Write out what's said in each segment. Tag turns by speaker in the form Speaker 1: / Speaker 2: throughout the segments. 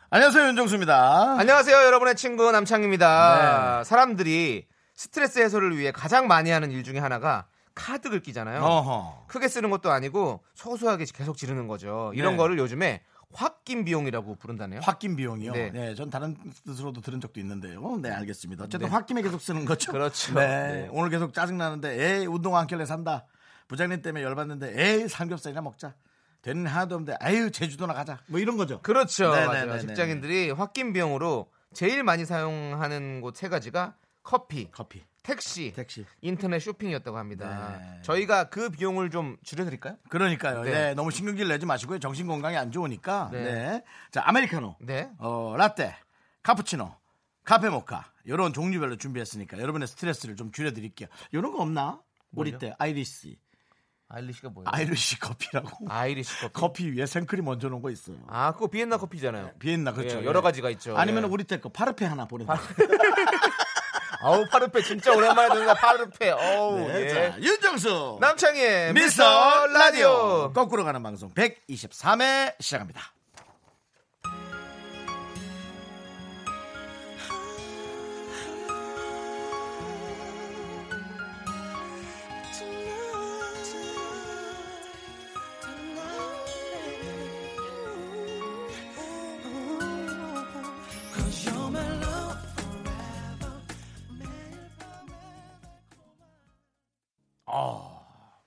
Speaker 1: 안녕하세요 윤정수입니다.
Speaker 2: 안녕하세요, 여러분의 친구 남창입니다. 사람들이 스트레스 해소를 위해 가장 많이 하는 일 중에 하나가 카드 긁기잖아요.
Speaker 1: 어허.
Speaker 2: 크게 쓰는 것도 아니고 소소하게 계속 지르는 거죠. 이런
Speaker 1: 네.
Speaker 2: 거를 요즘에 확긴 비용이라고 부른다네요.
Speaker 1: 홧김 비용이요. 네.
Speaker 2: 네.
Speaker 1: 전 다른 뜻으로도 들은 적도 있는데요. 네, 알겠습니다. 어쨌든
Speaker 2: 네.
Speaker 1: 홧김에 계속 쓰는 거죠.
Speaker 2: 그렇죠.
Speaker 1: 네,
Speaker 2: 네.
Speaker 1: 오늘 계속 짜증 나는데 에이 운동화 한 켤레 산다. 부장님 때문에 열받는데 에이 삼겹살이나 먹자. 되는 하나도 없는데 아유 제주도나 가자. 뭐 이런 거죠.
Speaker 2: 그렇죠.
Speaker 1: 네, 네,
Speaker 2: 맞아요.
Speaker 1: 네, 네,
Speaker 2: 직장인들이 확긴 비용으로 제일 많이 사용하는 곳 세 가지가 커피,
Speaker 1: 커피.
Speaker 2: 택시,
Speaker 1: 택시.
Speaker 2: 인터넷 쇼핑이었다고 합니다.
Speaker 1: 네.
Speaker 2: 저희가 그 비용을 좀 줄여드릴까요?
Speaker 1: 그러니까요. 네.
Speaker 2: 네.
Speaker 1: 너무 신경질 내지 마시고요. 정신 건강에 안 좋으니까. 네.
Speaker 2: 네.
Speaker 1: 자, 아메리카노.
Speaker 2: 네.
Speaker 1: 어, 라떼, 카푸치노, 카페 모카. 요런 종류별로 준비했으니까 여러분의 스트레스를 좀 줄여 드릴게요. 요런 거 없나? 우리 때 아이리시.
Speaker 2: 아이리시가 뭐예요?
Speaker 1: 아이리시 커피라고.
Speaker 2: 아이리시 커피.
Speaker 1: 커피 위에 생크림 얹어 놓은 거 있어요.
Speaker 2: 아, 그거 비엔나 커피잖아요.
Speaker 1: 비엔나 그렇죠.
Speaker 2: 예, 여러 가지가 있죠.
Speaker 1: 아니면
Speaker 2: 예.
Speaker 1: 우리 때 거 파르페 하나 보내
Speaker 2: 아우 파르페 진짜 오랜만에 듣는다 파르페. 어우
Speaker 1: 네,
Speaker 2: 예.
Speaker 1: 자, 윤정수.
Speaker 2: 남창희의 네,
Speaker 1: 미스터
Speaker 2: 미스터
Speaker 1: 라디오.
Speaker 2: 라디오.
Speaker 1: 거꾸로 가는 방송 123회 시작합니다.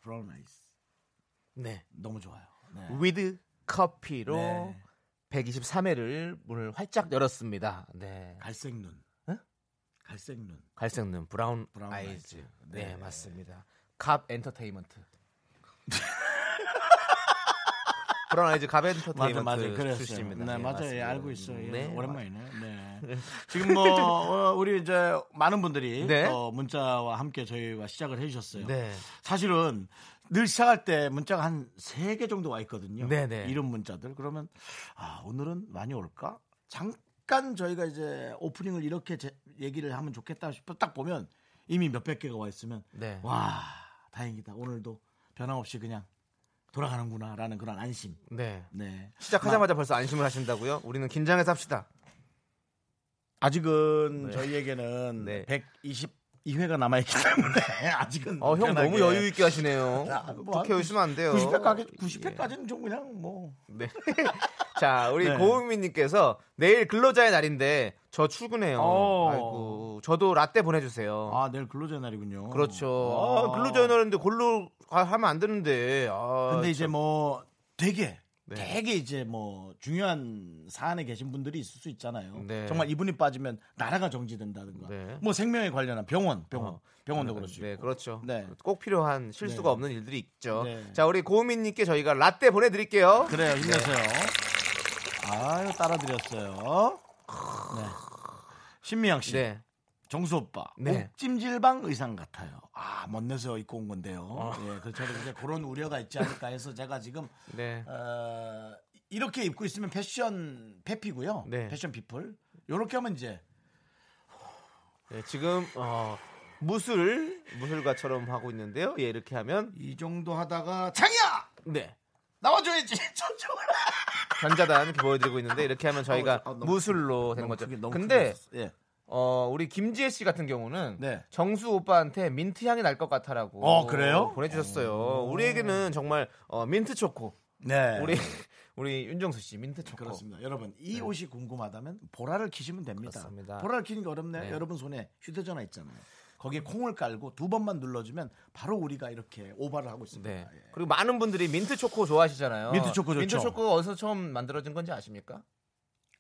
Speaker 1: 브라운 아이스.
Speaker 2: 네.
Speaker 1: 너무 좋아요. 네.
Speaker 2: 위드 커피로
Speaker 1: 네.
Speaker 2: 123회를 문을 활짝 열었습니다. 네.
Speaker 1: 갈색 눈.
Speaker 2: 응?
Speaker 1: 갈색 눈.
Speaker 2: 갈색 눈 브라운,
Speaker 1: 브라운
Speaker 2: 아이즈.
Speaker 1: 아이즈.
Speaker 2: 네, 맞습니다. 갑 엔터테인먼트. 브라운 아이즈 갑 엔터테인먼트
Speaker 1: 맞아 맞아 그랬어요.
Speaker 2: 출신입니다.
Speaker 1: 네,
Speaker 2: 예,
Speaker 1: 맞아요. 예,
Speaker 2: 맞습니다.
Speaker 1: 알고 있어요. 예,
Speaker 2: 네,
Speaker 1: 오랜만이네요. 네. 지금 뭐 어, 우리 이제 많은 분들이
Speaker 2: 네.
Speaker 1: 어, 문자와 함께 저희와 시작을 해주셨어요.
Speaker 2: 네.
Speaker 1: 사실은 늘 시작할 때 문자가 한 세 개 정도 와 있거든요.
Speaker 2: 네, 네.
Speaker 1: 이런 문자들 그러면 아 오늘은 많이 올까? 잠깐 저희가 이제 오프닝을 이렇게 제- 얘기를 하면 좋겠다 싶어 딱 보면 이미 몇백 개가 와 있으면
Speaker 2: 네.
Speaker 1: 와 다행이다 오늘도 변함없이 그냥 돌아가는구나라는 그런 안심.
Speaker 2: 네.
Speaker 1: 네.
Speaker 2: 시작하자마자 벌써 안심을 하신다고요? 우리는 긴장해서 합시다.
Speaker 1: 아직은 저희에게는
Speaker 2: 네.
Speaker 1: 122회가 남아있기 때문에 아직은
Speaker 2: 어, 형
Speaker 1: 편하게.
Speaker 2: 너무 여유 있게 하시네요.
Speaker 1: 아, 뭐
Speaker 2: 좋게
Speaker 1: 한
Speaker 2: 오시면 안 돼요. 예.
Speaker 1: 90회까지 90회까지는 좀 그냥 뭐
Speaker 2: 네. 자, 우리
Speaker 1: 네.
Speaker 2: 고은미님께서 내일 근로자의 날인데 저 출근해요.
Speaker 1: 어.
Speaker 2: 아이고, 저도 라떼 보내주세요.
Speaker 1: 아, 내일 근로자 날이군요.
Speaker 2: 그렇죠.
Speaker 1: 아.
Speaker 2: 아, 근로자의 날인데 골로 가- 하면 안 되는데. 아,
Speaker 1: 근데 이제 뭐 되게
Speaker 2: 네.
Speaker 1: 되게 이제 뭐 중요한 사안에 계신 분들이 있을 수 있잖아요.
Speaker 2: 네.
Speaker 1: 정말 이분이 빠지면 나라가 정지된다든가.
Speaker 2: 네.
Speaker 1: 뭐 생명에 관련한 병원, 병원,
Speaker 2: 어.
Speaker 1: 병원도 그럴 수 있고.
Speaker 2: 네, 그렇죠.
Speaker 1: 네.
Speaker 2: 꼭 필요한 실수가
Speaker 1: 네.
Speaker 2: 없는 일들이 있죠.
Speaker 1: 네.
Speaker 2: 자, 우리 고은미님께 저희가 라떼 보내드릴게요. 네.
Speaker 1: 그래요, 힘내세요. 아유, 따라드렸어요. 네. 신미영 씨,
Speaker 2: 네.
Speaker 1: 정수 오빠,
Speaker 2: 네.
Speaker 1: 옥찜질방 의상 같아요. 아, 멋내서 입고 온 건데요.
Speaker 2: 어.
Speaker 1: 예, 그렇죠. 이제 그런 우려가 있지 않을까 해서 제가 지금
Speaker 2: 네.
Speaker 1: 어, 이렇게 입고 있으면 패션 페피고요.
Speaker 2: 네.
Speaker 1: 패션 피플. 요렇게 하면 이제
Speaker 2: 네, 지금, 어, 무술, 무술가처럼 하고 있는데요. 예, 이렇게 하면.
Speaker 1: 이 정도 하다가 창이야
Speaker 2: 네.
Speaker 1: 나와줘야지. 저쪽으로.
Speaker 2: 전자단 이렇게 보여드리고 있는데 이렇게 하면 저희가
Speaker 1: 어, 어, 너무
Speaker 2: 무술로 된
Speaker 1: 너무
Speaker 2: 거죠.
Speaker 1: 크게, 너무 크게
Speaker 2: 근데
Speaker 1: 했었어. 예.
Speaker 2: 어, 우리 김지혜 씨 같은 경우는
Speaker 1: 네.
Speaker 2: 정수 오빠한테 민트 향이 날 것 같아라고
Speaker 1: 어, 그래요?
Speaker 2: 보내주셨어요. 우리에게는 정말 어, 민트 초코.
Speaker 1: 네.
Speaker 2: 우리 우리 윤정수 씨 민트 초코.
Speaker 1: 그렇습니다. 여러분 이 옷이 궁금하다면 보라를 키시면 됩니다.
Speaker 2: 네. 그렇습니다.
Speaker 1: 보라를 키니까 어렵네요.
Speaker 2: 네.
Speaker 1: 여러분 손에 휴대전화 있잖아요. 거기에 콩을 깔고 두 번만 눌러주면 바로 우리가 이렇게 오바를 하고 있습니다.
Speaker 2: 네.
Speaker 1: 예.
Speaker 2: 그리고 많은 분들이 민트 초코 좋아하시잖아요.
Speaker 1: 민트 초코 좋죠.
Speaker 2: 민트 초코 어디서 처음 만들어진 건지 아십니까?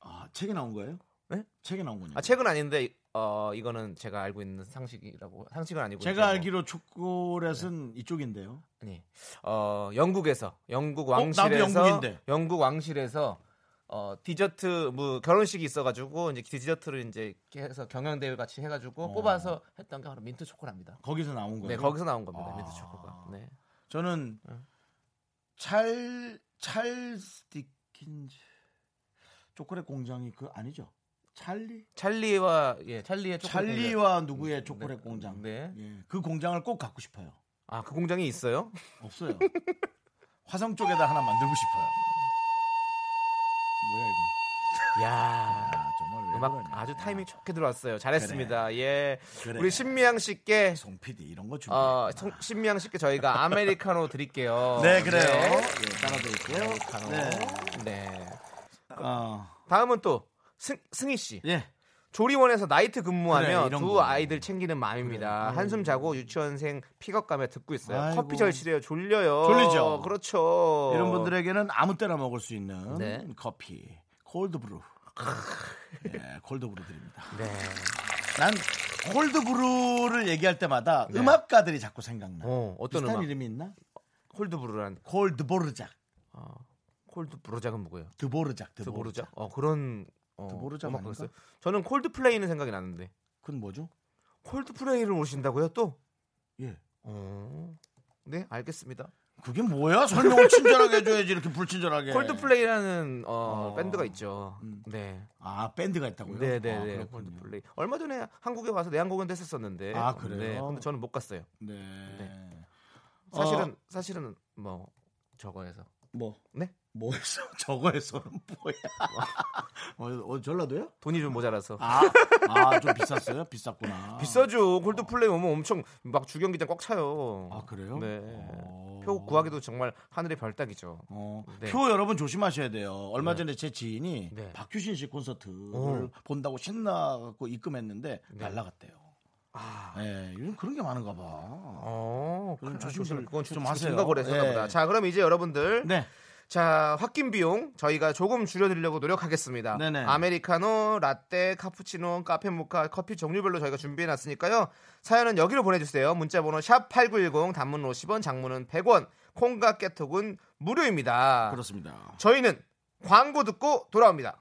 Speaker 1: 아 책에 나온 거예요?
Speaker 2: 네?
Speaker 1: 책에 나온 거냐?
Speaker 2: 아 책은 아닌데 어 이거는 제가 알고 있는 상식이라고 상식은 아니고 이제
Speaker 1: 제가
Speaker 2: 뭐-
Speaker 1: 알기로 초콜릿은 이쪽인데요.
Speaker 2: 아니 어 영국에서 영국
Speaker 1: 어, 나도
Speaker 2: 왕실에서
Speaker 1: 영국인데.
Speaker 2: 영국 왕실에서 어 디저트 뭐 결혼식이 있어가지고 이제 디저트를 이제 이렇게 해서 경영 대회 같이 해가지고
Speaker 1: 어.
Speaker 2: 뽑아서 했던 게 바로 민트 초코랍니다.
Speaker 1: 거기서 나온 거예요.
Speaker 2: 네 거기서 나온 겁니다.
Speaker 1: 아.
Speaker 2: 민트 초코가. 네.
Speaker 1: 저는 찰 찰스 디킨즈 초콜릿 공장이 그 아니죠? 찰리
Speaker 2: 찰리와 예 찰리의 초코
Speaker 1: 찰리와 누구의 초콜릿
Speaker 2: 네.
Speaker 1: 공장?
Speaker 2: 네.
Speaker 1: 예, 그 공장을 꼭 갖고 싶어요.
Speaker 2: 아그 공장이 있어요?
Speaker 1: 없어요. 화성 쪽에다 하나 만들고 싶어요. 뭐야 이거?
Speaker 2: 야
Speaker 1: 아 정말 왜
Speaker 2: 음악
Speaker 1: 그러냐.
Speaker 2: 아주 타이밍 좋게 들어왔어요. 잘했습니다. 예
Speaker 1: 그래.
Speaker 2: 우리 신미양 씨께
Speaker 1: 송 PD 이런 거 준비해.
Speaker 2: 어, 송- 신미양 씨께 저희가 아메리카노 드릴게요.
Speaker 1: 네 그래요.
Speaker 2: 네.
Speaker 1: 예, 따라도 있고요. 네.
Speaker 2: 네.
Speaker 1: 어,
Speaker 2: 다음은 또 승, 승희 씨.
Speaker 1: 예.
Speaker 2: 조리원에서 나이트 근무하며
Speaker 1: 그래, 네, 이런
Speaker 2: 두
Speaker 1: 거.
Speaker 2: 아이들 챙기는 마음입니다. 한숨 자고 유치원생 픽업감에 듣고 있어요.
Speaker 1: 아이고.
Speaker 2: 커피 절실해요. 졸려요.
Speaker 1: 졸리죠.
Speaker 2: 그렇죠.
Speaker 1: 이런 분들에게는 아무 때나 먹을 수 있는
Speaker 2: 네.
Speaker 1: 커피 콜드브루. 예, 콜드브루 드립니다.
Speaker 2: 네.
Speaker 1: 난 콜드브루를 얘기할 때마다 음악가들이 자꾸 생각나.
Speaker 2: 네. 어, 어떤
Speaker 1: 비슷한
Speaker 2: 음악?
Speaker 1: 이름이 있나?
Speaker 2: 콜드브루란
Speaker 1: 콜드보르작,
Speaker 2: 콜드브루작은 뭐예요?
Speaker 1: 드보르작, 드보르작.
Speaker 2: 드보르작. 어, 그런 어,
Speaker 1: 드보르작
Speaker 2: 음악
Speaker 1: 아닌가?
Speaker 2: 들었어요? 저는 콜드플레이는 생각이 나는데.
Speaker 1: 그건 뭐죠?
Speaker 2: 콜드플레이를 오신다고요? 또?
Speaker 1: 예.
Speaker 2: 어. 네, 알겠습니다.
Speaker 1: 그게 뭐야? 설명을 친절하게 해줘야지 이렇게 불친절하게.
Speaker 2: 콜드플레이라는 어,
Speaker 1: 예. 어.
Speaker 2: 밴드가 있죠.
Speaker 1: 음.
Speaker 2: 네.
Speaker 1: 아 밴드가 있다고요? 아,
Speaker 2: 네네네
Speaker 1: 그렇군요.
Speaker 2: 콜드플레이 얼마 전에 한국에 와서 내한공연도 했었었는데
Speaker 1: 아, 그래요?
Speaker 2: 네, 근데 저는 못 갔어요
Speaker 1: 네. 어.
Speaker 2: 사실은 사실은 뭐 저거에서
Speaker 1: 뭐?
Speaker 2: 네
Speaker 1: 뭐에서 저거에서는 뭐야? 어, 어, 전라도요?
Speaker 2: 돈이 좀 모자라서
Speaker 1: 아, 아, 좀 비쌌어요? 비쌌구나.
Speaker 2: 비싸죠 콜드플레이 오면 엄청 막 주경기장 꽉 차요
Speaker 1: 아 그래요?
Speaker 2: 네.
Speaker 1: 어.
Speaker 2: 표 구하기도 정말 하늘의 별따기죠
Speaker 1: 어,
Speaker 2: 네.
Speaker 1: 표 여러분 조심하셔야 돼요. 얼마 전에 제 지인이
Speaker 2: 네.
Speaker 1: 박효신 씨 콘서트를
Speaker 2: 어.
Speaker 1: 본다고 신나고 입금했는데
Speaker 2: 네.
Speaker 1: 날라갔대요.
Speaker 2: 아.
Speaker 1: 예, 요즘 그런 게 많은가 봐.
Speaker 2: 어,
Speaker 1: 그건
Speaker 2: 그건
Speaker 1: 네, 조심들
Speaker 2: 조심 그건
Speaker 1: 좀
Speaker 2: 좀
Speaker 1: 하세요.
Speaker 2: 하세요. 거래서
Speaker 1: 예.
Speaker 2: 보다. 자, 그럼 이제 여러분들
Speaker 1: 네,
Speaker 2: 자, 홧김 비용 저희가 조금 줄여드리려고 노력하겠습니다.
Speaker 1: 네네.
Speaker 2: 아메리카노, 라떼, 카푸치노, 카페모카, 커피 종류별로 저희가 준비해놨으니까요. 사연은 여기로 보내주세요. 문자번호 샵 #8910 단문 50원, 장문은 100원, 콩과 깨톡은 무료입니다.
Speaker 1: 그렇습니다.
Speaker 2: 저희는 광고 듣고 돌아옵니다.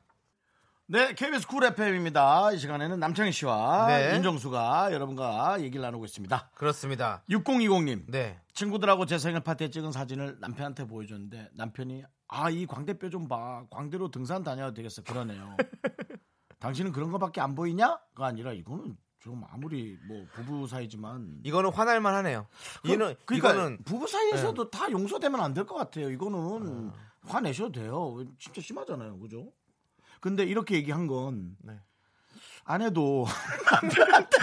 Speaker 1: 네, KBS 쿨 FM입니다. 이 시간에는 남창희 씨와
Speaker 2: 네.
Speaker 1: 윤정수가 여러분과 얘기를 나누고 있습니다.
Speaker 2: 그렇습니다.
Speaker 1: 6020님,
Speaker 2: 네.
Speaker 1: 친구들하고 제 생일 파티에 찍은 사진을 남편한테 보여줬는데 남편이 아, 이 광대뼈 좀 봐. 광대로 등산 다녀야 되겠어. 그러네요. 당신은 그런 거밖에 안 보이냐?가 아니라 이거는 좀 아무리 뭐 부부 사이지만
Speaker 2: 이거는 화날만 하네요. 이는
Speaker 1: 그러니까
Speaker 2: 이거는 예.
Speaker 1: 부부 사이에서도 다 용서되면 안 될 것 같아요. 이거는 화내셔도 돼요. 진짜 심하잖아요, 그죠? 근데 이렇게 얘기한 건
Speaker 2: 네.
Speaker 1: 아내도 남편한테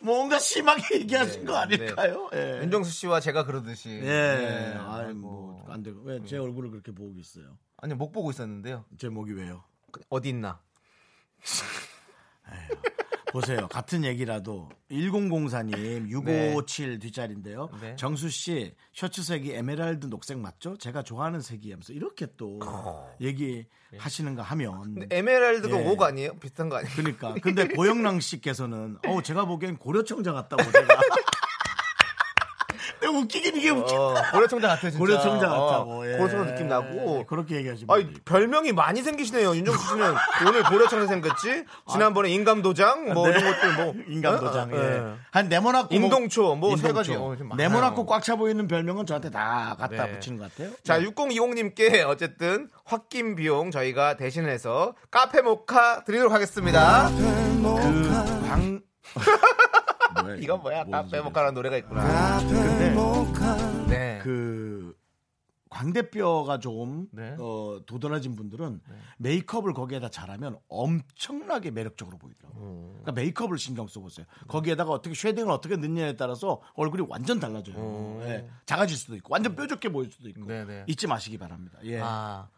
Speaker 1: 뭔가 심하게 얘기하신
Speaker 2: 네,
Speaker 1: 거 아닐까요? 예.
Speaker 2: 윤정수 씨와 제가 그러듯이
Speaker 1: 예.
Speaker 2: 네.
Speaker 1: 아이 뭐안 되고 왜 제 얼굴을 그렇게 보고 있어요?
Speaker 2: 아니 목 보고 있었는데요.
Speaker 1: 제 목이 왜요?
Speaker 2: 어디 있나?
Speaker 1: 보세요. 같은 얘기라도 1004님 657 뒷자리인데요.
Speaker 2: 네.
Speaker 1: 정수 씨 셔츠 색이 에메랄드 녹색 맞죠? 제가 좋아하는 색이면서 이렇게 또 얘기하시는가 하면
Speaker 2: 어. 예. 근데 에메랄드가
Speaker 1: 예.
Speaker 2: 5가 아니에요? 비슷한 거 아니에요?
Speaker 1: 그러니까 근데 고영랑 씨께서는 어 제가 보기엔 고려청자 같다고 제가 근데 웃기긴 이게 웃기.
Speaker 2: 어, 고려청자 같아요, 진짜.
Speaker 1: 고려청자
Speaker 2: 어,
Speaker 1: 같다고. 예.
Speaker 2: 고려청자 느낌 나고.
Speaker 1: 그렇게 얘기하시면
Speaker 2: 아니,
Speaker 1: 안 돼요.
Speaker 2: 별명이 많이 생기시네요. 윤정수 씨는 오늘 고려청자 생겼지? 지난번에 인감도장? 뭐 이런 것들 뭐.
Speaker 1: 아, 네. 인감도장
Speaker 2: 어?
Speaker 1: 예.
Speaker 2: 어,
Speaker 1: 한 네모나고
Speaker 2: 인동초, 뭐 세
Speaker 1: 인동초.
Speaker 2: 가지. 어, 좀 많아요.
Speaker 1: 네모나고 꽉 차 보이는 별명은 저한테 다 갖다
Speaker 2: 네.
Speaker 1: 붙이는 것 같아요.
Speaker 2: 자, 6020님께 어쨌든 홧김 비용 저희가 대신해서 카페 모카 드리도록
Speaker 1: 아,
Speaker 2: 하겠습니다.
Speaker 1: 네. 광그 뭐야,
Speaker 2: 이건 뭐야?
Speaker 1: 뭔
Speaker 2: 카페
Speaker 1: 소리야. 아,
Speaker 2: 모카라는 노래가 있구나. 네.
Speaker 1: 그 광대뼈가 좀
Speaker 2: 네.
Speaker 1: 어, 도드라진 분들은 메이크업을 거기에다 잘하면 엄청나게 매력적으로 보이더라고요.
Speaker 2: 음.
Speaker 1: 그러니까 메이크업을 신경 써보세요. 거기에다가 어떻게 쉐딩을 어떻게 넣느냐에 따라서 얼굴이 완전 달라져요. 예, 작아질 수도 있고 완전 뾰족해 보일 수도 있고
Speaker 2: 음. 네, 네.
Speaker 1: 잊지 마시기 바랍니다. 예.
Speaker 2: 아.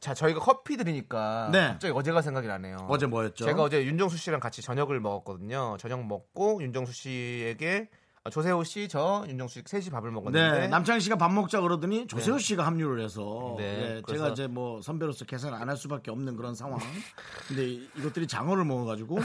Speaker 2: 자, 저희가 커피 드리니까
Speaker 1: 네.
Speaker 2: 갑자기 어제가 생각이 나네요.
Speaker 1: 어제 뭐였죠?
Speaker 2: 제가 어제 윤정수 씨랑 같이 저녁을 먹었거든요. 저녁 먹고 윤정수 씨에게 아, 조세호 씨, 저 윤정수 씨 셋이 밥을
Speaker 1: 네,
Speaker 2: 먹었는데
Speaker 1: 남창희 씨가 밥 먹자 그러더니 조세호 씨가 합류를 해서
Speaker 2: 네,
Speaker 1: 예,
Speaker 2: 그래서-
Speaker 1: 제가 이제 뭐 선배로서 계산 안 할 수밖에 없는 그런 상황. 근데 이- 이것들이 장어를 먹어가지고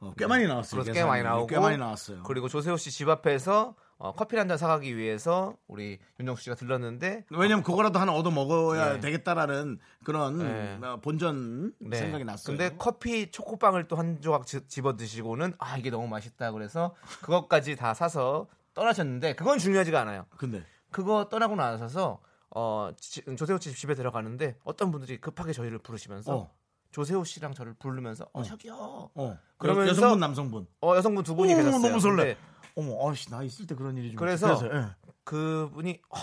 Speaker 1: 어, 꽤 많이 나왔어요.
Speaker 2: 그래서 꽤
Speaker 1: 계산이.
Speaker 2: 많이 나오고
Speaker 1: 꽤 많이 나왔어요.
Speaker 2: 그리고 조세호 씨 집 앞에서 어, 커피 한 잔 사가기 위해서 우리 윤정수 씨가 들렀는데
Speaker 1: 왜냐면 그거라도 하나 얻어 먹어야
Speaker 2: 네.
Speaker 1: 되겠다라는 그런
Speaker 2: 네.
Speaker 1: 어, 본전
Speaker 2: 네.
Speaker 1: 생각이 났어요.
Speaker 2: 근데 커피 초코빵을 또 한 조각 지- 집어 드시고는 아 이게 너무 맛있다 그래서 그것까지 다 사서 떠나셨는데 그건 중요하지가 않아요.
Speaker 1: 근데
Speaker 2: 그거 떠나고 나서서 어, 지- 조세호 씨 집에 들어가는데 어떤 분들이 급하게 저희를 부르시면서
Speaker 1: 어.
Speaker 2: 조세호 씨랑 저를 부르면서 어,
Speaker 1: 어.
Speaker 2: 저기요.
Speaker 1: 어.
Speaker 2: 그러면서-
Speaker 1: 여성분 남성분.
Speaker 2: 어 여성분 두 분이
Speaker 1: 어머,
Speaker 2: 계셨어요.
Speaker 1: 너무 설레.
Speaker 2: 근데
Speaker 1: 어머, 아씨 나 있을 때 그런 일이 좀
Speaker 2: 그래서-
Speaker 1: 있었어요. 그래서 예.
Speaker 2: 그분이 어,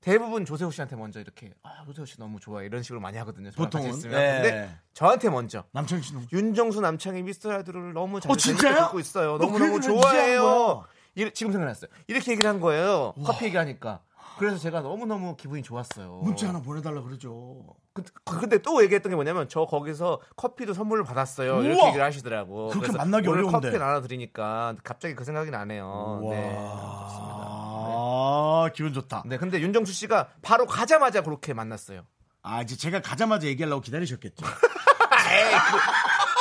Speaker 2: 대부분 조세호 씨한테 먼저 이렇게 아 조세호 씨 너무 좋아 이런 식으로 많이 하거든요. 저랑 같이
Speaker 1: 보통은
Speaker 2: 있으면.
Speaker 1: 예.
Speaker 2: 근데 저한테 먼저
Speaker 1: 남창희 씨는
Speaker 2: 윤정수 남창이 미스터 라디오를 너무 잘
Speaker 1: 어, 진짜요?
Speaker 2: 듣고 있어요.
Speaker 1: 너그
Speaker 2: 너무
Speaker 1: 얘기를
Speaker 2: 너무
Speaker 1: 왜 이제 한
Speaker 2: 좋아해요.
Speaker 1: 거야?
Speaker 2: 이래- 지금 생각났어요. 이렇게 얘기를 한 거예요. 커피 얘기하니까. 그래서 제가 너무 너무 기분이 좋았어요.
Speaker 1: 문자 하나 보내달라 그러죠.
Speaker 2: 그- 그- 근데 또 얘기했던 게 뭐냐면 저 거기서 커피도 선물을 받았어요. 이렇게
Speaker 1: 우와!
Speaker 2: 얘기를 하시더라고.
Speaker 1: 그렇게
Speaker 2: 그래서
Speaker 1: 만나기
Speaker 2: 오늘
Speaker 1: 어려운데.
Speaker 2: 커피 나눠드리니까 갑자기 그 생각이 나네요.
Speaker 1: 와,
Speaker 2: 네, 좋습니다.
Speaker 1: 아, 기분 좋다.
Speaker 2: 네. 네, 근데 윤정수 씨가 바로 가자마자 그렇게 만났어요.
Speaker 1: 아, 이제 제가 가자마자 얘기하려고 기다리셨겠죠.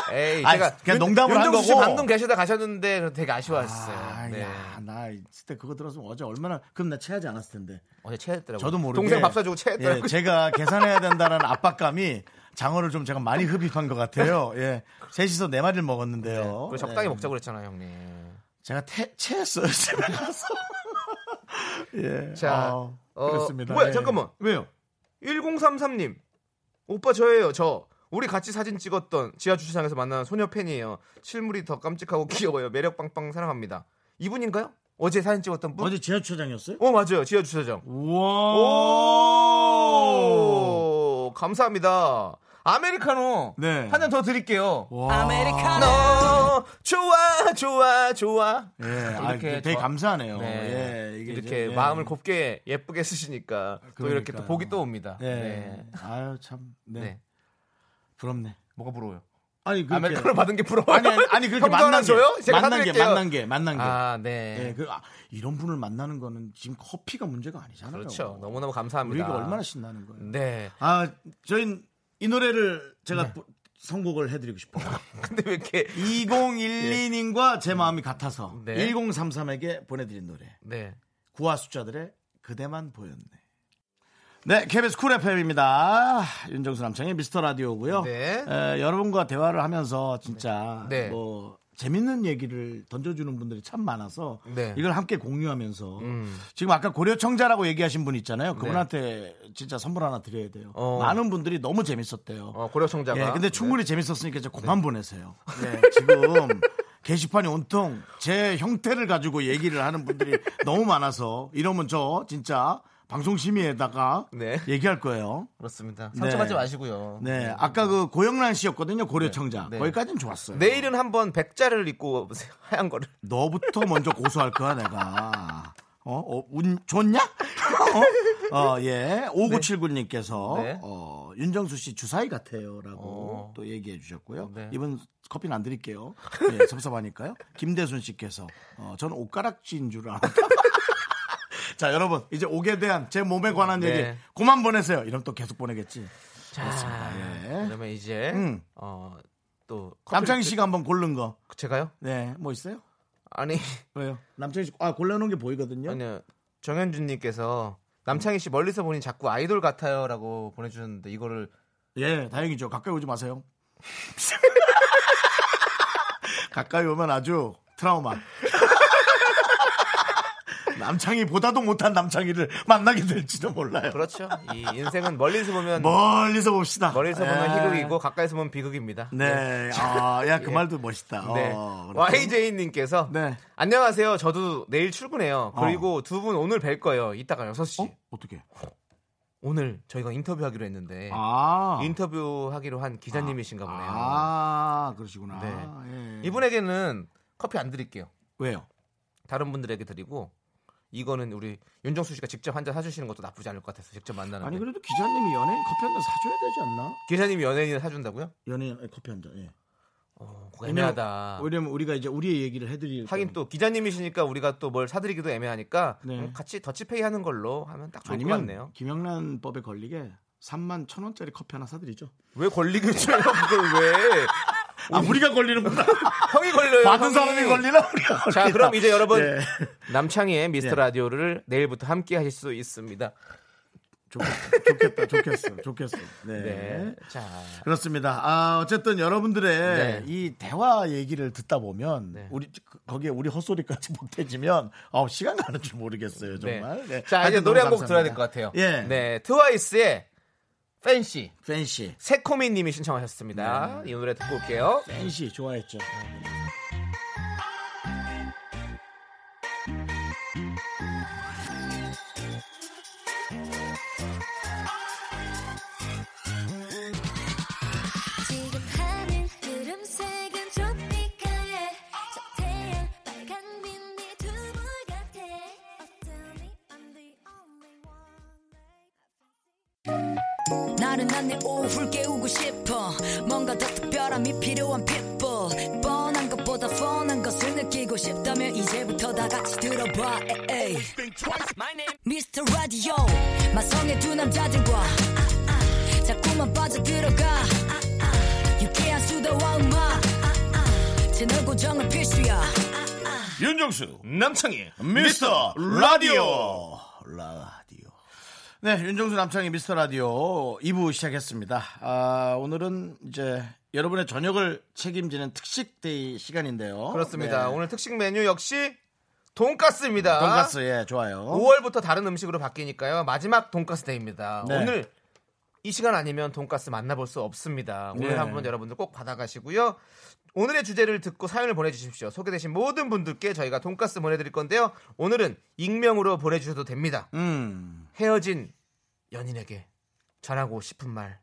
Speaker 2: 에이,
Speaker 1: 아,
Speaker 2: 제가
Speaker 1: 그냥 농담을 한
Speaker 2: 윤정수 씨
Speaker 1: 거고.
Speaker 2: 방금 계시다 가셨는데 그래서 되게 아쉬워했어요.
Speaker 1: 아,
Speaker 2: 네.
Speaker 1: 야, 나 그때 그거 들었으면 어제 얼마나 그럼 나 체하지 않았을 텐데.
Speaker 2: 어제 체했더라고요.
Speaker 1: 저도 모르게
Speaker 2: 뭐, 동생 밥 사주고 체했더라고요.
Speaker 1: 예, 제가 계산해야 된다는 압박감이 장어를 좀 제가 많이 흡입한 것 같아요. 예, 셋이서 네 마리를 먹었는데요.
Speaker 2: 그리고 적당히
Speaker 1: 예.
Speaker 2: 먹자고 그랬잖아요, 형님.
Speaker 1: 제가 태, 체했어요 집에 가서. 예.
Speaker 2: 자,
Speaker 1: 어,
Speaker 2: 어,
Speaker 1: 그렇습니다.
Speaker 2: 뭐야,
Speaker 1: 예.
Speaker 2: 잠깐만.
Speaker 1: 왜요?
Speaker 2: 1033님. 오빠 저예요, 저. 우리 같이 사진 찍었던 지하 주차장에서 만난 소녀 팬이에요. 실물이 더 깜찍하고 귀여워요. 매력 빵빵 사랑합니다. 이분인가요? 어제 사진 찍었던 분?
Speaker 1: 어제 지하철장이었어요?
Speaker 2: 어, 맞아요. 지하 주차장.
Speaker 1: 와.
Speaker 2: 오, 감사합니다. 아메리카노.
Speaker 1: 네.
Speaker 2: 한 잔 더 드릴게요.
Speaker 3: 아메리카노
Speaker 2: 너 좋아, 좋아, 좋아.
Speaker 1: 예, 아,
Speaker 2: 이렇게
Speaker 1: 되게
Speaker 2: 저-
Speaker 1: 감사하네요.
Speaker 2: 네.
Speaker 1: 예, 이게
Speaker 2: 이렇게
Speaker 1: 이제, 예.
Speaker 2: 마음을 곱게 예쁘게 쓰시니까 또 이렇게 또
Speaker 1: 그러니까요.
Speaker 2: 복이 또 옵니다.
Speaker 1: 예.
Speaker 2: 네.
Speaker 1: 아유 참, 네.
Speaker 2: 네.
Speaker 1: 부럽네.
Speaker 2: 뭐가 부러워요?
Speaker 1: 아니 그렇게
Speaker 2: 아메리카노 받은 게 부러워요?
Speaker 1: 아니 아니, 아니, 그렇게
Speaker 2: 형도 하나
Speaker 1: 만난 게
Speaker 2: 줘요? 제가
Speaker 1: 만난 게
Speaker 2: 사드릴게요.
Speaker 1: 만난 게 만난 게.
Speaker 2: 아, 네.
Speaker 1: 예, 그, 아, 이런 분을 만나는 거는 지금 커피가 문제가 아니잖아요.
Speaker 2: 그렇죠. 너무너무 감사합니다.
Speaker 1: 우리에게 얼마나 신나는 거예요.
Speaker 2: 네.
Speaker 1: 아, 저희 이 노래를 제가 부- 선곡을 해드리고 싶어요.
Speaker 2: 근데 왜 이렇게
Speaker 1: 2012님과 제 마음이 같아서
Speaker 2: 네.
Speaker 1: 1033에게 보내드린 노래
Speaker 2: 네.
Speaker 1: 구화 숫자들의 그대만 보였네. 네, KBS 쿨 FM입니다. 윤정수 남창의 미스터 라디오고요.
Speaker 2: 네.
Speaker 1: 에, 여러분과 대화를 하면서 진짜
Speaker 2: 네. 네.
Speaker 1: 뭐 재밌는 얘기를 던져주는 분들이 참 많아서
Speaker 2: 네.
Speaker 1: 이걸 함께 공유하면서
Speaker 2: 음.
Speaker 1: 지금 아까 고려청자라고 얘기하신 분 있잖아요. 그분한테 진짜 선물 하나 드려야 돼요.
Speaker 2: 어.
Speaker 1: 많은 분들이 너무 재밌었대요.
Speaker 2: 어, 고려청자가. 네.
Speaker 1: 예, 근데 충분히 재밌었으니까 이제 그만 보내세요. 네, 지금 게시판이 온통 제 형태를 가지고 얘기를 하는 분들이 너무 많아서 이러면 저 진짜 방송 심의에다가
Speaker 2: 네.
Speaker 1: 얘기할 거예요.
Speaker 2: 그렇습니다.
Speaker 1: 네.
Speaker 2: 상처받지 마시고요.
Speaker 1: 네, 아까 그 고영란 씨였거든요. 고려청자.
Speaker 2: 네.
Speaker 1: 거기까지는 좋았어요.
Speaker 2: 내일은 한번 백자를 입고 오세요. 하얀 거를.
Speaker 1: 너부터 먼저 고소할 거야 내가. 어, 어, 운 좋냐? 어, 어, 예. 5979님께서
Speaker 2: 네.
Speaker 1: 어, 윤정수 씨 주사위 같아요라고
Speaker 2: 어.
Speaker 1: 또 얘기해 주셨고요.
Speaker 2: 네.
Speaker 1: 이분 커피는 안 드릴게요. 예, 섭섭하니까요. 김대순 씨께서 어, 저는 옷가락지인 줄 알았다. 자, 여러분 이제 옥에 대한 제 몸에 관한
Speaker 2: 네.
Speaker 1: 얘기 그만 보내세요. 이러면 또 계속 보내겠지.
Speaker 2: 자.
Speaker 1: 그렇습니다. 예.
Speaker 2: 그러면 이제
Speaker 1: 음.
Speaker 2: 어, 또 커피를
Speaker 1: 남창희
Speaker 2: 드-
Speaker 1: 씨가 한번 고른 거.
Speaker 2: 제가요?
Speaker 1: 네, 뭐 있어요?
Speaker 2: 아니.
Speaker 1: 왜요? 남창희 씨, 아 골라놓은 게 보이거든요.
Speaker 2: 아니요. 정현준님께서 남창희 씨 멀리서 보니 자꾸 아이돌 같아요라고 보내주셨는데 이거를
Speaker 1: 예, 다행이죠. 가까이 오지 마세요. 가까이 오면 아주 트라우마. 남창이 보다도 못한 남창이를 만나게 될지도 몰라요.
Speaker 2: 그렇죠. 이 인생은 멀리서 보면
Speaker 1: 뭐? 멀리서 봅시다.
Speaker 2: 멀리서 보면
Speaker 1: 예.
Speaker 2: 희극이고 가까이서 보면 비극입니다. 예.
Speaker 1: 네, 아, 야, 그 말도 멋있다.
Speaker 2: 네.
Speaker 1: 어, 그렇죠.
Speaker 2: YJ님께서
Speaker 1: 네. 아.
Speaker 2: 안녕하세요. 저도 내일 출근해요. 그리고 두 분 오늘 뵐 거예요. 이따가 6시.
Speaker 1: 어? 어떻게?
Speaker 2: 예. 오늘 저희가 인터뷰하기로 했는데
Speaker 1: 아,
Speaker 2: 인터뷰하기로 한 기자님이신가 보네요.
Speaker 1: 아, 그러시구나.
Speaker 2: 네.
Speaker 1: 예.
Speaker 2: 이분에게는 커피 안 드릴게요.
Speaker 1: 왜요?
Speaker 2: 다른 분들에게 드리고 이거는 우리 윤정수 씨가 직접 한 잔 사주시는 것도 나쁘지 않을 것 같아서 네. 직접 만나는
Speaker 1: 아니
Speaker 2: 데
Speaker 1: 그래도 기자님이 연예인 커피 한 잔 사줘야 되지 않나? 어,
Speaker 2: 기자님이 연예인을 사준다고요?
Speaker 1: 연예인 커피 한 잔. 예.
Speaker 2: 어, 그거 애매하다.
Speaker 1: 왜냐면 우리가 이제 우리의 얘기를 해드릴
Speaker 2: 하긴 또 기자님이시니까 우리가 또 뭘 사드리기도 애매하니까
Speaker 1: 네.
Speaker 2: 음, 같이 더치페이 하는 걸로 하면 딱 좋을 것
Speaker 1: 아니면
Speaker 2: 같네요.
Speaker 1: 김영란 법에 걸리게 3만 천 원짜리 커피 하나 사드리죠.
Speaker 2: 왜 걸리긴 줘요? 그걸 왜?
Speaker 1: 아 우리가 걸리는구나.
Speaker 2: 형이 걸려요.
Speaker 1: 받은
Speaker 2: 형이.
Speaker 1: 사람이 걸리나 우리가 걸리나.
Speaker 2: 자, 그럼 이제 여러분
Speaker 1: 예.
Speaker 2: 남창희의 미스터
Speaker 1: 네.
Speaker 2: 라디오를 내일부터 함께 하실 수 있습니다.
Speaker 1: 좋- 좋겠다, 좋겠어, 좋겠어. 네.
Speaker 2: 네. 자,
Speaker 1: 그렇습니다. 아, 어쨌든 여러분들의
Speaker 2: 네.
Speaker 1: 이 대화 얘기를 듣다 보면 우리 그- 거기에 우리 헛소리까지 못해지면 아, 시간 가는 줄 모르겠어요,
Speaker 2: 네.
Speaker 1: 정말. 네.
Speaker 2: 자 이제
Speaker 1: 하여튼
Speaker 2: 노래 한
Speaker 1: 너무
Speaker 2: 곡 들어야 될 것
Speaker 1: 감사합니다.
Speaker 2: 같아요.
Speaker 1: 예.
Speaker 2: 네, 트와이스의 팬시
Speaker 1: 팬시.
Speaker 2: 새코미님이 신청하셨습니다.
Speaker 1: 네.
Speaker 2: 이 노래 듣고 올게요.
Speaker 1: 팬시 좋아했죠.
Speaker 3: 지금 하늘 구름색은 tropica의 저 태양 빨간 빛이 두물 같아 Suddenly I'm the only one
Speaker 4: 나른한 내 오후를 깨우고 싶어 뭔가 더 특별함이 필요한 people 뻔한 것보다 뻔한 것을 느끼고 싶다면 이제부터 다 같이 들어봐 에이. Mr. Radio 마성의 두 남자들과 아, 자꾸만 빠져들어가 아, 유쾌한 수다와 음악 아, 채널 고정은 필수야
Speaker 1: 윤정수 남창희 미스터 라디오 라디오 네 윤정수 남창희 미스터 라디오 2부 시작했습니다 아, 오늘은 이제 여러분의 저녁을 책임지는 특식데이 시간인데요
Speaker 2: 그렇습니다.
Speaker 1: 네.
Speaker 2: 오늘 특식 메뉴 역시 돈가스입니다.
Speaker 1: 돈가스 예 좋아요
Speaker 2: 5월부터 다른 음식으로 바뀌니까요. 마지막 돈가스 데이입니다.
Speaker 1: 네.
Speaker 2: 오늘 이 시간 아니면 돈가스 만나볼 수 없습니다. 오늘
Speaker 1: 네.
Speaker 2: 한번 여러분들 꼭 받아가시고요. 오늘의 주제를 듣고 사연을 보내주십시오. 소개되신 모든 분들께 저희가 돈가스 보내드릴 건데요. 오늘은 익명으로 보내주셔도 됩니다.
Speaker 1: 음.
Speaker 2: 헤어진 연인에게 전하고 싶은 말.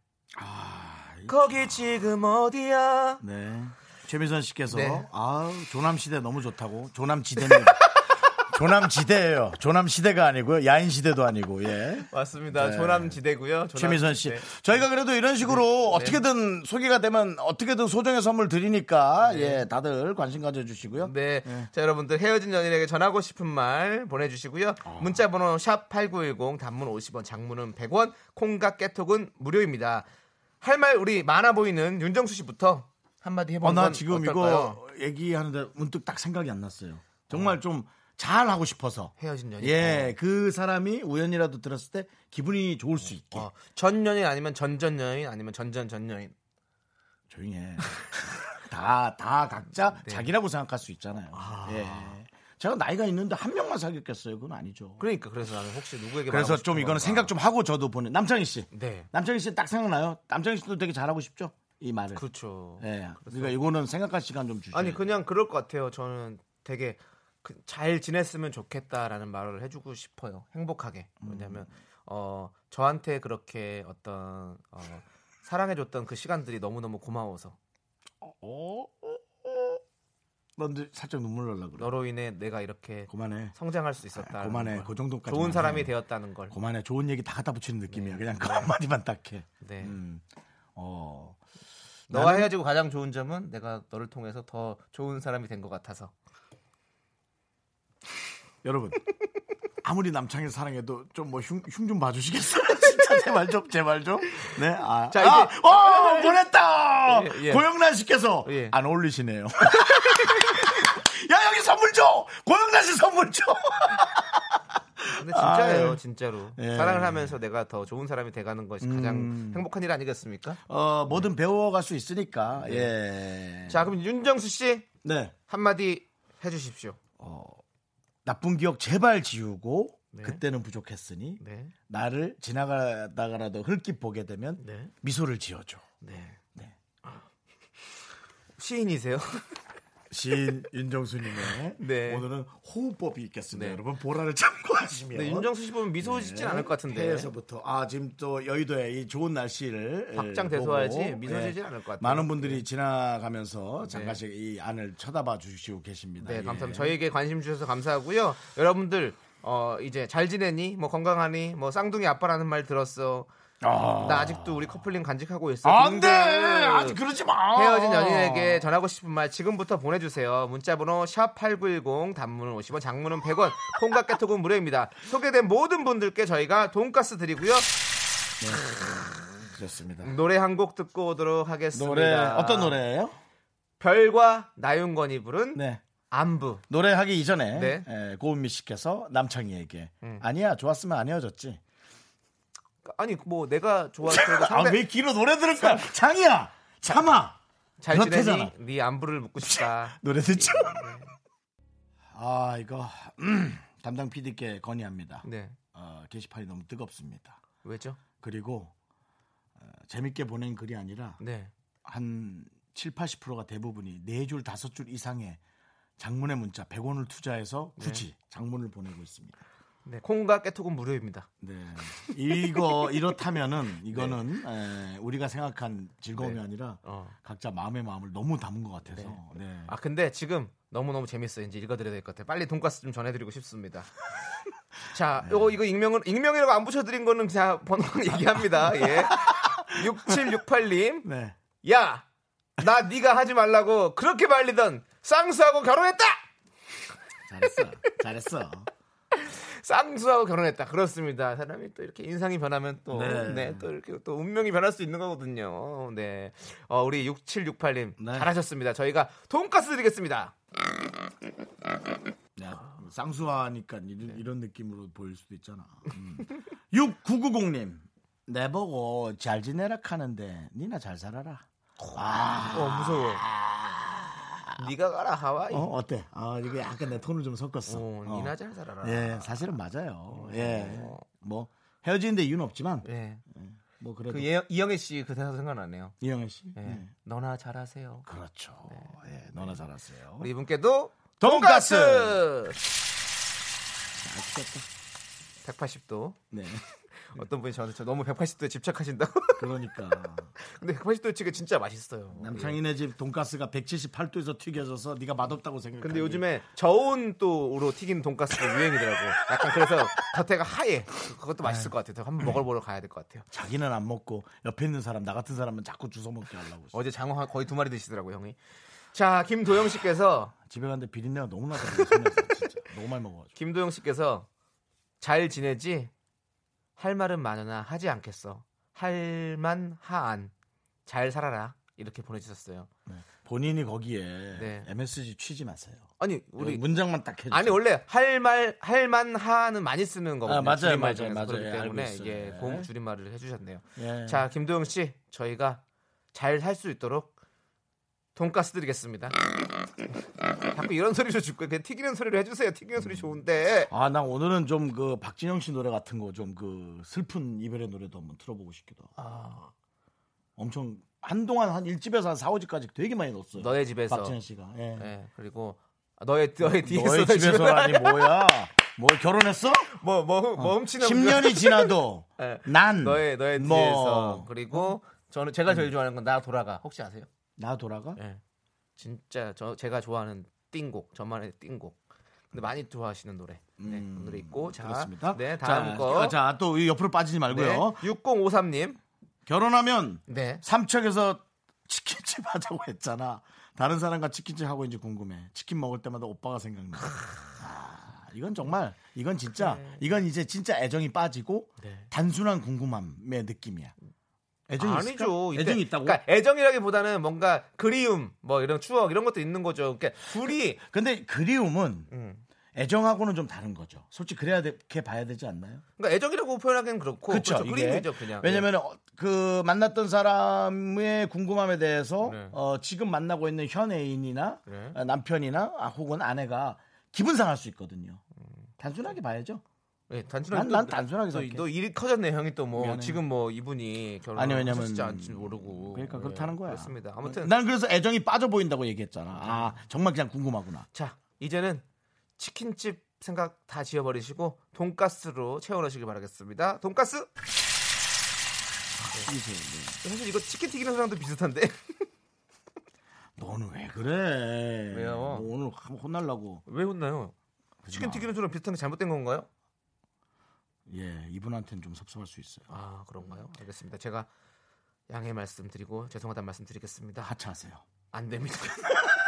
Speaker 1: 아,
Speaker 2: 거기 지금 어디야?
Speaker 1: 네 최민선 씨께서
Speaker 2: 네.
Speaker 1: 아 조남 시대 너무 좋다고 조남 지대는 조남 지대예요 조남 시대가 아니고요 야인 시대도 아니고 예
Speaker 2: 맞습니다.
Speaker 1: 네.
Speaker 2: 조남지대고요. 조남-
Speaker 1: 최민선 씨.
Speaker 2: 네.
Speaker 1: 저희가 그래도 이런 식으로 어떻게든 소개가 되면 어떻게든 소정의 선물 드리니까 예, 다들 관심 가져 주시고요.
Speaker 2: 네. 자, 여러분들 헤어진 연인에게 전하고 싶은 말 보내주시고요.
Speaker 1: 아.
Speaker 2: 문자 번호 샵8910 단문 50원, 장문은 100원, 콩과 깨톡은 무료입니다. 할 말 우리 많아 보이는 윤정수 씨부터 한마디 해보는
Speaker 1: 어,
Speaker 2: 건
Speaker 1: 나 지금
Speaker 2: 어떨까요?
Speaker 1: 이거 얘기하는데 문득 딱 생각이 안 났어요. 정말 좀 잘 하고 싶어서.
Speaker 2: 헤어진 연인.
Speaker 1: 예, 그 사람이 우연이라도 들었을 때 기분이 좋을 수 있게.
Speaker 2: 어, 전 연인 아니면 전전 연인 아니면 전전 전 연인.
Speaker 1: 조용히 해. 다, 다 각자
Speaker 2: 네.
Speaker 1: 자기라고 생각할 수 있잖아요. 예. 제가 나이가 있는데 한 명만 사귀었겠어요. 그건 아니죠.
Speaker 2: 그러니까 그래서 나는 혹시 누구에게
Speaker 1: 그래서
Speaker 2: 말하고
Speaker 1: 좀
Speaker 2: 싶은
Speaker 1: 이거는
Speaker 2: 건가.
Speaker 1: 생각 좀 하고 저도 보내. 남창희 씨.
Speaker 2: 네.
Speaker 1: 남창희 씨 딱 생각나요? 남창희 씨도 되게 잘하고 싶죠? 이 말을. 그,
Speaker 2: 그렇죠.
Speaker 1: 예. 그러니까 이거는 생각할 시간 좀 주세요.
Speaker 2: 아니 그냥 그럴 것 같아요. 저는 되게 그- 잘 지냈으면 좋겠다라는 말을 해주고 싶어요. 행복하게.
Speaker 1: 음.
Speaker 2: 왜냐하면 어, 저한테 그렇게 어떤 어, 사랑해줬던 그 시간들이 너무 너무 고마워서 어,
Speaker 1: 넌 살짝 눈물 날라 그래.
Speaker 2: 너로 인해 내가 이렇게
Speaker 1: 그만해.
Speaker 2: 성장할 수 있었다.
Speaker 1: 그만해. 그 정도까지.
Speaker 2: 좋은 사람이 되었다는 걸.
Speaker 1: 그만해. 좋은 얘기 다 갖다 붙이는 느낌이야. 그냥 그 한마디만 딱 해.
Speaker 2: 네.
Speaker 1: 음. 어.
Speaker 2: 너와 헤어지고 가장 좋은 점은 내가 너를 통해서 더 좋은 사람이 된 것 같아서.
Speaker 1: 여러분. 아무리 남창희 사랑해도 좀 뭐 흉 좀 봐주시겠어요? 진짜 제발 좀 제발 좀. 네. 아.
Speaker 2: 자,
Speaker 1: 아,
Speaker 2: 이제-
Speaker 1: 어, 보냈다.
Speaker 2: 예, 예.
Speaker 1: 고영란 씨께서
Speaker 2: 예.
Speaker 1: 안 어울리시네요. 야 여기 선물 줘. 고영란 씨 선물 줘.
Speaker 2: 근데 진짜예요,
Speaker 1: 아유.
Speaker 2: 진짜로.
Speaker 1: 예. 음.
Speaker 2: 사랑을 하면서 내가 더 좋은 사람이 돼가는 것이 가장 행복한 일 아니겠습니까?
Speaker 1: 어, 뭐든 배워갈 수 있으니까. 예.
Speaker 2: 자, 그럼 윤정수 씨
Speaker 1: 네.
Speaker 2: 한마디 해주십시오.
Speaker 1: 나쁜 기억 제발 지우고
Speaker 2: 네.
Speaker 1: 그때는 부족했으니
Speaker 2: 네.
Speaker 1: 나를 지나가다가라도 흘낏 보게 되면
Speaker 2: 네.
Speaker 1: 미소를 지어줘.
Speaker 2: 네.
Speaker 1: 네.
Speaker 2: 시인이세요?
Speaker 1: 시인 윤정수님의
Speaker 2: 네.
Speaker 1: 오늘은 호흡법이 있겠습니다.
Speaker 2: 네.
Speaker 1: 여러분 보라를 참고하시면. 네.
Speaker 2: 네, 윤정수 씨 보면 미소 짓진 않을 것 같은데.
Speaker 1: 해에서부터 아 지금 또 여의도에 이 좋은 날씨를
Speaker 2: 박장
Speaker 1: 에,
Speaker 2: 대소하지
Speaker 1: 보고,
Speaker 2: 미소
Speaker 1: 예,
Speaker 2: 짓진 않을 것 같아요.
Speaker 1: 많은 분들이 지나가면서 잠깐씩 이 안을 쳐다봐 주시고 계십니다.
Speaker 2: 네,
Speaker 1: 예.
Speaker 2: 감사합니다. 저희에게 관심 주셔서 감사하고요. 여러분들 어, 이제 잘 지내니? 뭐 건강하니? 뭐 쌍둥이 아빠라는 말 들었어. 나 아직도 우리 커플링 간직하고 있어.
Speaker 1: 아, 안돼
Speaker 2: 등등.
Speaker 1: 아직 그러지 마
Speaker 2: 헤어진 연인에게 전하고 싶은 말 지금부터 보내주세요. 문자번호 샵 #8910 단문은 50원, 장문은 100원. 콩과 깨톡은 무료입니다. 소개된 모든 분들께 저희가 돈가스 드리고요.
Speaker 1: 아, 그렇습니다
Speaker 2: 노래 한 곡 듣고 오도록 하겠습니다.
Speaker 1: 노래 어떤 노래예요
Speaker 2: 별과 나윤건이 부른
Speaker 1: 네
Speaker 2: 안부.
Speaker 1: 노래하기 이전에
Speaker 2: 네.
Speaker 1: 에, 고은미 씨께서 남창희에게
Speaker 2: 음.
Speaker 1: 아니야 좋았으면 안 헤어졌지
Speaker 2: 아니 뭐 내가 좋아하는
Speaker 1: 아 왜 길어 노래 들을까 창희야 참아
Speaker 2: 잘
Speaker 1: 그건 되잖아.
Speaker 2: 지내니 네 안부를 묻고 싶다.
Speaker 1: 노래 듣죠
Speaker 2: 네.
Speaker 1: 아 이거 음, 담당 PD께 건의합니다
Speaker 2: 네.
Speaker 1: 어, 게시판이 너무 뜨겁습니다
Speaker 2: 왜죠?
Speaker 1: 그리고 어, 재밌게 보낸 글이 아니라
Speaker 2: 네.
Speaker 1: 한 7, 80%가 대부분이 네 줄 다섯 줄 이상의 장문의 문자 100원을 투자해서 굳이 장문을 보내고 있습니다.
Speaker 2: 네. 콩과 깨톡은 무료입니다.
Speaker 1: 네. 이거 이렇다면은 이거는 에, 우리가 생각한 즐거움이
Speaker 2: 네.
Speaker 1: 아니라
Speaker 2: 어.
Speaker 1: 각자 마음의 마음을 너무 담은 것 같아서. 네.
Speaker 2: 아 근데 지금 너무 너무 재밌어요. 이제 읽어드려야 될 것 같아요. 빨리 돈가스 좀 전해드리고 싶습니다. 자,
Speaker 1: 네.
Speaker 2: 요거 이거 익명은 익명이라고 안 붙여드린 거는 자 번호는 얘기합니다. 예. 6768님,
Speaker 1: 네.
Speaker 2: 야, 나 네가 하지 말라고 그렇게 말리던 쌍수하고 결혼했다.
Speaker 1: 잘했어. 잘했어.
Speaker 2: 쌍수하고 결혼했다. 그렇습니다. 사람이 또 이렇게 인상이 변하면 또,
Speaker 1: 네.
Speaker 2: 네, 또 이렇게 또 운명이 변할 수 있는 거거든요. 네. 어, 우리 6768님,
Speaker 1: 네.
Speaker 2: 잘하셨습니다. 저희가 돈가스 드리겠습니다.
Speaker 1: 야, 쌍수하니까 이런,
Speaker 2: 네.
Speaker 1: 이런 느낌으로 보일 수도 있잖아. 음. 6990님. 내보고 잘 지내라 하는데 니나 잘 살아라. 아.
Speaker 2: 어, 무서워. 네가 가라, 하와이.
Speaker 1: 어, 어때? 아, 이게 약간 내 톤을 좀 섞었어.
Speaker 2: 어,
Speaker 1: 어.
Speaker 2: 니나 잘 살아라.
Speaker 1: 예, 사실은 맞아요. 예. 뭐 헤어지는데 이유는 없지만
Speaker 2: 예.
Speaker 1: 뭐 그래도
Speaker 2: 그 예- 이영애 씨 그 대사 생각나네요.
Speaker 1: 이영애 씨.
Speaker 2: 예. 네.
Speaker 1: 예.
Speaker 2: 너나 잘하세요.
Speaker 1: 그렇죠. 예, 너나 잘하세요.
Speaker 2: 우리 이분께도
Speaker 1: 돈가스!
Speaker 2: 돈가스! 180도.
Speaker 1: 네.
Speaker 2: 어떤 분이 저한테 저 너무 180도에 집착하신다고.
Speaker 1: 그러니까
Speaker 2: 근데 180도 찌개 진짜 맛있어요.
Speaker 1: 남창희네 집 돈가스가 178도에서 튀겨져서 네가 맛없다고 생각.
Speaker 2: 예. 근데 요즘에 저온도로 튀긴 돈가스가 유행이더라고. 약간 그래서 겉에가 하얘. 그것도 맛있을 것 같아요. 한번 먹어보러 가야 될 것 같아요.
Speaker 1: 자기는 안 먹고 옆에 있는 사람 나 같은 사람은 자꾸 주워 먹게 하려고. 있어.
Speaker 2: 어제 장어 한- 거의 두 마리 드시더라고 형이. 자 김도영 씨께서
Speaker 1: 집에 갔는데 비린내가 너무 나더라고. 손에서 진짜 너무 많이 먹어가지고.
Speaker 2: 김도영 씨께서 잘 지내지? 할 말은 많으나 하지 않겠어. 할만 하안. 잘 살아라. 이렇게 보내주셨어요.
Speaker 1: 본인이 거기에
Speaker 2: 네.
Speaker 1: MSG 취지 마세요.
Speaker 2: 아니 우리
Speaker 1: 문장만 딱 해주세요.
Speaker 2: 아니 원래 할 말 할만 하는 많이 쓰는 거거든요.
Speaker 1: 아, 맞아요, 맞아요,
Speaker 2: 줄임말 중에서.
Speaker 1: 맞아요. 예,
Speaker 2: 그렇기
Speaker 1: 알고
Speaker 2: 때문에
Speaker 1: 있어요.
Speaker 2: 이게
Speaker 1: 예.
Speaker 2: 고음 줄임말을 해주셨네요.
Speaker 1: 예.
Speaker 2: 자 김도영 씨 저희가 잘 살 수 있도록 돈가스 드리겠습니다. 자꾸 이런 소리로 줄거 그냥 튀기는 소리로 해주세요. 튀기는 소리 좋은데
Speaker 1: 아, 나 오늘은 좀 그 박진영 씨 노래 같은 거 좀 그 슬픈 이별의 노래도 한번 틀어보고 싶기도 하고.
Speaker 2: 아.
Speaker 1: 엄청 한동안 한 1집에서 한 4, 5집까지 되게 많이 넣었어요.
Speaker 2: 너의 집에서
Speaker 1: 박진영 씨가. 예.
Speaker 2: 예, 그리고 너의 너의 뒤에서
Speaker 1: 너의 집에서라니 뭐야? 뭐 결혼했어?
Speaker 2: 뭐뭐 멈치는
Speaker 1: 어. 10년이 지나도
Speaker 2: 예.
Speaker 1: 난
Speaker 2: 너의 너의
Speaker 1: 뭐, 음.
Speaker 2: 뒤에서 그리고 저는 제가 제일 좋아하는 건 나 돌아가 혹시 아세요?
Speaker 1: 나 돌아가?
Speaker 2: 예. 진짜 저 제가 좋아하는 띵곡 저만의 띵곡. 근데 많이 좋아하시는 노래. 네, 그 노래 있고 자,
Speaker 1: 음, 그렇습니다.
Speaker 2: 네 다음
Speaker 1: 자,
Speaker 2: 거. 네.
Speaker 1: 아, 자, 또 옆으로 빠지지 말고요.
Speaker 2: 6053님.
Speaker 1: 결혼하면
Speaker 2: 네.
Speaker 1: 삼척에서 치킨집 하자고 했잖아. 다른 사람과 치킨집 하고 있는지 궁금해. 치킨 먹을 때마다 오빠가 생각나. 아, 이건 정말 이건 진짜 이건 이제 진짜 애정이 빠지고
Speaker 2: 네.
Speaker 1: 단순한 궁금함의 느낌이야. 애정이
Speaker 2: 아니죠.
Speaker 1: 있을까?
Speaker 2: 이때-
Speaker 1: 애정이 있다고.
Speaker 2: 그러니까 애정이라기보다는 뭔가 그리움, 뭐 이런 추억 이런 것도 있는 거죠. 그러니까 둘이
Speaker 1: 근데 그리움은
Speaker 2: 음.
Speaker 1: 애정하고는 좀 다른 거죠. 솔직히 그래야 돼, 이렇게 봐야 되지 않나요?
Speaker 2: 그러니까 애정이라고 표현하기는 그렇고
Speaker 1: 그렇죠.
Speaker 2: 그렇죠. 그리움이죠, 그냥.
Speaker 1: 왜냐면 어, 그 만났던 사람의 궁금함에 대해서
Speaker 2: 네.
Speaker 1: 어, 지금 만나고 있는 현 애인이나
Speaker 2: 네.
Speaker 1: 어, 남편이나 아, 혹은 아내가 기분 상할 수 있거든요. 단순하게 봐야죠.
Speaker 2: 예. 예, 단순하게
Speaker 1: 난,
Speaker 2: 또-
Speaker 1: 난 단순하게
Speaker 2: 또,
Speaker 1: 생각해.
Speaker 2: 너 일이 커졌네 형이 또 뭐
Speaker 1: 미안해요.
Speaker 2: 지금 뭐 이분이 결혼
Speaker 1: 아니, 왜냐면-
Speaker 2: 하실지 않을지 모르고
Speaker 1: 그러니까
Speaker 2: 예,
Speaker 1: 그렇다는 거야.
Speaker 2: 그렇습니다. 아무튼 음.
Speaker 1: 난 그래서 애정이 빠져 보인다고 얘기했잖아. 아 정말 그냥 궁금하구나.
Speaker 2: 자 이제는 치킨집 생각 다 지워버리시고 돈가스로 채워넣으시길 바라겠습니다. 돈가스
Speaker 1: 이제, 네.
Speaker 2: 사실 이거 치킨 튀기는 소랑도 비슷한데
Speaker 1: 너는 왜 그래?
Speaker 2: 왜요?
Speaker 1: 너 오늘 한번 혼날라고.
Speaker 2: 왜 혼나요? 치킨
Speaker 1: 마.
Speaker 2: 튀기는 소랑 비슷한 게 잘못된 건가요?
Speaker 1: 예, 이분한테는 좀 섭섭할 수 있어요.
Speaker 2: 아 그런가요? 알겠습니다. 제가 양해 말씀드리고 죄송하다는 말씀드리겠습니다.
Speaker 1: 하차하세요.
Speaker 2: 안 됩니다.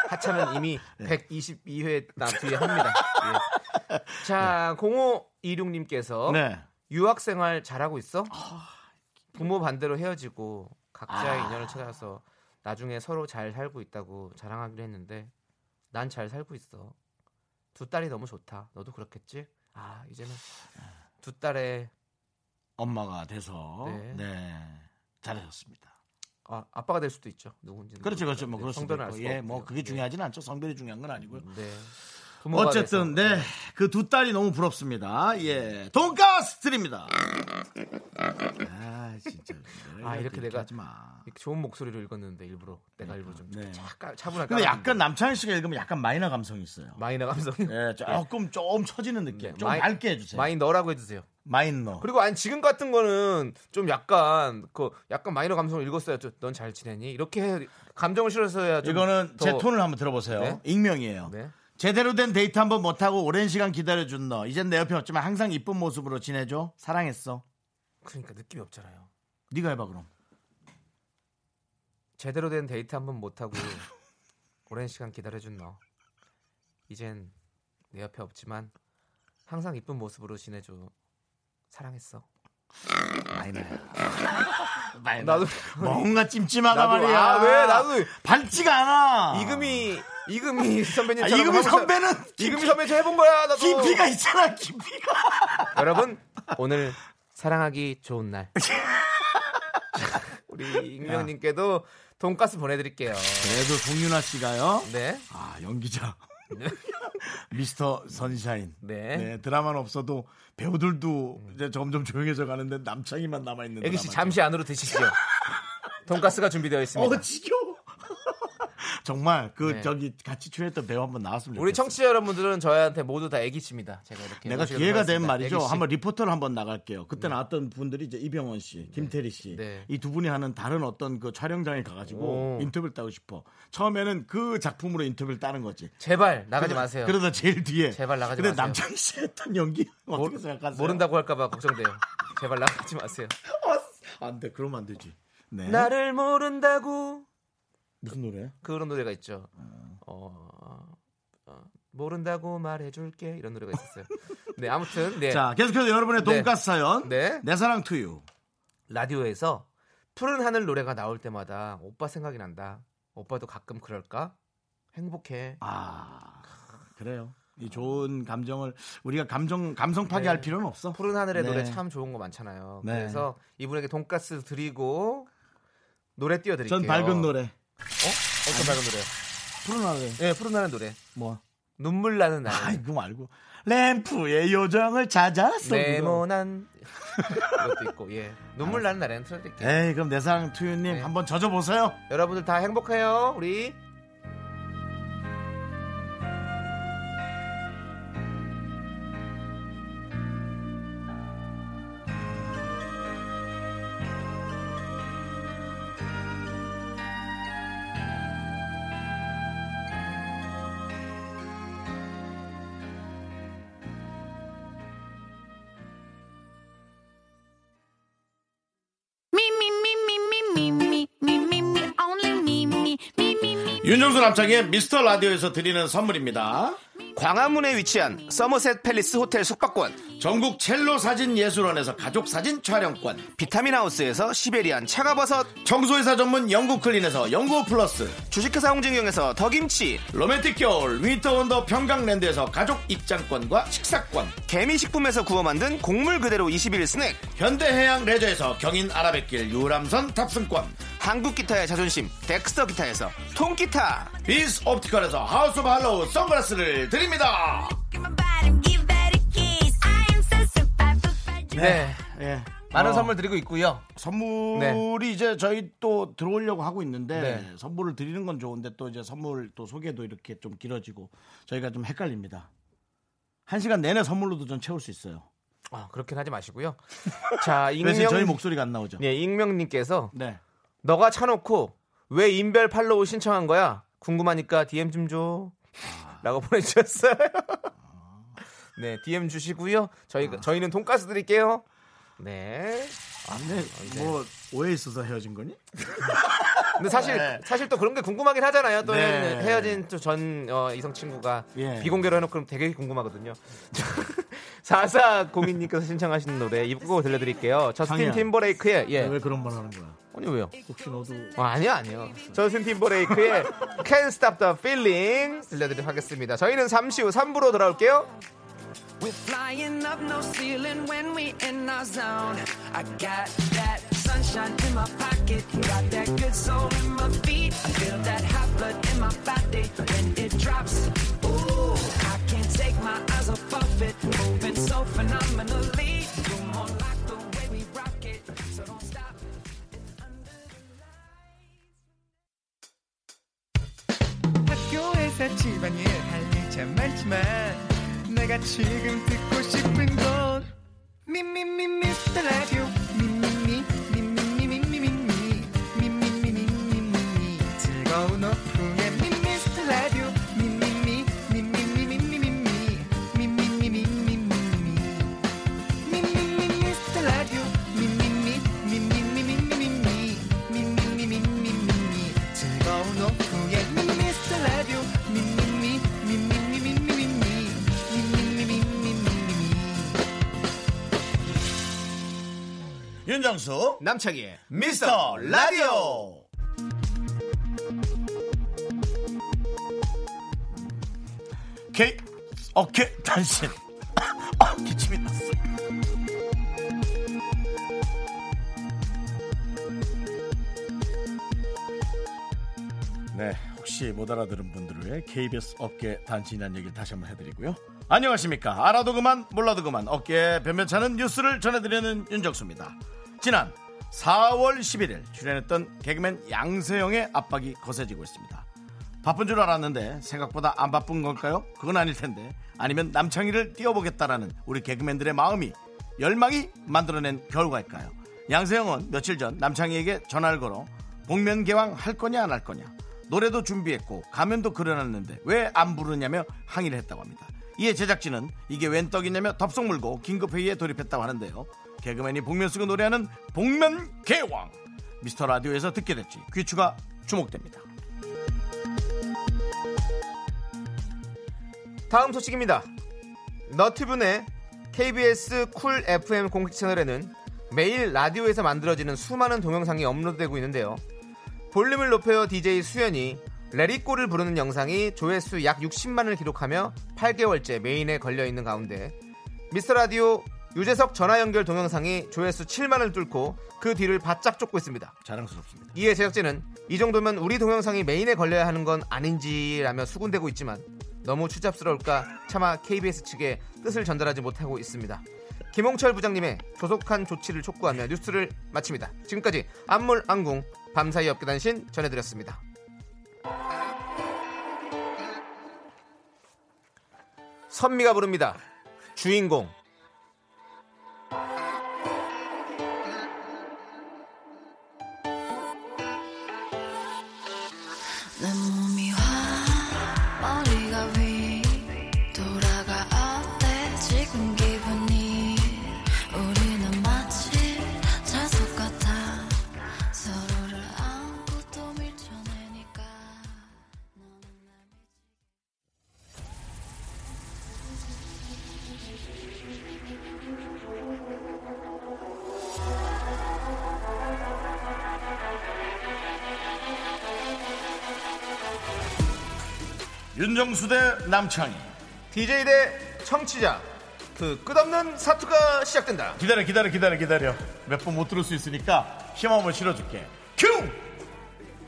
Speaker 2: 하차는 이미 122회 나 뒤에 합니다. 네. 예. 자, 0526님께서
Speaker 1: 네.
Speaker 2: 유학생활 잘하고 있어?
Speaker 1: 아,
Speaker 2: 부모 반대로 헤어지고 각자의 인연을 찾아서 나중에 서로 잘 살고 있다고 자랑하기로 했는데 난 잘 살고 있어. 두 딸이 너무 좋다. 너도 그렇겠지? 아 이제는 두 딸의
Speaker 1: 엄마가 돼서
Speaker 2: 네.
Speaker 1: 네. 잘하셨습니다.
Speaker 2: 아, 빠가될 수도 있죠. 누군지는
Speaker 1: 그렇죠, 그렇죠. 뭐
Speaker 2: 모르겠는데
Speaker 1: 그럴 수도
Speaker 2: 성별은 알
Speaker 1: 있고,
Speaker 2: 수가
Speaker 1: 예, 뭐
Speaker 2: 없고요.
Speaker 1: 그게 중요하진 않죠. 성별이 중요한 건 아니고요.
Speaker 2: 네. 부모가
Speaker 1: 어쨌든
Speaker 2: 돼서.
Speaker 1: 네, 그 두 딸이 너무 부럽습니다. 예, 돈가스 드립니다. 아 진짜.
Speaker 2: 아, 이렇게 내가-
Speaker 1: 하지 마.
Speaker 2: 이렇게 좋은 목소리로 읽었는데 일부러 내가 일부러 좀
Speaker 1: 네.
Speaker 2: 차가, 차분하게
Speaker 1: 근데 약간
Speaker 2: 깔았는데.
Speaker 1: 남창희 씨가 읽으면 약간 마이너 감성이 있어요.
Speaker 2: 마이너 감성이
Speaker 1: 예, 조금 좀 처지는 느낌. 좀
Speaker 2: 마이-
Speaker 1: 얇게 해주세요.
Speaker 2: 마이너라고 해주세요
Speaker 1: 마이너.
Speaker 2: 그리고 아니 지금 같은 거는 좀 약간 그 약간 마이너 감성을 읽었어야 넌 잘 지내니 이렇게 해- 감정을 실어서야 좀
Speaker 1: 이거는
Speaker 2: 더-
Speaker 1: 제 톤을 한번 들어보세요.
Speaker 2: 네.
Speaker 1: 익명이에요.
Speaker 2: 네.
Speaker 1: 제대로 된 데이트 한번 못하고 오랜 시간 기다려준 너. 이젠 내 옆에 없지만 항상 이쁜 모습으로 지내줘. 사랑했어.
Speaker 2: 그러니까 느낌이 없잖아요
Speaker 1: 네가 해봐 그럼.
Speaker 2: 제대로 된 데이트 한번 못하고 오랜 시간 기다려준 너 이젠 내 옆에 없지만 항상 이쁜 모습으로 지내줘 사랑했어
Speaker 1: 마이너.
Speaker 2: 나도
Speaker 1: 뭔가 찜찜하다
Speaker 2: 나도-
Speaker 1: 말이야.
Speaker 2: 아, 왜? 나도-
Speaker 1: 밝지가 않아.
Speaker 2: 이금희 이금희 선배님
Speaker 1: 아, 이금희 선배는
Speaker 2: 이금희 선배 저 해본 거야 나도
Speaker 1: 깊이가 있잖아. 깊이가.
Speaker 2: 여러분 오늘 사랑하기 좋은 날 우리 익명님께도 돈가스 보내드릴게요
Speaker 1: 그래도 송윤아 씨가요.
Speaker 2: 네
Speaker 1: 아 연기자. 미스터 선샤인.
Speaker 2: 네.
Speaker 1: 드라마는 없어도 배우들도 이제 점점 조용해져 가는데 남창이만 남아 있는.
Speaker 2: 애기 씨 잠시 안으로 드시죠 돈가스가 준비되어 있습니다
Speaker 1: 어 지겨워. 정말 그
Speaker 2: 네.
Speaker 1: 저기 같이 출연했던 배우 한 번 나왔으면
Speaker 2: 우리
Speaker 1: 좋겠어.
Speaker 2: 청취자 여러분들은 저희한테 모두 다 애기 씨입니다 제가 이렇게
Speaker 1: 내가
Speaker 2: 모시게
Speaker 1: 기회가 되면
Speaker 2: 되었습니다.
Speaker 1: 말이죠.
Speaker 2: 애기 씨.
Speaker 1: 한번 리포터를 한번 나갈게요. 그때 나왔던 분들이 이제 이병헌 씨, 김태리 씨,
Speaker 2: 네.
Speaker 1: 이 두 분이 하는 다른 어떤 그 촬영장에 가가지고
Speaker 2: 오.
Speaker 1: 인터뷰를 따고 싶어. 처음에는 그 작품으로 인터뷰를 따는 거지.
Speaker 2: 제발 나가지
Speaker 1: 그러다-
Speaker 2: 마세요
Speaker 1: 그러다 제일 뒤에.
Speaker 2: 제발 나가지
Speaker 1: 근데
Speaker 2: 마세요.
Speaker 1: 남창희 씨 했던 연기 어떻게 생각하세요?
Speaker 2: 모른다고 할까봐 걱정돼요 제발 나가지 마세요
Speaker 1: 안 돼. 그러면 안 되지. 네.
Speaker 2: 나를 모른다고
Speaker 1: 무슨 노래?
Speaker 2: 그런 노래가 있죠.
Speaker 1: 음.
Speaker 2: 어, 어, 모른다고 말해줄게 이런 노래가 있었어요. 네 아무튼 네
Speaker 1: 자, 계속해서 여러분의
Speaker 2: 네.
Speaker 1: 돈가스 사연.
Speaker 2: 네.
Speaker 1: 내 사랑 투유.
Speaker 2: 라디오에서 푸른 하늘 노래가 나올 때마다 오빠 생각이 난다. 오빠도 가끔 그럴까? 행복해.
Speaker 1: 아, 그래요. 이 좋은 감정을 우리가 감정 감성 파괴할
Speaker 2: 네.
Speaker 1: 필요는 없어.
Speaker 2: 푸른 하늘의
Speaker 1: 네.
Speaker 2: 노래 참 좋은 거 많잖아요.
Speaker 1: 네.
Speaker 2: 그래서 이분에게 돈가스 드리고 노래 띄워드릴게요.
Speaker 1: 전 밝은 노래.
Speaker 2: 어? 어떤 밝은 노래?
Speaker 1: 푸른 하늘.
Speaker 2: 네, 푸른 하늘 노래.
Speaker 1: 뭐?
Speaker 2: 눈물 나는 날.
Speaker 1: 아, 이거 말고 램프의 요정을 찾았어. 그거.
Speaker 2: 네모난 이것도 있고 예 눈물 나는 날에는 틀어드릴게요.
Speaker 1: 에이, 그럼 내 사랑 투유님
Speaker 2: 네.
Speaker 1: 한번 젖어 보세요.
Speaker 2: 여러분들 다 행복해요. 우리
Speaker 5: Me, me, me, me, me, me, me, me, me, me, only me, me, me, me, me.
Speaker 1: 윤정수 남창의 미스터 라디오에서 드리는 선물입니다.
Speaker 2: 광화문에 위치한 서머셋 팰리스 호텔 숙박권,
Speaker 1: 전국 첼로 사진 예술원에서 가족 사진 촬영권,
Speaker 2: 비타민 하우스에서 시베리안 차가버섯,
Speaker 1: 청소회사 전문 영국 클린에서 영국 플러스,
Speaker 2: 주식회사 홍진경에서 더김치,
Speaker 1: 로맨틱 겨울 위터 원더 평강랜드에서 가족 입장권과 식사권,
Speaker 2: 개미식품에서 구워 만든 곡물 그대로 21 스낵,
Speaker 1: 현대해양 레저에서 경인 아라뱃길 유람선 탑승권,
Speaker 2: 한국 기타의 자존심, 덱스터 기타에서 통기타,
Speaker 1: 비스 옵티컬에서 하우스 오브 할로우 선글라스를 드립니다.
Speaker 5: Give my body, give that a kiss. I am so super, super juicy.
Speaker 2: 네.
Speaker 1: 예.
Speaker 2: 많은
Speaker 1: 어,
Speaker 2: 선물 드리고 있고요.
Speaker 1: 선물이 이제 저희 또 들어오려고 하고 있는데
Speaker 2: 네.
Speaker 1: 선물을 드리는 건 좋은데 또 이제 선물 또 소개도 이렇게 좀 길어지고 저희가 좀 헷갈립니다. 한 시간 내내 선물로도 전 채울 수 있어요.
Speaker 2: 아, 그렇긴 하지 마시고요. 자,
Speaker 1: 그래서 저희
Speaker 2: 익명
Speaker 1: 목소리가 안 나오죠.
Speaker 2: 네, 익명님께서
Speaker 1: 네.
Speaker 2: 너가 차놓고 왜 인별 팔로우 신청한 아. 거야? 궁금하니까 DM 좀 줘. 라고 보내주셨어요. 네, DM 주시고요. 저희 저희는 돈가스 드릴게요. 네.
Speaker 1: 안내 뭐 오해 있어서 헤어진 거니?
Speaker 2: 근데 사실
Speaker 1: 네.
Speaker 2: 사실 또 그런 게 궁금하긴 하잖아요. 또
Speaker 1: 네.
Speaker 2: 헤어진, 헤어진 또 전 이성 친구가
Speaker 1: 예.
Speaker 2: 비공개로 해놓고 그럼 되게 궁금하거든요. 사사 고민님께서 신청하신 노래 입고 들려드릴게요. 저스틴
Speaker 1: 장이야.
Speaker 2: 팀버레이크의 예.
Speaker 1: 왜 그런 말 하는 거야?
Speaker 2: 아니 왜요?
Speaker 1: 혹시 너도
Speaker 2: 아, 아니요 아니요. 저스틴 팀버레이크의 Can't Stop the Feeling 들려드리도록 하겠습니다. 저희는 잠시 후 3부로 돌아올게요.
Speaker 6: We're flying up no ceiling when we in our zone. I got that sunshine in my pocket, got that good soul in my feet. I feel that hot blood in my body when it drops. Ooh, I can't take my eyes off of it, moving so phenomenally. You more like the way we rock it, so don't stop. It's under the lights. 학교에서 집안일 할 일 참 많지만 내가 지금 듣고 싶은 건 미미미 미스터 라디오 미미미 미미미 미미미 미미미 미미미 즐거운 오후에 미스터 라디오 미미미 미미미 미미미 미미미 미미미
Speaker 1: 윤정수
Speaker 2: 남창희의
Speaker 1: 미스터 라디오. 케이 어깨 단신. 아, 기침이 났어. 네, 혹시 못 알아들은 분들을 위해 KBS 업계 단신이라는 얘기를 다시 한번 해드리고요. 안녕하십니까. 알아도 그만, 몰라도 그만, 어깨에 변변찮은 뉴스를 전해드리는 윤정수입니다. 지난 4월 11일 출연했던 개그맨 양세형의 압박이 거세지고 있습니다. 바쁜 줄 알았는데 생각보다 안 바쁜 걸까요? 그건 아닐 텐데 아니면 남창희를 띄워보겠다라는 우리 개그맨들의 마음이 열망이 만들어낸 결과일까요? 양세형은 며칠 전 남창희에게 전화를 걸어 복면개왕 할 거냐 안 할 거냐 노래도 준비했고 가면도 그려놨는데 왜 안 부르냐며 항의를 했다고 합니다. 이에 제작진은 이게 웬 떡이냐며 덥석 물고 긴급회의에 돌입했다고 하는데요. 개그맨이 복면 쓰고 노래하는 복면개왕 미스터 라디오에서 듣게 됐지 귀추가 주목됩니다.
Speaker 2: 다음 소식입니다. 너튜브의 KBS 쿨 FM 공식 채널에는 매일 라디오에서 만들어지는 수많은 동영상이 업로드되고 있는데요. 볼륨을 높여요 DJ 수현이 레리꼬를 부르는 영상이 조회수 약 60만을 기록하며 8개월째 메인에 걸려 있는 가운데 미스터 라디오 유재석 전화 연결 동영상이 조회수 7만을 뚫고 그 뒤를 바짝 쫓고 있습니다.
Speaker 1: 자랑스럽습니다.
Speaker 2: 이에 제작진은 이 정도면 우리 동영상이 메인에 걸려야 하는 건 아닌지라며 수군대고 있지만 너무 추잡스러울까 차마 KBS 측에 뜻을 전달하지 못하고 있습니다. 김홍철 부장님의 조속한 조치를 촉구하며 뉴스를 마칩니다. 지금까지 안물 안궁 밤사이 업계단신 전해드렸습니다. 선미가 부릅니다. 주인공.
Speaker 4: 내 몸이 와 머리가 위 돌아가 어때 지금 기분이 우리는 마치 자석 같아 서로를 안고 또 밀쳐내니까
Speaker 1: 윤정수 대 남창희
Speaker 2: DJ 대 청취자. 그 끝없는 사투가 시작된다.
Speaker 1: 기다려 기다려 기다려 기다려 몇 번 못 들을 수 있으니까 힘함을 실어줄게 큐!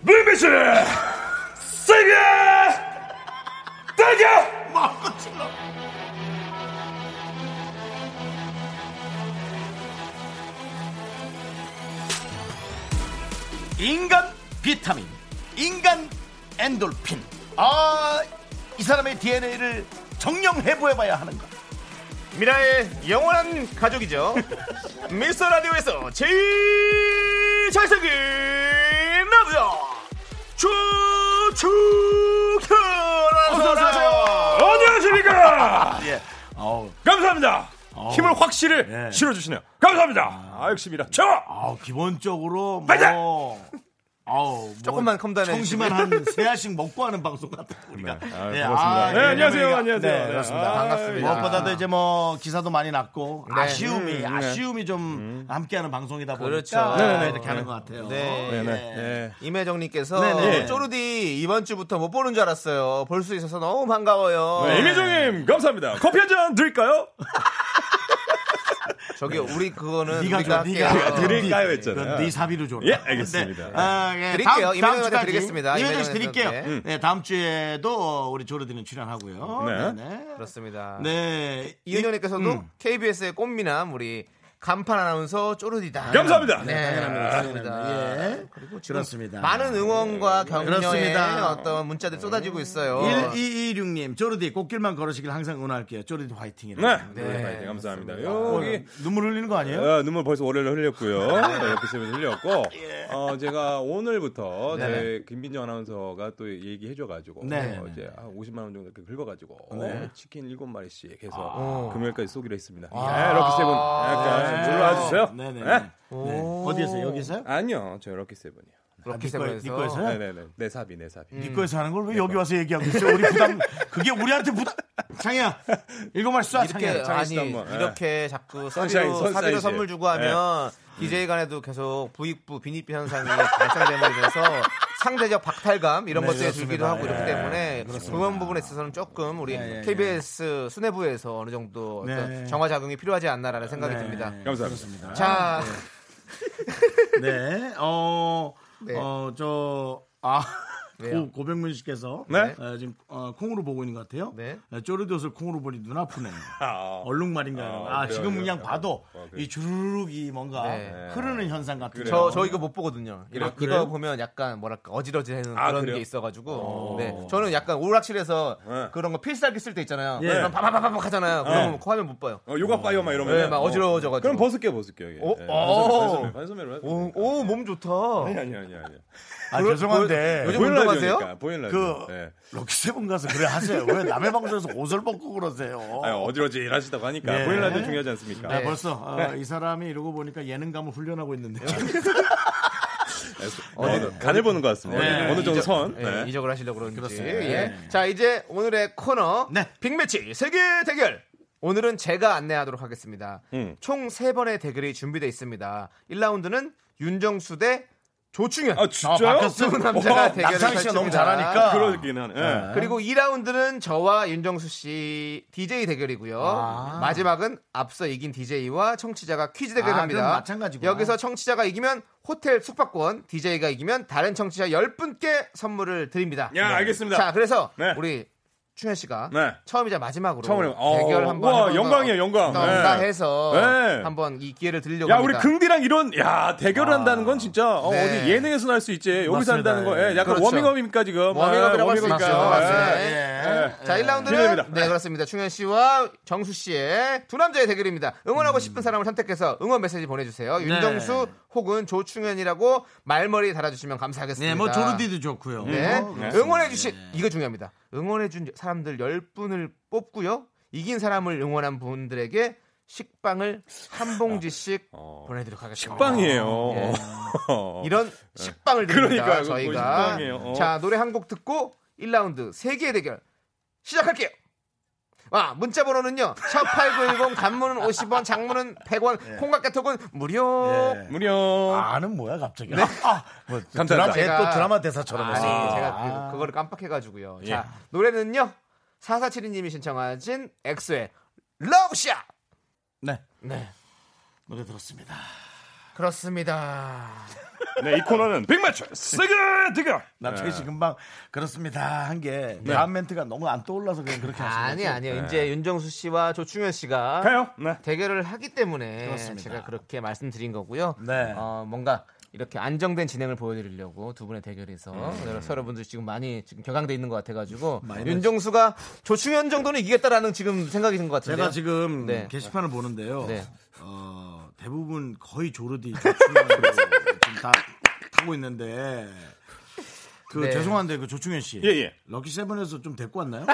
Speaker 1: 물미시를 세게 당겨! 마음껏 질러 인간 비타민 인간 엔돌핀 아이 사람의 DNA를 정령 해부해봐야 하는가
Speaker 2: 미라의 영원한 가족이죠. 미스터 라디오에서 제일 잘생긴 남자 추추현 어서 오세요.
Speaker 1: 안녕하십니까. 예. 아우,
Speaker 7: 감사합니다. 힘을 확실히
Speaker 1: 네.
Speaker 7: 실어주시네요. 감사합니다. 아, 역시 미라 최고.
Speaker 1: 아우, 기본적으로
Speaker 7: 맞아!
Speaker 1: 뭐 아우, 뭐
Speaker 2: 조금만 컴다운해
Speaker 1: 청심한 한세 알씩 먹고 하는 방송 같은 우리가.
Speaker 7: 아,
Speaker 1: 네,
Speaker 7: 고맙습니다.
Speaker 1: 아,
Speaker 7: 네,
Speaker 1: 예.
Speaker 7: 안녕하세요.
Speaker 2: 우리가-
Speaker 7: 안녕하세요.
Speaker 2: 네, 그렇습니다.
Speaker 7: 아,
Speaker 2: 반갑습니다.
Speaker 1: 무엇보다도 이제 뭐 기사도 많이 났고
Speaker 2: 네.
Speaker 1: 아쉬움이
Speaker 7: 음,
Speaker 1: 아쉬움이 좀 함께하는 방송이다 보니까
Speaker 2: 그렇죠.
Speaker 1: 네,
Speaker 2: 네네.
Speaker 1: 이렇게 하는 것 같아요.
Speaker 2: 네.
Speaker 1: 예.
Speaker 7: 네. 네.
Speaker 2: 임혜정님께서
Speaker 1: 네네.
Speaker 2: 쪼르디 이번 주부터 못 보는 줄 알았어요. 볼 수 있어서 너무 반가워요.
Speaker 7: 네, 이미정님 감사합니다. 커피 한 잔 드릴까요?
Speaker 2: 저기 우리 그거는
Speaker 1: 네가 줘,
Speaker 2: 우리가
Speaker 1: 네가
Speaker 2: 할게요.
Speaker 7: 드릴- 드릴까요
Speaker 1: 그건
Speaker 7: 했잖아요.
Speaker 1: 네 사비로 줘.
Speaker 7: 예, 알겠습니다.
Speaker 1: 아, 예,
Speaker 2: 드릴게요.
Speaker 1: 다음- 다음
Speaker 2: 이명현한테
Speaker 1: 주까지.
Speaker 2: 드리겠습니다.
Speaker 1: 이명현 씨
Speaker 2: 이명현한테.
Speaker 1: 드릴게요.
Speaker 2: 네.
Speaker 1: 네, 다음 주에도 어, 우리 조르디는 출연하고요.
Speaker 7: 네.
Speaker 1: 네.
Speaker 2: 그렇습니다.
Speaker 1: 네.
Speaker 2: 이은현님께서도
Speaker 1: 음.
Speaker 2: KBS의 꽃미남 우리 간판 아나운서 쪼르디다.
Speaker 7: 감사합니다.
Speaker 2: 네,
Speaker 1: 당연합니다.
Speaker 7: 아,
Speaker 2: 그렇습니다.
Speaker 1: 예.
Speaker 2: 그리고 지금
Speaker 1: 그렇습니다.
Speaker 2: 많은 응원과 격려의
Speaker 1: 그렇습니다.
Speaker 2: 어떤 문자들이 쏟아지고 있어요.
Speaker 1: 1226님, 조르디 꽃길만 걸으시길 항상 응원할게요. 조르디 화이팅.
Speaker 7: 네. 네. 감사합니다. 여기
Speaker 1: 눈물 흘리는 거 아니에요?
Speaker 7: 아, 눈물 벌써 월요일에 흘렸고요. 네, 옆에 집에서 흘렸고, 어, 제가 오늘부터 저희 김빈정 아나운서가 또 얘기해줘가지고,
Speaker 1: 네.
Speaker 7: 어, 이제 한 50만 원 정도 이렇게 긁어가지고, 어, 치킨 7마리씩 해서 금요일까지 쏘기로 했습니다. 네, 럭키세븐. 약간 좀 아, 놀러와주세요.
Speaker 1: 네네.
Speaker 7: 네?
Speaker 1: 어디에서 여기서요?
Speaker 7: 아니요, 저 럭키세븐이요.
Speaker 2: 그렇게
Speaker 1: 네 거에- 네 거에서요?
Speaker 7: 네네네. 내 사비, 내 사비.
Speaker 1: 네 거에서 하는 걸 왜
Speaker 7: 그러니까.
Speaker 1: 여기 와서 얘기하고 있어? 우리 부담 그게 우리한테 부담. 창이야, 이거 말 쏴,
Speaker 2: 이렇게
Speaker 1: 창이야.
Speaker 7: 창희 씨도
Speaker 2: 아니
Speaker 7: 한번,
Speaker 2: 이렇게 자꾸
Speaker 7: 선샤인,
Speaker 2: 사비로, 사비로
Speaker 7: 선샤인
Speaker 2: 선물
Speaker 7: 씨.
Speaker 2: 주고 하면 DJ 간에도 계속 부익부 비니피 현상이 발생되면서 상대적 박탈감 이런 것들이 들기도 하고 이렇기 때문에 그런 부분에 있어서는 조금 우리
Speaker 1: 예,
Speaker 2: KBS 수뇌부에서 어느 정도 어떤
Speaker 1: 네.
Speaker 2: 정화 작용이 필요하지 않나라는 생각이
Speaker 1: 네.
Speaker 2: 듭니다.
Speaker 7: 감사합니다.
Speaker 2: 자,
Speaker 1: 네, 어,
Speaker 2: 네.
Speaker 1: 어, 저, 아.
Speaker 2: 왜요?
Speaker 1: 고, 고백문 씨께서
Speaker 7: 네?
Speaker 1: 어, 지금 어, 콩으로 보고 있는 것 같아요.
Speaker 2: 네.
Speaker 1: 어, 쪼르디 옷을 콩으로 보니 눈 아프네.
Speaker 7: 아,
Speaker 1: 얼룩말인가. 아,
Speaker 7: 아,
Speaker 1: 아
Speaker 7: 그래요,
Speaker 1: 지금
Speaker 7: 그래요.
Speaker 1: 그냥 봐도
Speaker 7: 아, 그래요.
Speaker 1: 이 주르륵 이 뭔가
Speaker 2: 네.
Speaker 1: 흐르는 현상 같은.
Speaker 7: 그래요.
Speaker 2: 저, 저 이거 못 보거든요. 이거,
Speaker 7: 아,
Speaker 2: 이거
Speaker 7: 그래요?
Speaker 2: 보면 약간 뭐랄까 어지러지는
Speaker 7: 아,
Speaker 2: 그런
Speaker 7: 그래요?
Speaker 2: 게 있어가지고. 네. 저는 약간 오락실에서
Speaker 7: 네.
Speaker 2: 그런 거 필살기 쓸 때 있잖아요.
Speaker 1: 예.
Speaker 2: 그럼 바바바바박 하잖아요. 그러면 그 화면 못 봐요.
Speaker 7: 어, 요가 파이어 막 이러면.
Speaker 2: 네, 막 어지러워져가지고.
Speaker 7: 그럼 벗을게요, 벗을게요. 이게.
Speaker 2: 오,
Speaker 7: 네,
Speaker 2: 오.
Speaker 7: 반소매, 반소매로 해도
Speaker 2: 오,
Speaker 7: 되니까.
Speaker 2: 오, 몸 좋다.
Speaker 7: 아니, 아니, 아니, 아니.
Speaker 1: 아
Speaker 2: 보-
Speaker 1: 죄송한데
Speaker 2: 보- 그 요즘
Speaker 7: 보이는
Speaker 2: 운동하세요?
Speaker 7: 라디오니까, 보이는 라디오.
Speaker 1: 그
Speaker 7: 네.
Speaker 1: 럭키세븐 가서 그래 하세요. 왜 남의 방송에서 옷을 벗고 그러세요?
Speaker 7: 아니, 어지러지 일하시다고 하니까.
Speaker 2: 네.
Speaker 1: 예.
Speaker 7: 보이는 라디오 중요하지 않습니까?
Speaker 1: 아, 벌써 어,
Speaker 7: 네.
Speaker 1: 이 사람이 이러고 보니까 예능감을 훈련하고 있는데요.
Speaker 7: 어,
Speaker 2: 네.
Speaker 7: 간을 보는 것 같습니다.
Speaker 1: 네.
Speaker 7: 어느 정도 선.
Speaker 2: 예,
Speaker 7: 네.
Speaker 2: 이적을 하시려고 그러는지.
Speaker 1: 그렇습니다.
Speaker 2: 예. 자, 이제 오늘의 코너
Speaker 1: 네.
Speaker 2: 빅매치 세계 대결. 오늘은 제가 안내하도록 하겠습니다.
Speaker 7: 음.
Speaker 2: 총 세번의 대결이 준비되어 있습니다. 1라운드는 윤정수 대 조충현.
Speaker 7: 아, 진짜요?
Speaker 2: 두 남자가
Speaker 7: 어,
Speaker 2: 대결을
Speaker 1: 남창희 씨가
Speaker 2: 펼칩니다.
Speaker 1: 너무 잘하니까.
Speaker 7: 그러긴 하네. 예.
Speaker 2: 그리고 2라운드는 저와 윤정수 씨 DJ 대결이고요.
Speaker 1: 아.
Speaker 2: 마지막은 앞서 이긴 DJ와 청취자가 퀴즈 대결을
Speaker 1: 아,
Speaker 2: 합니다.
Speaker 1: 그럼 마찬가지구나.
Speaker 2: 여기서 청취자가 이기면 호텔 숙박권, DJ가 이기면 다른 청취자 10분께 선물을 드립니다.
Speaker 1: 네.
Speaker 7: 야, 알겠습니다.
Speaker 2: 자, 그래서
Speaker 7: 네.
Speaker 2: 우리 충현 씨가
Speaker 7: 네.
Speaker 2: 처음이자 마지막으로
Speaker 7: 처음으로. 어,
Speaker 2: 대결 한번
Speaker 7: 우와,
Speaker 2: 해볼까-
Speaker 7: 영광이에요, 영광.
Speaker 2: 어떤가
Speaker 7: 네.
Speaker 2: 해서
Speaker 7: 네.
Speaker 2: 한번 이 기회를 드리려고
Speaker 7: 야, 우리
Speaker 2: 합니다. 아.
Speaker 7: 긍디랑 이런, 야, 대결을 한다는 건 진짜, 어,
Speaker 2: 네.
Speaker 7: 디 예능에서는 할 수 있지. 여기서
Speaker 1: 맞습니다.
Speaker 7: 한다는 거, 예, 약간
Speaker 2: 그렇죠.
Speaker 7: 워밍업입니까, 지금? 예,
Speaker 2: 워밍업이라고 할수 있죠.
Speaker 7: 워밍업이니까요.
Speaker 2: 맞습니다.
Speaker 7: 예.
Speaker 2: 예. 자, 1라운드는
Speaker 7: 기대됩니다.
Speaker 2: 네, 그렇습니다. 충현 씨와 정수 씨의 두 남자의 대결입니다. 응원하고 싶은 사람을 선택해서 응원 메시지 보내
Speaker 1: 네.
Speaker 2: 주세요. 윤정수 혹은 조충현이라고 말머리 달아 주시면 감사하겠습니다.
Speaker 1: 네, 뭐 조르디도 좋고요.
Speaker 2: 네.
Speaker 1: 뭐, 그렇습니다.
Speaker 2: 응원해 주신 이거 중요합니다. 응원해 준 사람들 10분을 뽑고요. 이긴 사람을 응원한 분들에게 식빵을 한 봉지씩 보내드리도록 하겠습니다.
Speaker 7: 아. 식빵이에요.
Speaker 2: 예. 이런 식빵을 드립니다.
Speaker 7: 어. 네. 그러니까요. 그거
Speaker 2: 저희가
Speaker 7: 식빵이에요. 어.
Speaker 2: 자 노래 한 곡 듣고 1라운드 세개의 대결 시작할게요. 와 문자 번호는요. 샵8910 단문은 50원, 장문은 100원,
Speaker 7: 네.
Speaker 2: 콩깍개톡은 무료.
Speaker 1: 예.
Speaker 7: 무려.
Speaker 1: 아는 뭐야 갑자기? 아, 뭐,
Speaker 7: 네. 감사합니다.
Speaker 1: 드라마, 제가... 또
Speaker 2: 제가-
Speaker 1: 드라마 대사처럼
Speaker 2: 아니
Speaker 1: 했어.
Speaker 2: 제가 그, 그거를
Speaker 7: 예.
Speaker 2: 깜빡해가지고요. 자 노래는요. 4472님이 신청하신 엑소의 러브샷.
Speaker 1: 네,
Speaker 2: 네
Speaker 1: 노래 들었습니다.
Speaker 2: 그렇습니다.
Speaker 7: 네, 이 코너는 백마초 세계 대결.
Speaker 1: 남창희
Speaker 7: 네.
Speaker 1: 씨 금방 그렇습니다 한 게 다음 멘트가 너무 안 떠올라서 그냥 그렇게 하신
Speaker 2: 아니
Speaker 1: 거죠.
Speaker 2: 아니요. 이제 윤정수 씨와 조충현 씨가
Speaker 7: 가요. 네.
Speaker 2: 대결을 하기 때문에
Speaker 1: 그렇습니다.
Speaker 2: 제가 그렇게 말씀드린 거고요.
Speaker 1: 네.
Speaker 2: 어, 뭔가 이렇게 안정된 진행을 보여드리려고 두 분의 대결에서 여러- 여러분들 지금 많이 지금 격앙돼 있는 것 같아가지고 윤정수가 조충현 정도는 이기겠다라는 지금 생각이 든 것 같은데.
Speaker 1: 제가 지금
Speaker 2: 네.
Speaker 1: 게시판을 보는데요.
Speaker 2: 네.
Speaker 1: 어, 대부분 거의 조르디 조충현으로 지금 다 타고 있는데 그
Speaker 2: 네.
Speaker 1: 죄송한데 그 조충현 씨
Speaker 7: 예, 예.
Speaker 1: 럭키 세븐에서 좀 데리고 왔나요?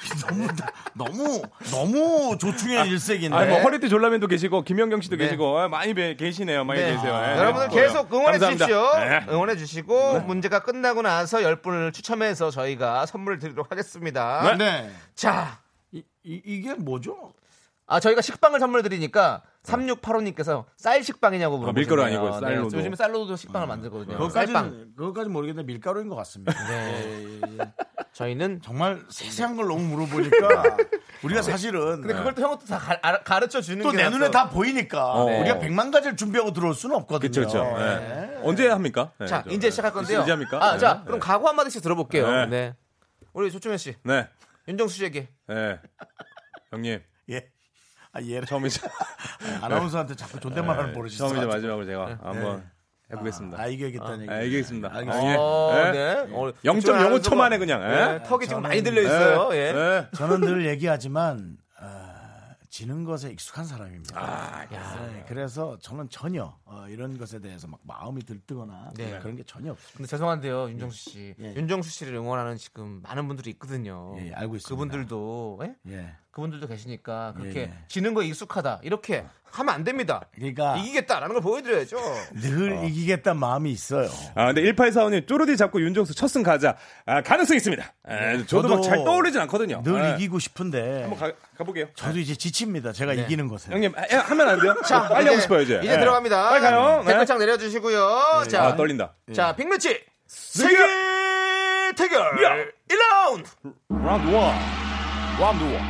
Speaker 1: 너무 다- 너무 너무 조충현 일색인데.
Speaker 7: 아니, 뭐 허리띠 졸라맨도 계시고 김연경 씨도
Speaker 2: 네.
Speaker 7: 계시고 아, 많이 배- 계시네요. 많이
Speaker 2: 네.
Speaker 7: 계세요. 예,
Speaker 2: 여러분들
Speaker 7: 네.
Speaker 2: 계속 응원해
Speaker 7: 감사합니다.
Speaker 2: 주십시오.
Speaker 7: 네.
Speaker 2: 응원해 주시고 문제가 끝나고 나서 열 분을 추첨해서 저희가 선물 드리도록 하겠습니다.
Speaker 1: 네.
Speaker 2: 자,
Speaker 1: 이, 이, 이게 뭐죠?
Speaker 2: 아 저희가 식빵을 선물 드리니까 3685님께서 쌀 식빵이냐고 물어보셨네요.
Speaker 7: 밀가루 네. 아니고 쌀로도. 네.
Speaker 2: 요즘에 쌀로도 식빵을 만들거든요. 쌀빵. 네.
Speaker 1: 그것까지는 그것까지 모르겠는데 밀가루인 것 같습니다. 예, 예, 예.
Speaker 2: 저희는 네.
Speaker 1: 정말 세세한 걸 너무 물어보니까 우리가 사실은
Speaker 7: 네.
Speaker 2: 근데 그걸 또 형은 또다 가- 가르쳐 주는
Speaker 1: 또
Speaker 2: 게
Speaker 1: 내
Speaker 2: 낫죠.
Speaker 1: 눈에 다 보니까
Speaker 7: 네.
Speaker 1: 우리가 백만 가지를 준비하고 들어올 수는 없거든요. 예.
Speaker 7: 그렇죠, 그렇죠. 언제 합니까? 네,
Speaker 2: 자,
Speaker 7: 저-
Speaker 2: 이제 시작할 건데요.
Speaker 7: 이제 합니까?
Speaker 2: 아,
Speaker 7: 네.
Speaker 2: 자, 그럼 각오 한 마디씩 들어볼게요. 네.
Speaker 7: 네.
Speaker 2: 우리 조충현 씨,
Speaker 7: 네.
Speaker 2: 윤정수 씨에게
Speaker 7: 네. 형님,
Speaker 1: 예. 아, 예.
Speaker 7: 처음이자
Speaker 1: 아나운서한테 자꾸 존댓말 하는 모르시죠?
Speaker 7: 네. 처음이자 마지막으로 제가 한번 해보겠습니다.
Speaker 1: 네. 아, 이겨야겠다는 얘기.
Speaker 7: 아, 얘기하겠습니다. 아,
Speaker 1: 알겠습니다.
Speaker 7: 예.
Speaker 2: 어,
Speaker 7: 예.
Speaker 2: 네. 어,
Speaker 7: 0.05초 만에 그냥. 예.
Speaker 2: 네, 턱이 지금
Speaker 1: 저는-
Speaker 2: 많이 들려 있어요.
Speaker 7: 예.
Speaker 2: 예.
Speaker 7: 예.
Speaker 1: 저는 늘 얘기하지만 아, 지는 것에 익숙한 사람입니다.
Speaker 7: 아,
Speaker 1: 네, 그래서 저는 전혀 어, 이런 것에 대해서 막 마음이 들뜨거나
Speaker 2: 네.
Speaker 1: 그런 게 전혀 없습니다.
Speaker 2: 근데 죄송한데요, 윤정수 씨.
Speaker 1: 예.
Speaker 2: 윤정수 씨를 응원하는 지금 많은 분들이 있거든요.
Speaker 1: 예, 예, 알고 있습니다.
Speaker 2: 그분들도 예?
Speaker 1: 예.
Speaker 2: 그분들도 계시니까 그렇게
Speaker 1: 예, 예.
Speaker 2: 지는 거 익숙하다 이렇게
Speaker 7: 어.
Speaker 2: 하면 안 됩니다.
Speaker 1: 그러니까
Speaker 2: 이기겠다라는 걸 보여드려야죠.
Speaker 1: 늘 이기겠다는 마음이 있어요.
Speaker 7: 아, 근데 1845님, 쪼르디 잡고 윤정수 첫승 가자. 아, 가능성 있습니다. 예,
Speaker 1: 네.
Speaker 7: 저도,
Speaker 1: 저도
Speaker 7: 막 잘 떠오르진 않거든요.
Speaker 1: 늘
Speaker 7: 예.
Speaker 1: 이기고 싶은데
Speaker 7: 한번 가, 가볼게요.
Speaker 1: 저도 이제 지칩니다. 제가
Speaker 2: 네.
Speaker 1: 이기는 것에.
Speaker 7: 형님, 아, 예, 하면 안 돼요? 자, 빨리 하고 싶어요, 이제.
Speaker 2: 이제
Speaker 7: 예.
Speaker 2: 들어갑니다.
Speaker 7: 빨리 가요. 네.
Speaker 2: 댓글창 내려주시고요. 자,
Speaker 7: 아, 떨린다.
Speaker 2: 자, 빅매치 세계 대결
Speaker 7: 야!
Speaker 2: 1라운드.
Speaker 7: 라운드 1. 라운드 1.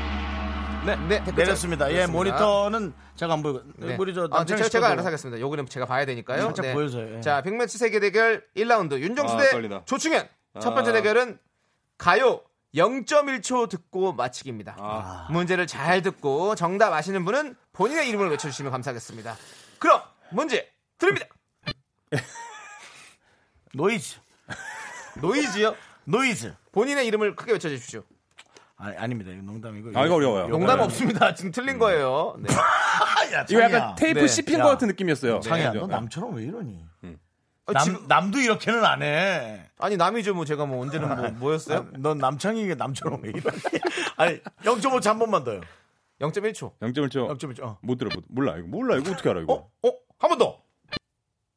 Speaker 2: 네, 댓글창
Speaker 1: 내렸습니다. 예,
Speaker 2: 내렸습니다.
Speaker 1: 모니터는 제가 안 보이고
Speaker 2: 네.
Speaker 1: 우리 저
Speaker 2: 아, 제가,
Speaker 1: 남창희
Speaker 2: 제가
Speaker 1: 씨도-
Speaker 2: 알아서 하겠습니다. 여기는 제가 봐야 되니까요. 네.
Speaker 1: 살짝 보여줘요, 예.
Speaker 2: 자, 빅매치 세계 대결 1라운드 윤정수
Speaker 7: 아,
Speaker 2: 대
Speaker 7: 떨리다.
Speaker 2: 조충현 첫 번째
Speaker 7: 아.
Speaker 2: 대결은 가요 0.1초 듣고 마치기입니다.
Speaker 7: 아.
Speaker 2: 문제를 잘 듣고 정답 아시는 분은 본인의 이름을 외쳐주시면 감사하겠습니다. 그럼 문제 드립니다.
Speaker 1: 노이즈,
Speaker 2: 노이즈요?
Speaker 1: 노이즈.
Speaker 2: 본인의 이름을 크게 외쳐주십시오.
Speaker 1: 아니, 아닙니다. 이거 농담이고.
Speaker 7: 아, 이거 어려워요.
Speaker 1: 네.
Speaker 2: 농담 없습니다. 지금
Speaker 1: 음.
Speaker 2: 틀린 거예요. 네.
Speaker 1: 아, 야,
Speaker 7: 이거
Speaker 1: 창희야.
Speaker 7: 약간 테이프
Speaker 2: 네.
Speaker 7: 씹힌
Speaker 1: 야.
Speaker 7: 것 같은 느낌이었어요.
Speaker 1: 창희야,
Speaker 7: 네.
Speaker 1: 너 남처럼 왜 이러니?
Speaker 2: 아,
Speaker 1: 남,
Speaker 2: 지금-
Speaker 1: 남도 이렇게는 안 해.
Speaker 2: 아니 남이죠 뭐 제가 뭐 언제는 뭐
Speaker 1: 아,
Speaker 2: 뭐였어요?
Speaker 1: 넌 남창이가 남처럼 왜 이러니? 아니, 0.5초 한 번만 더요.
Speaker 2: 0.1초.
Speaker 7: 네. 0.1초.
Speaker 1: 0.1초. 어.
Speaker 7: 못 들어, 못, 몰라. 이거 몰라. 이거 어떻게
Speaker 1: 네.
Speaker 7: 알아, 이거.
Speaker 2: 어? 어? 한 번 더.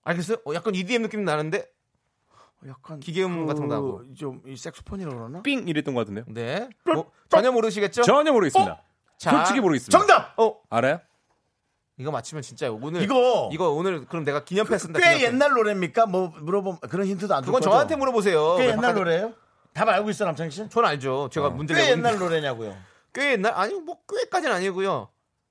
Speaker 2: 알겠어요? 어, 약간 EDM 느낌 나는데. 어,
Speaker 1: 약간
Speaker 2: 기계음 같은 거 나고.
Speaker 1: 좀이 색소폰이라고 그러나?
Speaker 7: 삥 이랬던 것 같은데요.
Speaker 2: 네. 뭐, 전혀 모르시겠죠?
Speaker 7: 전혀 모르겠습니다.
Speaker 2: 어? 자,
Speaker 7: 솔직히 모르겠습니다.
Speaker 1: 정답. 네.
Speaker 2: 어,
Speaker 7: 알아요?
Speaker 2: 이거 맞히면 진짜 오늘
Speaker 1: 이거
Speaker 2: 이거 오늘 그럼 내가 기념패 쓴다.
Speaker 1: 꽤
Speaker 2: 기념패.
Speaker 1: 옛날 노래입니까? 뭐 물어보면 그런 힌트도 안줄
Speaker 2: 그건
Speaker 1: 거죠?
Speaker 2: 저한테 뭐 물어보세요.
Speaker 1: 꽤
Speaker 2: 왜
Speaker 1: 옛날
Speaker 2: 바깥에-
Speaker 1: 노래예요? 답 알고 있어 남창희 씨?
Speaker 2: 전 알죠. 제가 문제
Speaker 1: 꽤
Speaker 2: 내고
Speaker 1: 옛날 노래냐고요?
Speaker 2: 꽤 옛날 아니 뭐 꽤까지는 아니고요.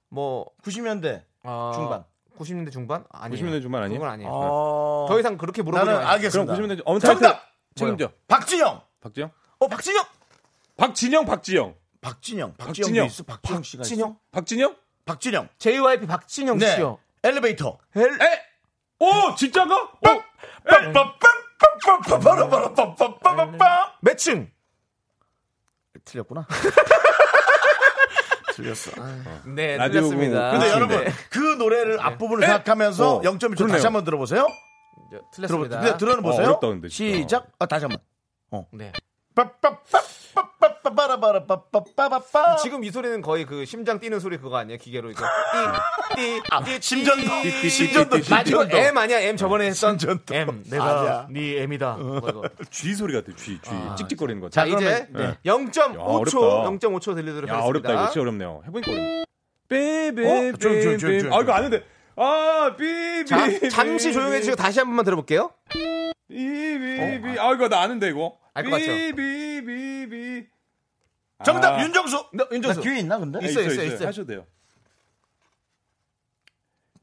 Speaker 2: 뭐
Speaker 1: 90년대.
Speaker 2: 아,
Speaker 1: 중반.
Speaker 2: 90년대 중반? 아니에요.
Speaker 7: 90년대 중반 아니에요?
Speaker 2: 그건 아니에요.
Speaker 1: 어...
Speaker 2: 더 이상 그렇게 물어보면
Speaker 1: 나는
Speaker 2: 안 돼요.
Speaker 7: 그럼
Speaker 1: 알겠습니다.
Speaker 7: 90년대 엄
Speaker 1: 정답!
Speaker 7: 책임져.
Speaker 1: 박진영.
Speaker 7: 박지영?
Speaker 2: 어, 박진영.
Speaker 7: 박진영, 박지영.
Speaker 1: 박진영. 박진영.
Speaker 7: 박진영.
Speaker 1: 있어? 박진영 씨가 있어?
Speaker 2: 박진영?
Speaker 7: 박진영?
Speaker 1: 박진영.
Speaker 2: JYP 박진영
Speaker 1: 네.
Speaker 2: 씨요.
Speaker 1: 엘리베이터.
Speaker 2: 엘-
Speaker 7: 오, 진짜가? 어?
Speaker 1: 빠빠빠빠빠빠빠빠빠빠.
Speaker 2: 몇 층?
Speaker 1: 틀렸구나. 틀렸어.
Speaker 2: 네,
Speaker 7: 라디오고.
Speaker 2: 틀렸습니다.
Speaker 7: 근데
Speaker 2: 네.
Speaker 1: 여러분 그 노래를 앞부분을 생각하면서
Speaker 7: 어,
Speaker 1: 0.1초 다시
Speaker 7: 그러네요.
Speaker 1: 한번 들어보세요.
Speaker 2: 네,
Speaker 1: 들어보,
Speaker 2: 틀렸습니다.
Speaker 1: 근데 들어보세요.
Speaker 7: 어, 어렵다, 근데 진짜.
Speaker 1: 시작. 아, 다시 한번.
Speaker 2: 네.
Speaker 1: 빠빠빠빠빠빠빠빠빠빠.
Speaker 2: 지금 이 소리는 거의 그 심장 뛰는 소리 그거 아니에요? 기계로 이거 띠띠
Speaker 1: 심전도. 심전도.
Speaker 2: 마지막
Speaker 1: 심전도.
Speaker 2: M 아니야 M 저번에 했던
Speaker 1: 심전도.
Speaker 2: M
Speaker 1: 맞아.
Speaker 2: 내가 네
Speaker 7: 어.
Speaker 2: M이다. 뭐 이거.
Speaker 7: 쥐 소리 같아, 쥐, 쥐. 찍찍거리는 거.
Speaker 2: 자
Speaker 7: 야,
Speaker 2: 이제
Speaker 1: 그러면, 네.
Speaker 2: 0.5초
Speaker 7: 어렵다.
Speaker 2: 0.5초 들리도록 하겠습니다.
Speaker 7: 어렵다, 이거 진짜 어렵네요. 해보니까 어렵네. 삐삐.
Speaker 1: 어? 좀, 좀, 좀, 좀.
Speaker 7: 아, 이거 아는데. 아, 삐삐.
Speaker 2: 자, 잠시 조용해 주시고 다시 한 번만 들어볼게요.
Speaker 7: 삐삐삐. 아, 이거 나 아는데, 이거.
Speaker 2: 알것 같죠?
Speaker 7: 삐삐삐삐.
Speaker 1: 정답
Speaker 7: 아.
Speaker 1: 윤정수.
Speaker 2: 네, 윤정수.
Speaker 1: 나 뒤에 있나 근데?
Speaker 2: 있어요, 있어요, 있어요.
Speaker 7: 하셔도 돼요.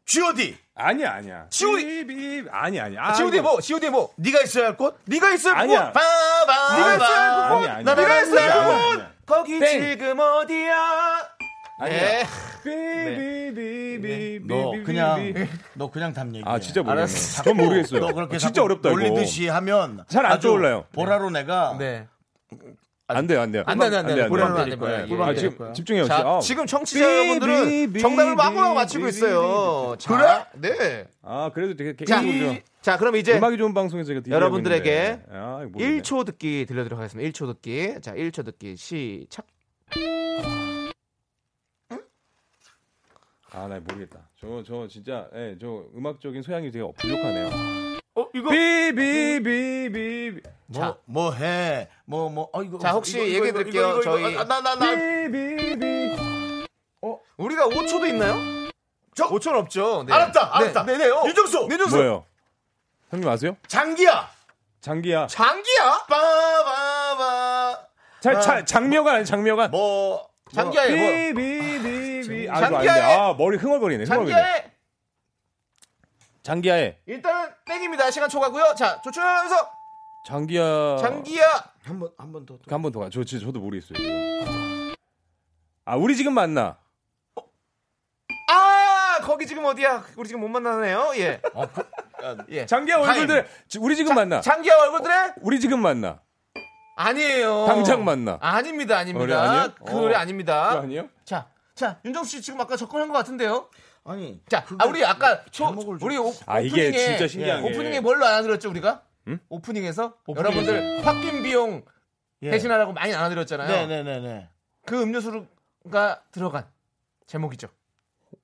Speaker 1: G.O.D.
Speaker 7: 아니야, 아니야.
Speaker 2: G.O.D.
Speaker 7: 삐삐. 아니, 아니. 아,
Speaker 2: G.O.D
Speaker 7: 이거-
Speaker 2: 뭐? G.O.D 뭐?
Speaker 1: 네가 있어야 할 곳.
Speaker 2: 네가 있을 곳.
Speaker 7: 아니야.
Speaker 1: 빠바.
Speaker 2: 네가 있을 곳.
Speaker 7: 아니야, 아니야.
Speaker 2: 네가
Speaker 1: 아니야,
Speaker 2: 있을
Speaker 7: 아니야,
Speaker 2: 곳.
Speaker 7: 아니야.
Speaker 2: 거기
Speaker 7: 땡.
Speaker 2: 지금 어디야? 네.
Speaker 7: 네. 삐삐삐삐삐.
Speaker 1: 너 그냥 너 그냥 답 얘기해.
Speaker 7: 아 진짜 모르겠네.
Speaker 1: 알았어.
Speaker 7: 그건 모르겠어요. 아,
Speaker 1: 너 그렇게
Speaker 7: 진짜
Speaker 1: 자꾸
Speaker 7: 어렵다 이거.
Speaker 1: 놀리듯이 하면
Speaker 7: 잘안
Speaker 1: 아주
Speaker 7: 떠올라요.
Speaker 1: 보라로 내가
Speaker 2: 네.
Speaker 7: 안 돼요, 아, 안 돼요.
Speaker 2: 안 돼, 안 돼, 안 돼.
Speaker 7: 안
Speaker 2: 보라로
Speaker 7: 돼.
Speaker 2: 안 돼, 보라로 안 돼.
Speaker 7: 아,
Speaker 2: 예, 예.
Speaker 7: 지금 집중해요.
Speaker 2: 자,
Speaker 7: 아,
Speaker 2: 지금 청취자
Speaker 7: 비,
Speaker 2: 여러분들은
Speaker 7: 비,
Speaker 2: 정답을
Speaker 7: 비,
Speaker 2: 마구마구
Speaker 7: 비,
Speaker 2: 맞히고
Speaker 7: 비,
Speaker 2: 있어요.
Speaker 7: 비, 비.
Speaker 2: 자, 네.
Speaker 7: 아 그래도 되게
Speaker 2: 자,
Speaker 7: 개인적으로
Speaker 2: 자, 그럼 이제
Speaker 7: 음악이 좋은 방송에서 제가 DJ하고
Speaker 2: 여러분들에게
Speaker 7: 있는데. 아, 이거 모르겠네.
Speaker 2: 1초 듣기 들려드리도록 하겠습니다. 1초 듣기. 자, 1초 듣기 시작.
Speaker 7: 아, 나 모르겠다. 저 저 진짜 예, 저 음악적인 소양이 되게 부족하네요.
Speaker 2: 어 이거
Speaker 7: 비비비비
Speaker 1: 뭐, 뭐 해. 뭐, 뭐, 어, 이거.
Speaker 2: 자, 혹시
Speaker 1: 이거, 이거,
Speaker 2: 얘기해
Speaker 1: 이거,
Speaker 2: 드릴게요.
Speaker 1: 이거, 이거,
Speaker 2: 저희-
Speaker 1: 아, 나, 나, 나.
Speaker 7: 비비비
Speaker 2: 우리가 5초도 있나요?
Speaker 1: 저-
Speaker 2: 5초는 없죠. 네.
Speaker 1: 알았다, 알았다.
Speaker 2: 네, 네요.
Speaker 1: 어. 윤정수!
Speaker 2: 윤정수.
Speaker 7: 뭐예요? 형님 아세요?
Speaker 1: 장기야!
Speaker 7: 장기야.
Speaker 2: 장기야?
Speaker 1: 빠바바.
Speaker 7: 잘, 잘 장미여관 아니 장미여관.
Speaker 1: 뭐.
Speaker 2: 장기야의 뭐?
Speaker 7: 네, 비비비비 아, 이거
Speaker 2: 장기야의-
Speaker 7: 아닌데. 아, 머리 흥얼거리네. 흥얼거리네.
Speaker 2: 장기야의
Speaker 7: 장기야의
Speaker 2: 일단은 땡입니다. 시간 초과고요. 자, 조출하면서
Speaker 7: 장기야.
Speaker 2: 장기야.
Speaker 1: 한 번, 한 번 더. 또.
Speaker 7: 그 한 번 더 가. 저 진짜 저도 모르겠어요. 지금. 아, 우리 지금 만나.
Speaker 2: 아, 거기 지금 어디야? 우리 지금 못 만나네요. 예. 예.
Speaker 7: 장기야 얼굴들 지- 우리 지금 만나.
Speaker 2: 장기야 얼굴들의
Speaker 7: 우리 지금 만나.
Speaker 2: 아니에요.
Speaker 7: 당장 만나.
Speaker 2: 아닙니다,
Speaker 7: 그래,
Speaker 2: 아닙니다.
Speaker 7: 아니에요?
Speaker 2: 그 노래
Speaker 7: 어.
Speaker 2: 아닙니다.
Speaker 7: 그거 아니에요?
Speaker 2: 자, 자, 윤정수 씨 지금 아까 접근한 것 같은데요.
Speaker 1: 아니.
Speaker 2: 자,
Speaker 1: 그게
Speaker 2: 아, 우리 아까 초,
Speaker 1: 제목을 좀-
Speaker 2: 우리 오,
Speaker 7: 아,
Speaker 2: 오프닝에 예,
Speaker 7: 이게 진짜 신기한 게.
Speaker 2: 오프닝에 뭘로 알아들었죠 우리가?
Speaker 7: 응?
Speaker 2: 오프닝에서
Speaker 7: 오프닝에서.
Speaker 2: 여러분들 홧김 비용
Speaker 1: 예.
Speaker 2: 대신하라고 많이 알아들었잖아요.
Speaker 1: 네네네네.
Speaker 2: 그 음료수가 들어간 제목이죠.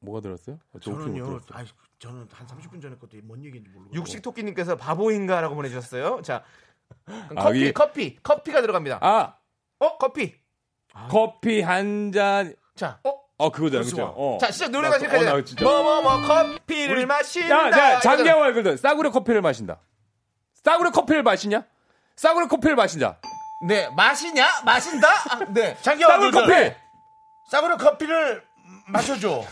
Speaker 7: 뭐가 들었어요? 아, 저 오프닝 못
Speaker 1: 저는요,
Speaker 7: 들었어요.
Speaker 1: 아이, 저는 한 30분 전에 것도 뭔 얘기인지 모르고.
Speaker 2: 육식 토끼님께서 바보인가라고 보내주셨어요. 자, 그럼
Speaker 7: 아,
Speaker 2: 커피,
Speaker 7: 이게-
Speaker 2: 커피, 커피가 들어갑니다.
Speaker 7: 아,
Speaker 2: 어, 커피.
Speaker 7: 커피 한 잔.
Speaker 2: 자, 어,
Speaker 7: 어, 그거잖아. 그죠?
Speaker 1: 수화.
Speaker 7: 어.
Speaker 2: 자, 시작 노래가
Speaker 7: 나 또- 어, 나
Speaker 2: 시작하자.
Speaker 7: 진짜.
Speaker 2: 뭐뭐 뭐 커피를
Speaker 7: 우리-
Speaker 2: 마신다.
Speaker 7: 야, 야,
Speaker 2: 이거잖아.
Speaker 7: 장기야 얼굴들 싸구려 커피를 마신다. 싸구려 커피를 마시냐? 싸구려 커피를 마신다.
Speaker 2: 네, 마시냐? 마신다? 아, 네.
Speaker 1: 장기야
Speaker 7: 싸구려
Speaker 1: 얼굴들.
Speaker 7: 커피.
Speaker 1: 싸구려 커피를 마셔줘.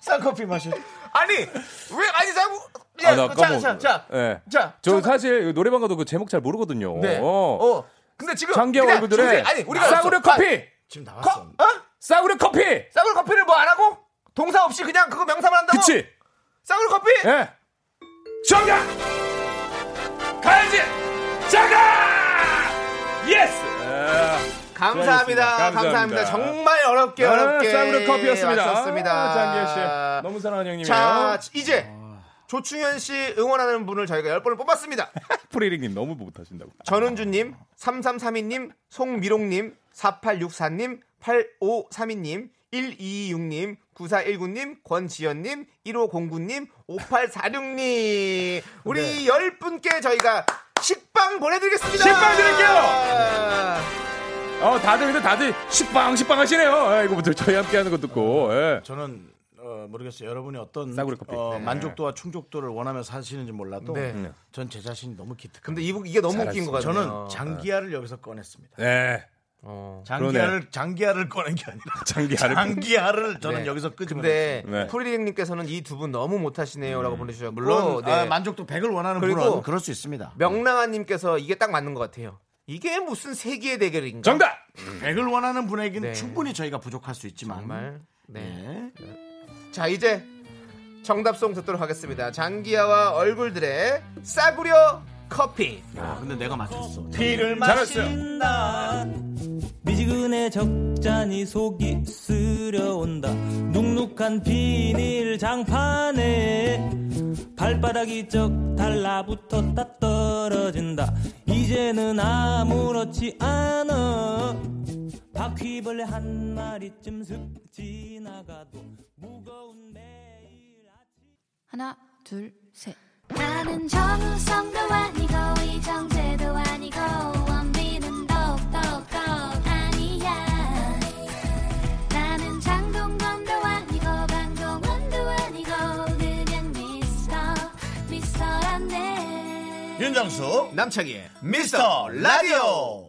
Speaker 1: 싼 커피 마셔줘.
Speaker 2: 아니, 왜 아니 자꾸
Speaker 7: 아,
Speaker 2: 야,
Speaker 7: 나
Speaker 2: 자,
Speaker 7: 까먹.
Speaker 2: 자, 자.
Speaker 7: 예.
Speaker 2: 자,
Speaker 7: 저
Speaker 2: 잠깐-
Speaker 7: 사실 노래방 가도 그 제목 잘 모르거든요.
Speaker 2: 네.
Speaker 7: 어.
Speaker 2: 어. 근데 지금
Speaker 7: 장기야
Speaker 2: 그냥
Speaker 7: 얼굴들의
Speaker 2: 조세- 아니, 우리가
Speaker 7: 싸구려
Speaker 2: 없어.
Speaker 7: 커피.
Speaker 1: 지금
Speaker 2: 아, 커,
Speaker 1: 나왔어.
Speaker 2: 어?
Speaker 7: 싸구려 커피.
Speaker 2: 싸구려 커피를 뭐 안 하고 동사 없이 그냥 그거 명사만 한다고?
Speaker 7: 그치?
Speaker 2: 싸구려 커피?
Speaker 7: 예. 정답! 가야지! 자가! 예스!
Speaker 2: 감사합니다.
Speaker 7: 좋아하셨습니다.
Speaker 2: 감사합니다.
Speaker 7: 감사합니다.
Speaker 2: 정말 어렵게 어렵게
Speaker 7: 싸구려 예, 커피였습니다.
Speaker 2: 맞췄습니다.
Speaker 7: 아, 장기현 씨. 너무 사랑하는 형님이에요.
Speaker 2: 자, 이제 조충현 씨 응원하는 분을 저희가 10분을 뽑았습니다.
Speaker 7: 프리링님 너무 못하신다고.
Speaker 2: 전은주님, 3332님, 송미롱님, 4864님, 8532님, 126님, 9419님, 권지연님, 1509님, 5846님. 우리 10분께 저희가 식빵 보내드리겠습니다.
Speaker 7: 네. 식빵
Speaker 2: 드릴게요!
Speaker 7: 어, 다들 근데 다들 식빵 식빵 하시네요. 예, 이거부터 저희 함께 하는 거 듣고. 예.
Speaker 1: 저는 어, 모르겠어요. 여러분이 어떤
Speaker 7: 싸구려 커피. 네.
Speaker 1: 어, 만족도와 충족도를 원하면서 사시는지 몰라도
Speaker 2: 네.
Speaker 7: 음.
Speaker 1: 전 제 자신이 너무 기특합니다.
Speaker 2: 근데 이분 이게 너무 웃긴 것 같아요. 네.
Speaker 1: 저는 장기야를 여기서 꺼냈습니다.
Speaker 7: 예.
Speaker 1: 장기야를 장기야를 꺼낸 게 아니라
Speaker 7: 장기하를
Speaker 1: 장기야를 저는
Speaker 2: 네.
Speaker 1: 여기서 끄집어.
Speaker 2: 근데
Speaker 7: 네. 음.
Speaker 2: 프리링님께서는 이 두 분 너무 못하시네요라고 보내주셨고
Speaker 1: 물론
Speaker 2: 네.
Speaker 1: 아, 만족도 100을 원하는
Speaker 2: 그리고
Speaker 1: 분은 그럴 수 있습니다.
Speaker 2: 명랑아님께서 이게 딱 맞는 것 같아요. 이게 무슨 세기의 대결인가?
Speaker 7: 정답!
Speaker 1: 100을 원하는 분에게는
Speaker 2: 네.
Speaker 1: 충분히 저희가 부족할 수 있지만
Speaker 2: 정말. 네.
Speaker 1: 예.
Speaker 2: 자 이제 정답송 듣도록 하겠습니다. 장기야와 얼굴들의 싸구려 커피.
Speaker 1: 아, 근데 내가 맞췄어.
Speaker 7: 잘했어요.
Speaker 8: 미지근해 적잖이 속이 쓰려온다 눅눅한 비닐 장판에 발바닥이 쩍 달라붙었다 떨어진다 이제는 아무렇지 않아 바퀴벌레 한 마리쯤 슥 지나가도 무거운 매일 아침
Speaker 4: 하나, 둘, 셋.
Speaker 3: 나는 정우성도 아니고 이정재도 아니고 원빈은 더욱더 아니야 나는 장동건도 아니고 방종원도 아니고 그냥 미스터 미스터란데
Speaker 1: 윤정수
Speaker 2: 남창희의
Speaker 1: 미스터 라디오.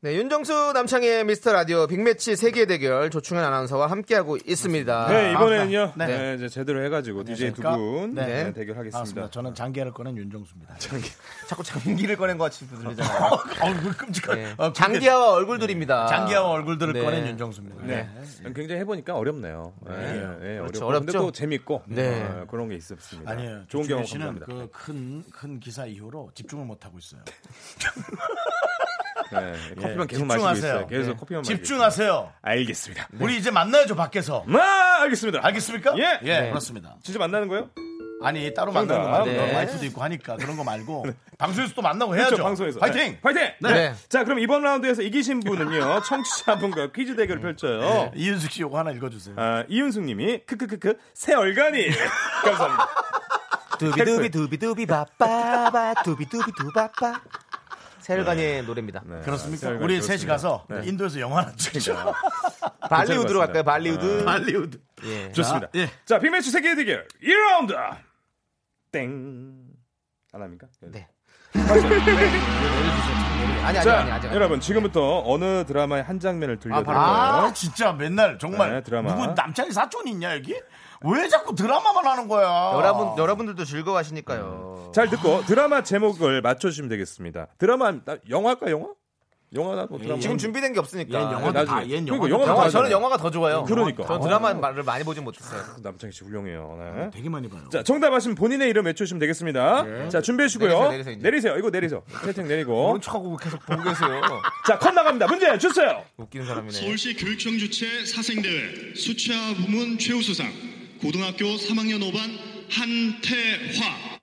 Speaker 2: 네, 윤정수 남창희의 미스터 라디오 빅매치 세계 대결 조충현 아나운서와 함께하고 있습니다.
Speaker 7: 네, 이번에는요.
Speaker 1: 네.
Speaker 7: 네. 이제 제대로 해 가지고 DJ 두 분
Speaker 1: 네.
Speaker 7: 네,
Speaker 1: 맞습니다.
Speaker 7: 대결하겠습니다.
Speaker 1: 저는 장기야를 꺼낸 윤정수입니다.
Speaker 2: 자꾸 장기를 꺼낸 것 같이 들리잖아요.
Speaker 1: 어우 끔찍한.
Speaker 2: 네.
Speaker 1: 어,
Speaker 2: 장기야와 얼굴들입니다.
Speaker 1: 장기야 얼굴들을
Speaker 2: 네.
Speaker 1: 꺼낸 윤정수입니다.
Speaker 7: 네. 굉장히 해보니까 어렵네요. 네. 네,
Speaker 2: 그렇죠,
Speaker 7: 어렵고
Speaker 2: 어렵죠?
Speaker 7: 근데 또 재밌고
Speaker 2: 네.
Speaker 7: 어, 그런 게 있었습니다.
Speaker 1: 아니에요.
Speaker 7: 좋은 경험
Speaker 1: 씨는
Speaker 7: 감사합니다.
Speaker 1: 그큰 큰 기사 이후로 집중을 못 하고 있어요.
Speaker 7: 네, 커피만 계속 마시고
Speaker 1: 집중하세요.
Speaker 7: 있어요. 계속
Speaker 1: 네.
Speaker 7: 커피만 마시고
Speaker 1: 집중하세요. 네.
Speaker 7: 있어요. 알겠습니다.
Speaker 1: 우리 이제 만나야죠 밖에서.
Speaker 7: 아, 알겠습니다.
Speaker 1: 알겠습니까?
Speaker 7: 예.
Speaker 1: 예,
Speaker 2: 네.
Speaker 1: 그렇습니다.
Speaker 7: 진짜 만나는 거예요?
Speaker 1: 아니 따로
Speaker 7: 정답.
Speaker 1: 만나는 거 말고
Speaker 2: 네.
Speaker 1: 와이프도 있고 하니까 그런 거 말고 방송에서 또 만나고 해야죠.
Speaker 7: 그렇죠, 방송에서.
Speaker 1: 파이팅.
Speaker 7: 네. 파이팅!
Speaker 2: 네.
Speaker 7: 네. 자, 그럼 이번 라운드에서 이기신 분은요, 청취자분과 퀴즈 대결을 펼쳐요.
Speaker 1: 네. 이윤숙 씨 요거 하나 읽어주세요.
Speaker 7: 어. 아, 이윤숙 님이, 크크크크, 새 얼간이! 감사합니다.
Speaker 2: 두비두비 두비두비 바빠바 두비두비 두바빠 세월간의 노래입니다.
Speaker 7: 네,
Speaker 1: 그렇습니까?
Speaker 7: 새 얼간이
Speaker 1: 우리 셋이
Speaker 7: 그렇습니다.
Speaker 1: 가서
Speaker 7: 네.
Speaker 1: 인도에서 영화 하나 찍죠.
Speaker 2: 발리우드로
Speaker 7: 괜찮을 것
Speaker 2: 갈까요? 발리우드.
Speaker 1: 아. 할리우드.
Speaker 2: 예.
Speaker 7: 좋습니다.
Speaker 1: 자, 예.
Speaker 7: 자, 빅매치 세계 대결 1라운드! 땡. 안 합니까?
Speaker 2: 네.
Speaker 7: 자,
Speaker 2: 아니 아니 아니 아직. 아직.
Speaker 7: 여러분 지금부터 어느 드라마의 한 장면을 들려드릴까요?
Speaker 1: 아 진짜 맨날 정말
Speaker 7: 어? 네, 드라마.
Speaker 1: 누구 남창이 사촌 있냐 여기? 왜 자꾸 드라마만 하는 거야? 아.
Speaker 2: 여러분 여러분들도 즐거워하시니까요.
Speaker 7: 잘 듣고 드라마 제목을 맞춰주시면 되겠습니다. 드라마 나- 영화일까 영화? 영화나 뭐 드라마?
Speaker 2: 지금 준비된 게 없으니까.
Speaker 1: 얜 영화도 다,
Speaker 7: 나중에.
Speaker 1: 얜
Speaker 7: 그러니까
Speaker 1: 영화도
Speaker 7: 영화도
Speaker 1: 다
Speaker 7: 다
Speaker 2: 영화,
Speaker 7: 하잖아요.
Speaker 2: 저는 영화가 더 좋아요.
Speaker 7: 그러니까.
Speaker 2: 전 드라마 말을 많이 보진 못했어요.
Speaker 7: 남창희 씨 훌륭해요.
Speaker 2: 아,
Speaker 7: 네.
Speaker 1: 되게 많이 봐요.
Speaker 7: 자, 정답 하시면 본인의 이름 외쳐주시면 되겠습니다. 자, 준비해주시고요.
Speaker 2: 네. 내리세요, 내리세요, 이제.
Speaker 7: 내리세요. 이거 내리세요. 채팅 내리고.
Speaker 2: 모른 척하고 계속 보고 계세요.
Speaker 7: 자, 컷 나갑니다. 문제 주세요.
Speaker 2: 웃기는 사람이네.
Speaker 9: 서울시 교육청 주최 사생대회 수채화 부문 최우수상 고등학교 3학년 5반 한태화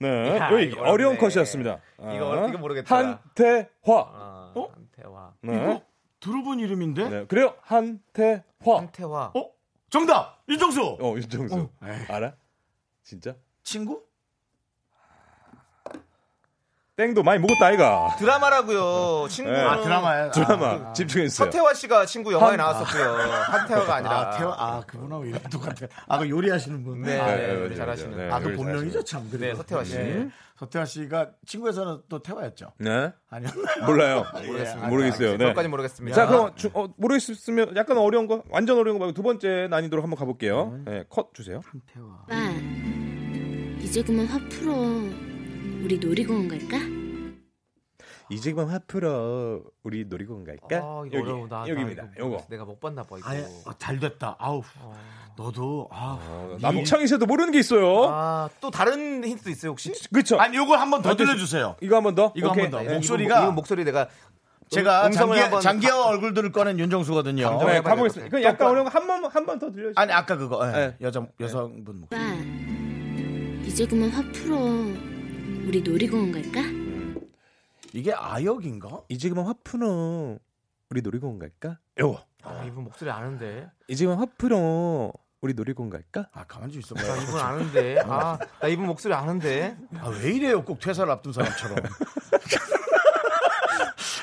Speaker 7: 네.
Speaker 2: 야,
Speaker 7: 여기
Speaker 2: 이거
Speaker 7: 어려운
Speaker 2: 어렵네.
Speaker 7: 컷이었습니다.
Speaker 2: 이거
Speaker 7: 아,
Speaker 2: 어려- 이거 모르겠다.
Speaker 7: 한태화.
Speaker 2: 아,
Speaker 7: 어?
Speaker 2: 한태화.
Speaker 7: 네.
Speaker 1: 이거 들어본 이름인데?
Speaker 7: 네, 그래요. 한태화.
Speaker 2: 한태화.
Speaker 1: 어? 정답 윤정수
Speaker 7: 어, 윤정수.
Speaker 1: 에이.
Speaker 7: 알아? 진짜?
Speaker 1: 친구?
Speaker 7: 땡도 많이 먹었다, 아이가.
Speaker 2: 드라마라고요. 친구.
Speaker 7: 네.
Speaker 1: 아 드라마야.
Speaker 7: 드라마. 집중해주세요.
Speaker 2: 서태화 씨가 친구 영화에
Speaker 7: 한-
Speaker 2: 나왔었고요. 한태화가
Speaker 1: 아,
Speaker 2: 아니라.
Speaker 1: 아, 태화, 아, 그분하고 이름 똑같아. 아, 그 요리하시는 분.
Speaker 2: 네,
Speaker 7: 아,
Speaker 2: 네,
Speaker 7: 네,
Speaker 2: 요리
Speaker 7: 맞아요,
Speaker 2: 잘하시는.
Speaker 7: 맞아요. 네,
Speaker 1: 아, 그
Speaker 7: 요리
Speaker 1: 본명이죠,
Speaker 7: 잘하시는.
Speaker 1: 참.
Speaker 2: 네,
Speaker 1: 그리고.
Speaker 2: 서태화 씨.
Speaker 1: 네. 서태화 씨가 친구에서는 또 태화였죠.
Speaker 7: 네.
Speaker 1: 아니었나요? 예,
Speaker 7: 몰라요.
Speaker 2: 모르겠습니다.
Speaker 7: 모르겠어요. 네.
Speaker 2: 아, 그것까지 모르겠습니다.
Speaker 7: 자, 그럼 주- 어, 모르겠으면 약간 어려운 거, 완전 어려운 거 말고 두 번째 난이도로 한번 가볼게요.
Speaker 2: 음.
Speaker 7: 네, 컷 주세요.
Speaker 1: 태화.
Speaker 5: 네. 이제 그만 화 풀어. 우리 놀이공원 갈까?
Speaker 7: 이제 그만 화풀어 우리 놀이공원 갈까?
Speaker 2: 아, 이거
Speaker 7: 그러니까 여기,
Speaker 2: 어려워. 나, 나
Speaker 7: 여기입니다.
Speaker 2: 이거
Speaker 7: 요거.
Speaker 2: 내가 못 봤나 봐 이거.
Speaker 1: 아예, 아, 잘 됐다. 아우. 너도, 아우.
Speaker 7: 어, 남창희 씨도 모르는 게 있어요.
Speaker 2: 아, 또 다른 힌트도 있어요, 혹시?
Speaker 7: 그쵸?
Speaker 1: 아니, 요걸 한번 더
Speaker 7: 어떠시-
Speaker 1: 들려주세요.
Speaker 7: 이거 한 번 더.
Speaker 1: 이거
Speaker 7: 오케이.
Speaker 1: 한번 더.
Speaker 7: 네.
Speaker 1: 목소리가-
Speaker 2: 이 목소리 내가
Speaker 1: 제가
Speaker 2: 음성을
Speaker 1: 장기,
Speaker 2: 한번-
Speaker 1: 장기하 얼굴들을 꺼낸 윤정수거든요.
Speaker 7: 네,
Speaker 2: 해봐야
Speaker 7: 가보겠습니다.
Speaker 2: 될것
Speaker 7: 그럼
Speaker 2: 같아요.
Speaker 7: 약간 어려운 거 한 번 한 번 더 들려주세요.
Speaker 1: 아니, 아까 그거. 예.
Speaker 7: 네.
Speaker 1: 여자, 여성분. 목소리.
Speaker 5: 이제 그만 화 풀어. 우리 놀이공원 갈까?
Speaker 1: 이게 아역인가?
Speaker 7: 이제 그만 화풀어 우리 놀이공원 갈까? 요거.
Speaker 2: 아, 이분 목소리 아는데.
Speaker 7: 이제 그만 화풀어 우리 놀이공원 갈까?
Speaker 1: 아, 가만히 좀
Speaker 2: 나
Speaker 1: 있어봐요.
Speaker 2: 이분 아는데. 아, 나 이분 목소리 아는데.
Speaker 1: 아, 왜 이래요? 꼭 퇴사를 앞둔 사람처럼.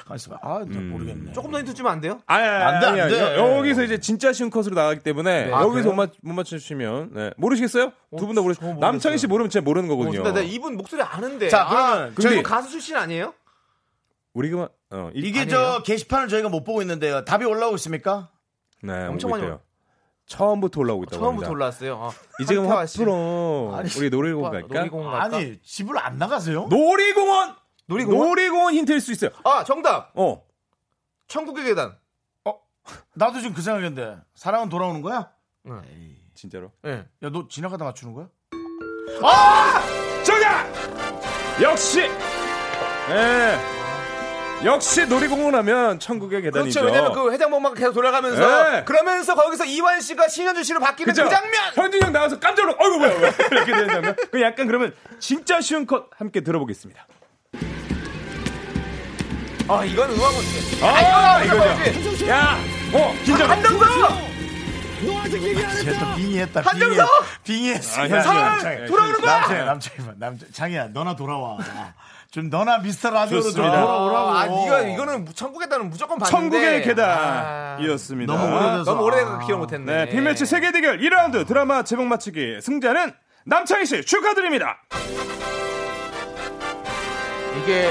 Speaker 1: 가만히 있어봐. 아, 나
Speaker 2: 음.
Speaker 1: 모르겠네.
Speaker 2: 조금 더 힌트 주면 안 돼요?
Speaker 7: 아,
Speaker 1: 안 돼, 안 돼.
Speaker 7: 여기서 이제 진짜 쉬운 컷으로 나가기
Speaker 2: 네.
Speaker 7: 때문에
Speaker 2: 아,
Speaker 7: 여기서 못, 맞, 못 맞추시면 네. 모르시겠어요? 두 분 다 모르시. 남창희 씨 모르면 제가 모르는
Speaker 2: 어,
Speaker 7: 거거든요.
Speaker 2: 근데 나 이분 목소리 아는데.
Speaker 1: 자,
Speaker 2: 아,
Speaker 1: 그러면
Speaker 2: 저희
Speaker 7: 근데-
Speaker 2: 가수 출신 아니에요?
Speaker 7: 우리 그만. 어, 이,
Speaker 1: 이게 저 게시판을 저희가 못 보고 있는데요. 답이 올라오고 있습니까?
Speaker 7: 네,
Speaker 2: 엄청
Speaker 7: 엄청
Speaker 2: 많이
Speaker 7: 많이 요 처음부터 올라오고 있다고
Speaker 2: 처음부터
Speaker 7: 합니다.
Speaker 2: 올라왔어요. 어,
Speaker 7: 이제 그럼
Speaker 2: 한태화 씨.
Speaker 7: 화풀어 우리 놀이공원
Speaker 2: 오빠,
Speaker 7: 갈까?
Speaker 2: 놀이공원 갈까?
Speaker 1: 아니 집을 안 나가세요?
Speaker 7: 놀이공원
Speaker 2: 놀이공원?
Speaker 7: 놀이공원 힌트일 수 있어요.
Speaker 2: 아, 정답.
Speaker 7: 어.
Speaker 2: 천국의 계단.
Speaker 1: 나도 지금 그 생각인데 사랑은 돌아오는 거야?
Speaker 7: 진짜로?
Speaker 2: 예.
Speaker 1: 야 너 지나가다 맞추는 거야?
Speaker 7: 정답! 역시! 예. 역시 놀이공원 하면 천국의 계단이죠.
Speaker 2: 그렇죠. 왜냐면 그 회장목만 계속 돌아가면서
Speaker 7: 예.
Speaker 2: 그러면서 거기서 이완 씨가 신현주 씨로 바뀌는 그
Speaker 7: 그죠?
Speaker 2: 장면.
Speaker 7: 현진이 형 나와서 깜짝 놀라. 어이구 뭐야 뭐야. 이렇게 되는 장면. 그 약간 그러면 진짜 쉬운 컷 함께 들어보겠습니다.
Speaker 2: 아, 이건 음악 못
Speaker 7: 아,
Speaker 2: 이거죠.
Speaker 7: 이거죠. 야, 어, 긴장.
Speaker 2: 한정석!
Speaker 1: 쟤또 빙의했다.
Speaker 2: 한정석!
Speaker 1: 빙의했어.
Speaker 7: 아, 현진이 형.
Speaker 1: 남창이.
Speaker 7: 돌아오는
Speaker 2: 거야!
Speaker 1: 남창이 남창이 봐. 남창이 장이야 너나 돌아와. 좀 너나 미스터 라디오로 좀
Speaker 7: 좋습니다.
Speaker 1: 돌아오라고.
Speaker 2: 아, 이거 이거는 천국의 계단은 무조건 봤는데.
Speaker 7: 천국의
Speaker 2: 아,
Speaker 7: 계단이었습니다.
Speaker 1: 너무 오래돼서. 아.
Speaker 2: 너무 오래돼서 기억 못 했네.
Speaker 7: 네, 빅매치 세계 대결 1라운드 드라마 제목 맞추기 승자는 남창희 씨 축하드립니다.
Speaker 2: 이게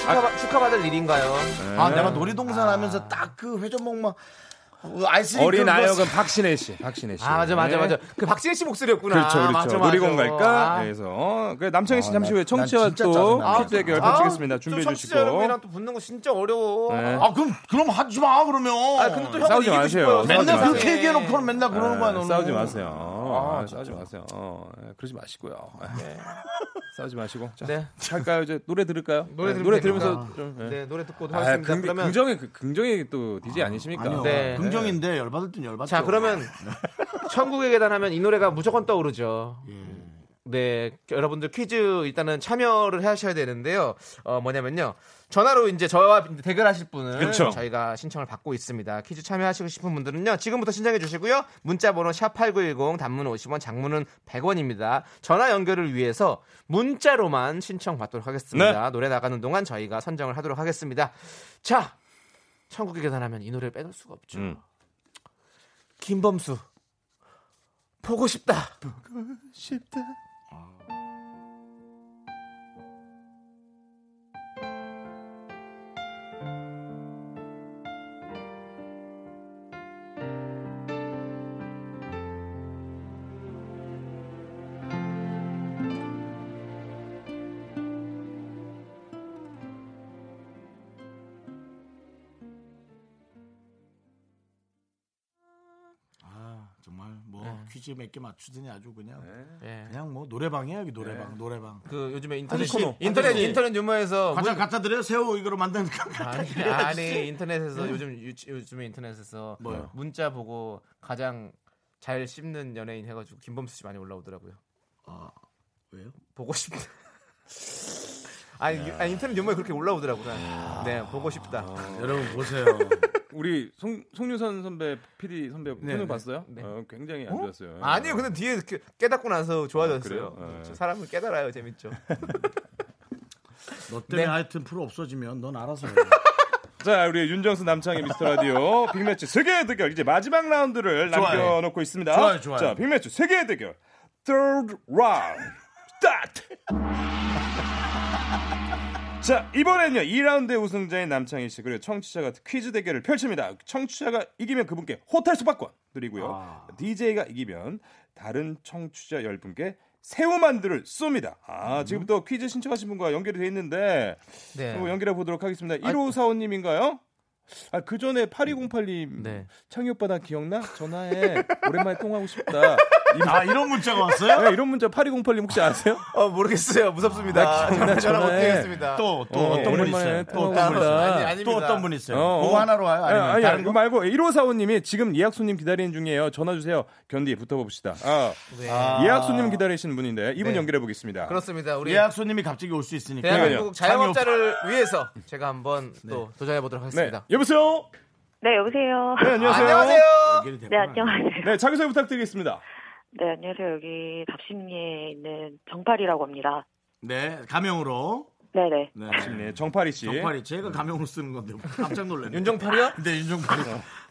Speaker 2: 축하,
Speaker 7: 아.
Speaker 2: 축하받을 일인가요?
Speaker 1: 아 내가 놀이동산 하면서 딱 그 회전목마 아이스
Speaker 7: 어린 아역은 박신혜 씨. 박신혜 씨.
Speaker 2: 뭐
Speaker 7: 네.
Speaker 2: 아, 맞아 맞아 맞아. 그 박진희 씨 목소리였구나.
Speaker 7: 그렇죠, 그렇죠.
Speaker 2: 맞아, 맞아.
Speaker 7: 놀이공 갈까?
Speaker 2: 아.
Speaker 7: 그래서 그 남창희 씨 잠시
Speaker 1: 나-
Speaker 7: 후에 청취와
Speaker 1: 난 진짜
Speaker 7: 또
Speaker 1: 짜증나.
Speaker 7: 퀴즈 대결
Speaker 2: 아,
Speaker 7: 펼치겠습니다.
Speaker 2: 또
Speaker 7: 준비해
Speaker 2: 청취자
Speaker 7: 주시고.
Speaker 2: 여러분이랑 또 붙는 거 진짜 어려워.
Speaker 7: 네.
Speaker 1: 아 그럼 그럼 하지 마 그러면.
Speaker 2: 아, 근데 또
Speaker 7: 싸우지
Speaker 2: 형은 이기고
Speaker 7: 마세요.
Speaker 2: 싶어요.
Speaker 7: 싸우지
Speaker 1: 맨날
Speaker 7: 마세요.
Speaker 1: 그렇게 얘기해놓고는 맨날 그러는 거야
Speaker 7: 아,
Speaker 1: 너는.
Speaker 7: 싸우지 마세요. 아, 싸우지 마세요. 어, 예, 그러지 마시고요. 예. 싸우지 마시고. 자,
Speaker 2: 네.
Speaker 7: 할까요? 이제 노래 들을까요?
Speaker 2: 노래
Speaker 7: 예,
Speaker 2: 들으면
Speaker 7: 노래
Speaker 2: 되니까.
Speaker 7: 들으면서 좀, 예.
Speaker 2: 네, 노래 듣고
Speaker 7: 아,
Speaker 2: 하겠습니다.
Speaker 7: 긍,
Speaker 2: 그러면
Speaker 7: 긍정의 그- 긍정의 또 DJ 아니십니까?
Speaker 1: 아니요.
Speaker 2: 네.
Speaker 1: 긍정인데 열받을 땐 열받죠.
Speaker 2: 자 그러면 천국의 계단 하면 이 노래가 무조건 떠오르죠. 네, 여러분들 퀴즈 일단은 참여를 하셔야 되는데요. 어, 뭐냐면요. 전화로 이제 저와 대결하실 분을
Speaker 7: 그렇죠.
Speaker 2: 저희가 신청을 받고 있습니다. 퀴즈 참여하시고 싶은 분들은요. 지금부터 신청해 주시고요. 문자 번호 샵8910 단문 50원, 장문은 100원입니다. 전화 연결을 위해서 문자로만 신청 받도록 하겠습니다.
Speaker 7: 네.
Speaker 2: 노래 나가는 동안 저희가 선정을 하도록 하겠습니다. 자, 천국의 계단 하면 이 노래를 빼놓을 수가 없죠.
Speaker 7: 음.
Speaker 2: 김범수 보고 싶다.
Speaker 1: 아, 정말 뭐
Speaker 2: 네.
Speaker 1: 퀴즈 몇 개 맞추더니 아주 그냥
Speaker 7: 네.
Speaker 2: 예.
Speaker 1: 그냥 뭐 노래방이야 여기 노래방 노래방.
Speaker 2: 그 요즘에 인터넷
Speaker 1: 코너.
Speaker 2: 인터넷
Speaker 1: 아저씨.
Speaker 2: 인터넷 유머에서
Speaker 1: 과자
Speaker 2: 문-
Speaker 1: 갖다 드려요 새우 이거로 만든
Speaker 2: 아니, 아니
Speaker 1: 네.
Speaker 2: 인터넷에서 요즘 유- 요즘에 인터넷에서
Speaker 1: 뭐요?
Speaker 2: 문자 보고 가장 잘 씹는 연예인 해가지고 김범수 씨 많이 올라오더라고요.
Speaker 1: 아, 왜요?
Speaker 2: 보고 싶다. 아니, 유- 아니, 인터넷 유머에 그렇게 올라오더라고요.
Speaker 1: 아.
Speaker 2: 네 보고 싶다.
Speaker 1: 여러분 보세요.
Speaker 7: 우리 송, 송유선 선배, PD 선배
Speaker 2: 네.
Speaker 7: 분을 봤어요?
Speaker 2: 네.
Speaker 7: 어, 굉장히 안 좋았어요.
Speaker 2: 아니요 근데 뒤에 이렇게 깨닫고 나서 좋아졌어요.
Speaker 7: 아, 그래요? 네.
Speaker 2: 사람을 깨달아요 재밌죠.
Speaker 1: 네. 너 때문에
Speaker 2: 네.
Speaker 1: 하여튼 프로 없어지면 넌 알아서 해.
Speaker 7: 자, 우리 윤정수 남창의 미스터 라디오 빅매치 세계 대결 이제 마지막 라운드를 남겨놓고 있습니다.
Speaker 1: 좋아요, 좋아요.
Speaker 7: 자, 빅매치 세계 대결 third round start. 자, 이번에는요 2라운드의 우승자인 남창희 씨 그리고 청취자가 퀴즈 대결을 펼칩니다. 청취자가 이기면 그분께 호텔 숙박권 드리고요.
Speaker 1: 아.
Speaker 7: DJ가 이기면 다른 청취자 10분께 새우 만두를 쏩니다. 아,
Speaker 1: 음.
Speaker 7: 지금부터 퀴즈 신청하신 분과 연결이 돼 있는데
Speaker 2: 네.
Speaker 7: 한번 연결해 보도록 하겠습니다. 1545님인가요? 아, 그 전에 8208님.
Speaker 2: 네.
Speaker 7: 창희 오빠 나 기억나? 전화해. 오랜만에 통화하고 싶다.
Speaker 1: 아 이런 문자가 왔어요?
Speaker 7: 네, 이런 문자 8208님 혹시 아세요?
Speaker 2: 어 모르겠어요 무섭습니다. 전화 전화 못
Speaker 7: 전화해.
Speaker 2: 드리겠습니다.
Speaker 1: 아, 또 또
Speaker 7: 어,
Speaker 1: 어떤 분
Speaker 7: 오랜만에
Speaker 1: 있어요? 또
Speaker 7: 통화하고
Speaker 1: 어떤 분
Speaker 2: 싶다.
Speaker 1: 있어요?
Speaker 2: 아니, 아닙니다.
Speaker 1: 또 어떤 분 있어요?
Speaker 7: 어,
Speaker 1: 그거
Speaker 2: 뭐
Speaker 7: 어.
Speaker 1: 하나로 와요? 아니면
Speaker 7: 아니,
Speaker 1: 다른
Speaker 7: 아니,
Speaker 1: 거?
Speaker 7: 이거 말고 1545님이 지금 예약 손님 기다리는 중이에요. 전화 주세요. 견디 붙어봅시다. 아,
Speaker 2: 네.
Speaker 7: 예약 손님 기다리시는 분인데 이분
Speaker 2: 네.
Speaker 7: 연결해 보겠습니다.
Speaker 2: 그렇습니다. 우리
Speaker 1: 예약 손님이 갑자기 올 수 있으니까.
Speaker 2: 대한민국
Speaker 7: 그러니까요.
Speaker 2: 자영업자를 위해서 제가 한번 또 도전해 보도록
Speaker 7: 네,
Speaker 2: 하겠습니다.
Speaker 7: 여보세요.
Speaker 10: 네, 여보세요.
Speaker 7: 네, 안녕하세요.
Speaker 1: 연결이
Speaker 10: 네,
Speaker 1: 됐구나.
Speaker 10: 안녕하세요.
Speaker 7: 네, 자기소개 부탁드리겠습니다.
Speaker 10: 네, 안녕하세요. 여기 답심리에 있는 정팔이라고 합니다.
Speaker 1: 네, 가명으로.
Speaker 10: 네네.
Speaker 1: 네.
Speaker 7: 네, 정파리 씨.
Speaker 1: 정팔이 제가 가명으로 쓰는 건데 뭐 깜짝 놀랐네.
Speaker 2: 윤정팔이요?
Speaker 1: 네, 윤정팔이.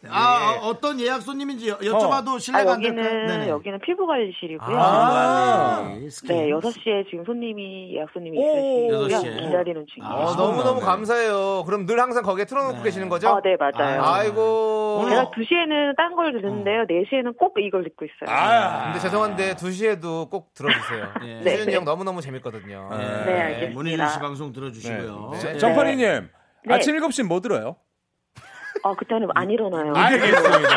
Speaker 1: 아, 어, 어떤 예약 손님인지 여- 여쭤봐도
Speaker 10: 아,
Speaker 1: 실례가 안 될까요?
Speaker 10: 여기는, 여기는 피부관리실이고요.
Speaker 7: 아,
Speaker 1: 네, 스킨.
Speaker 10: 네, 6시에 지금 손님이, 예약 손님이
Speaker 7: 오,
Speaker 10: 있으시고요.
Speaker 1: 6시에.
Speaker 10: 기다리는 중이에요.
Speaker 1: 아,
Speaker 2: 어, 너무 너무
Speaker 1: 네.
Speaker 2: 감사해요. 그럼 늘 항상 거기에 틀어놓고 계시는 거죠?
Speaker 10: 아, 네, 맞아요.
Speaker 1: 아,
Speaker 2: 아이고.
Speaker 1: 오늘-
Speaker 10: 제가 2시에는 딴 걸 듣는데요. 4시에는 꼭 이걸 듣고 있어요.
Speaker 7: 아,
Speaker 2: 근데 죄송한데 2시에도 꼭 들어주세요.
Speaker 1: 네.
Speaker 2: 수준이
Speaker 10: 네.
Speaker 2: 형 너무너무 재밌거든요.
Speaker 7: 네.
Speaker 10: 네, 알겠습니다.
Speaker 1: 문희준 씨 방송 들어주시고요.
Speaker 2: 네.
Speaker 7: 자,
Speaker 2: 네.
Speaker 7: 정파리님.
Speaker 10: 네.
Speaker 7: 아침 7시 뭐 들어요?
Speaker 10: 아, 그때는 안 일어나요.
Speaker 7: 아, 알겠습니다.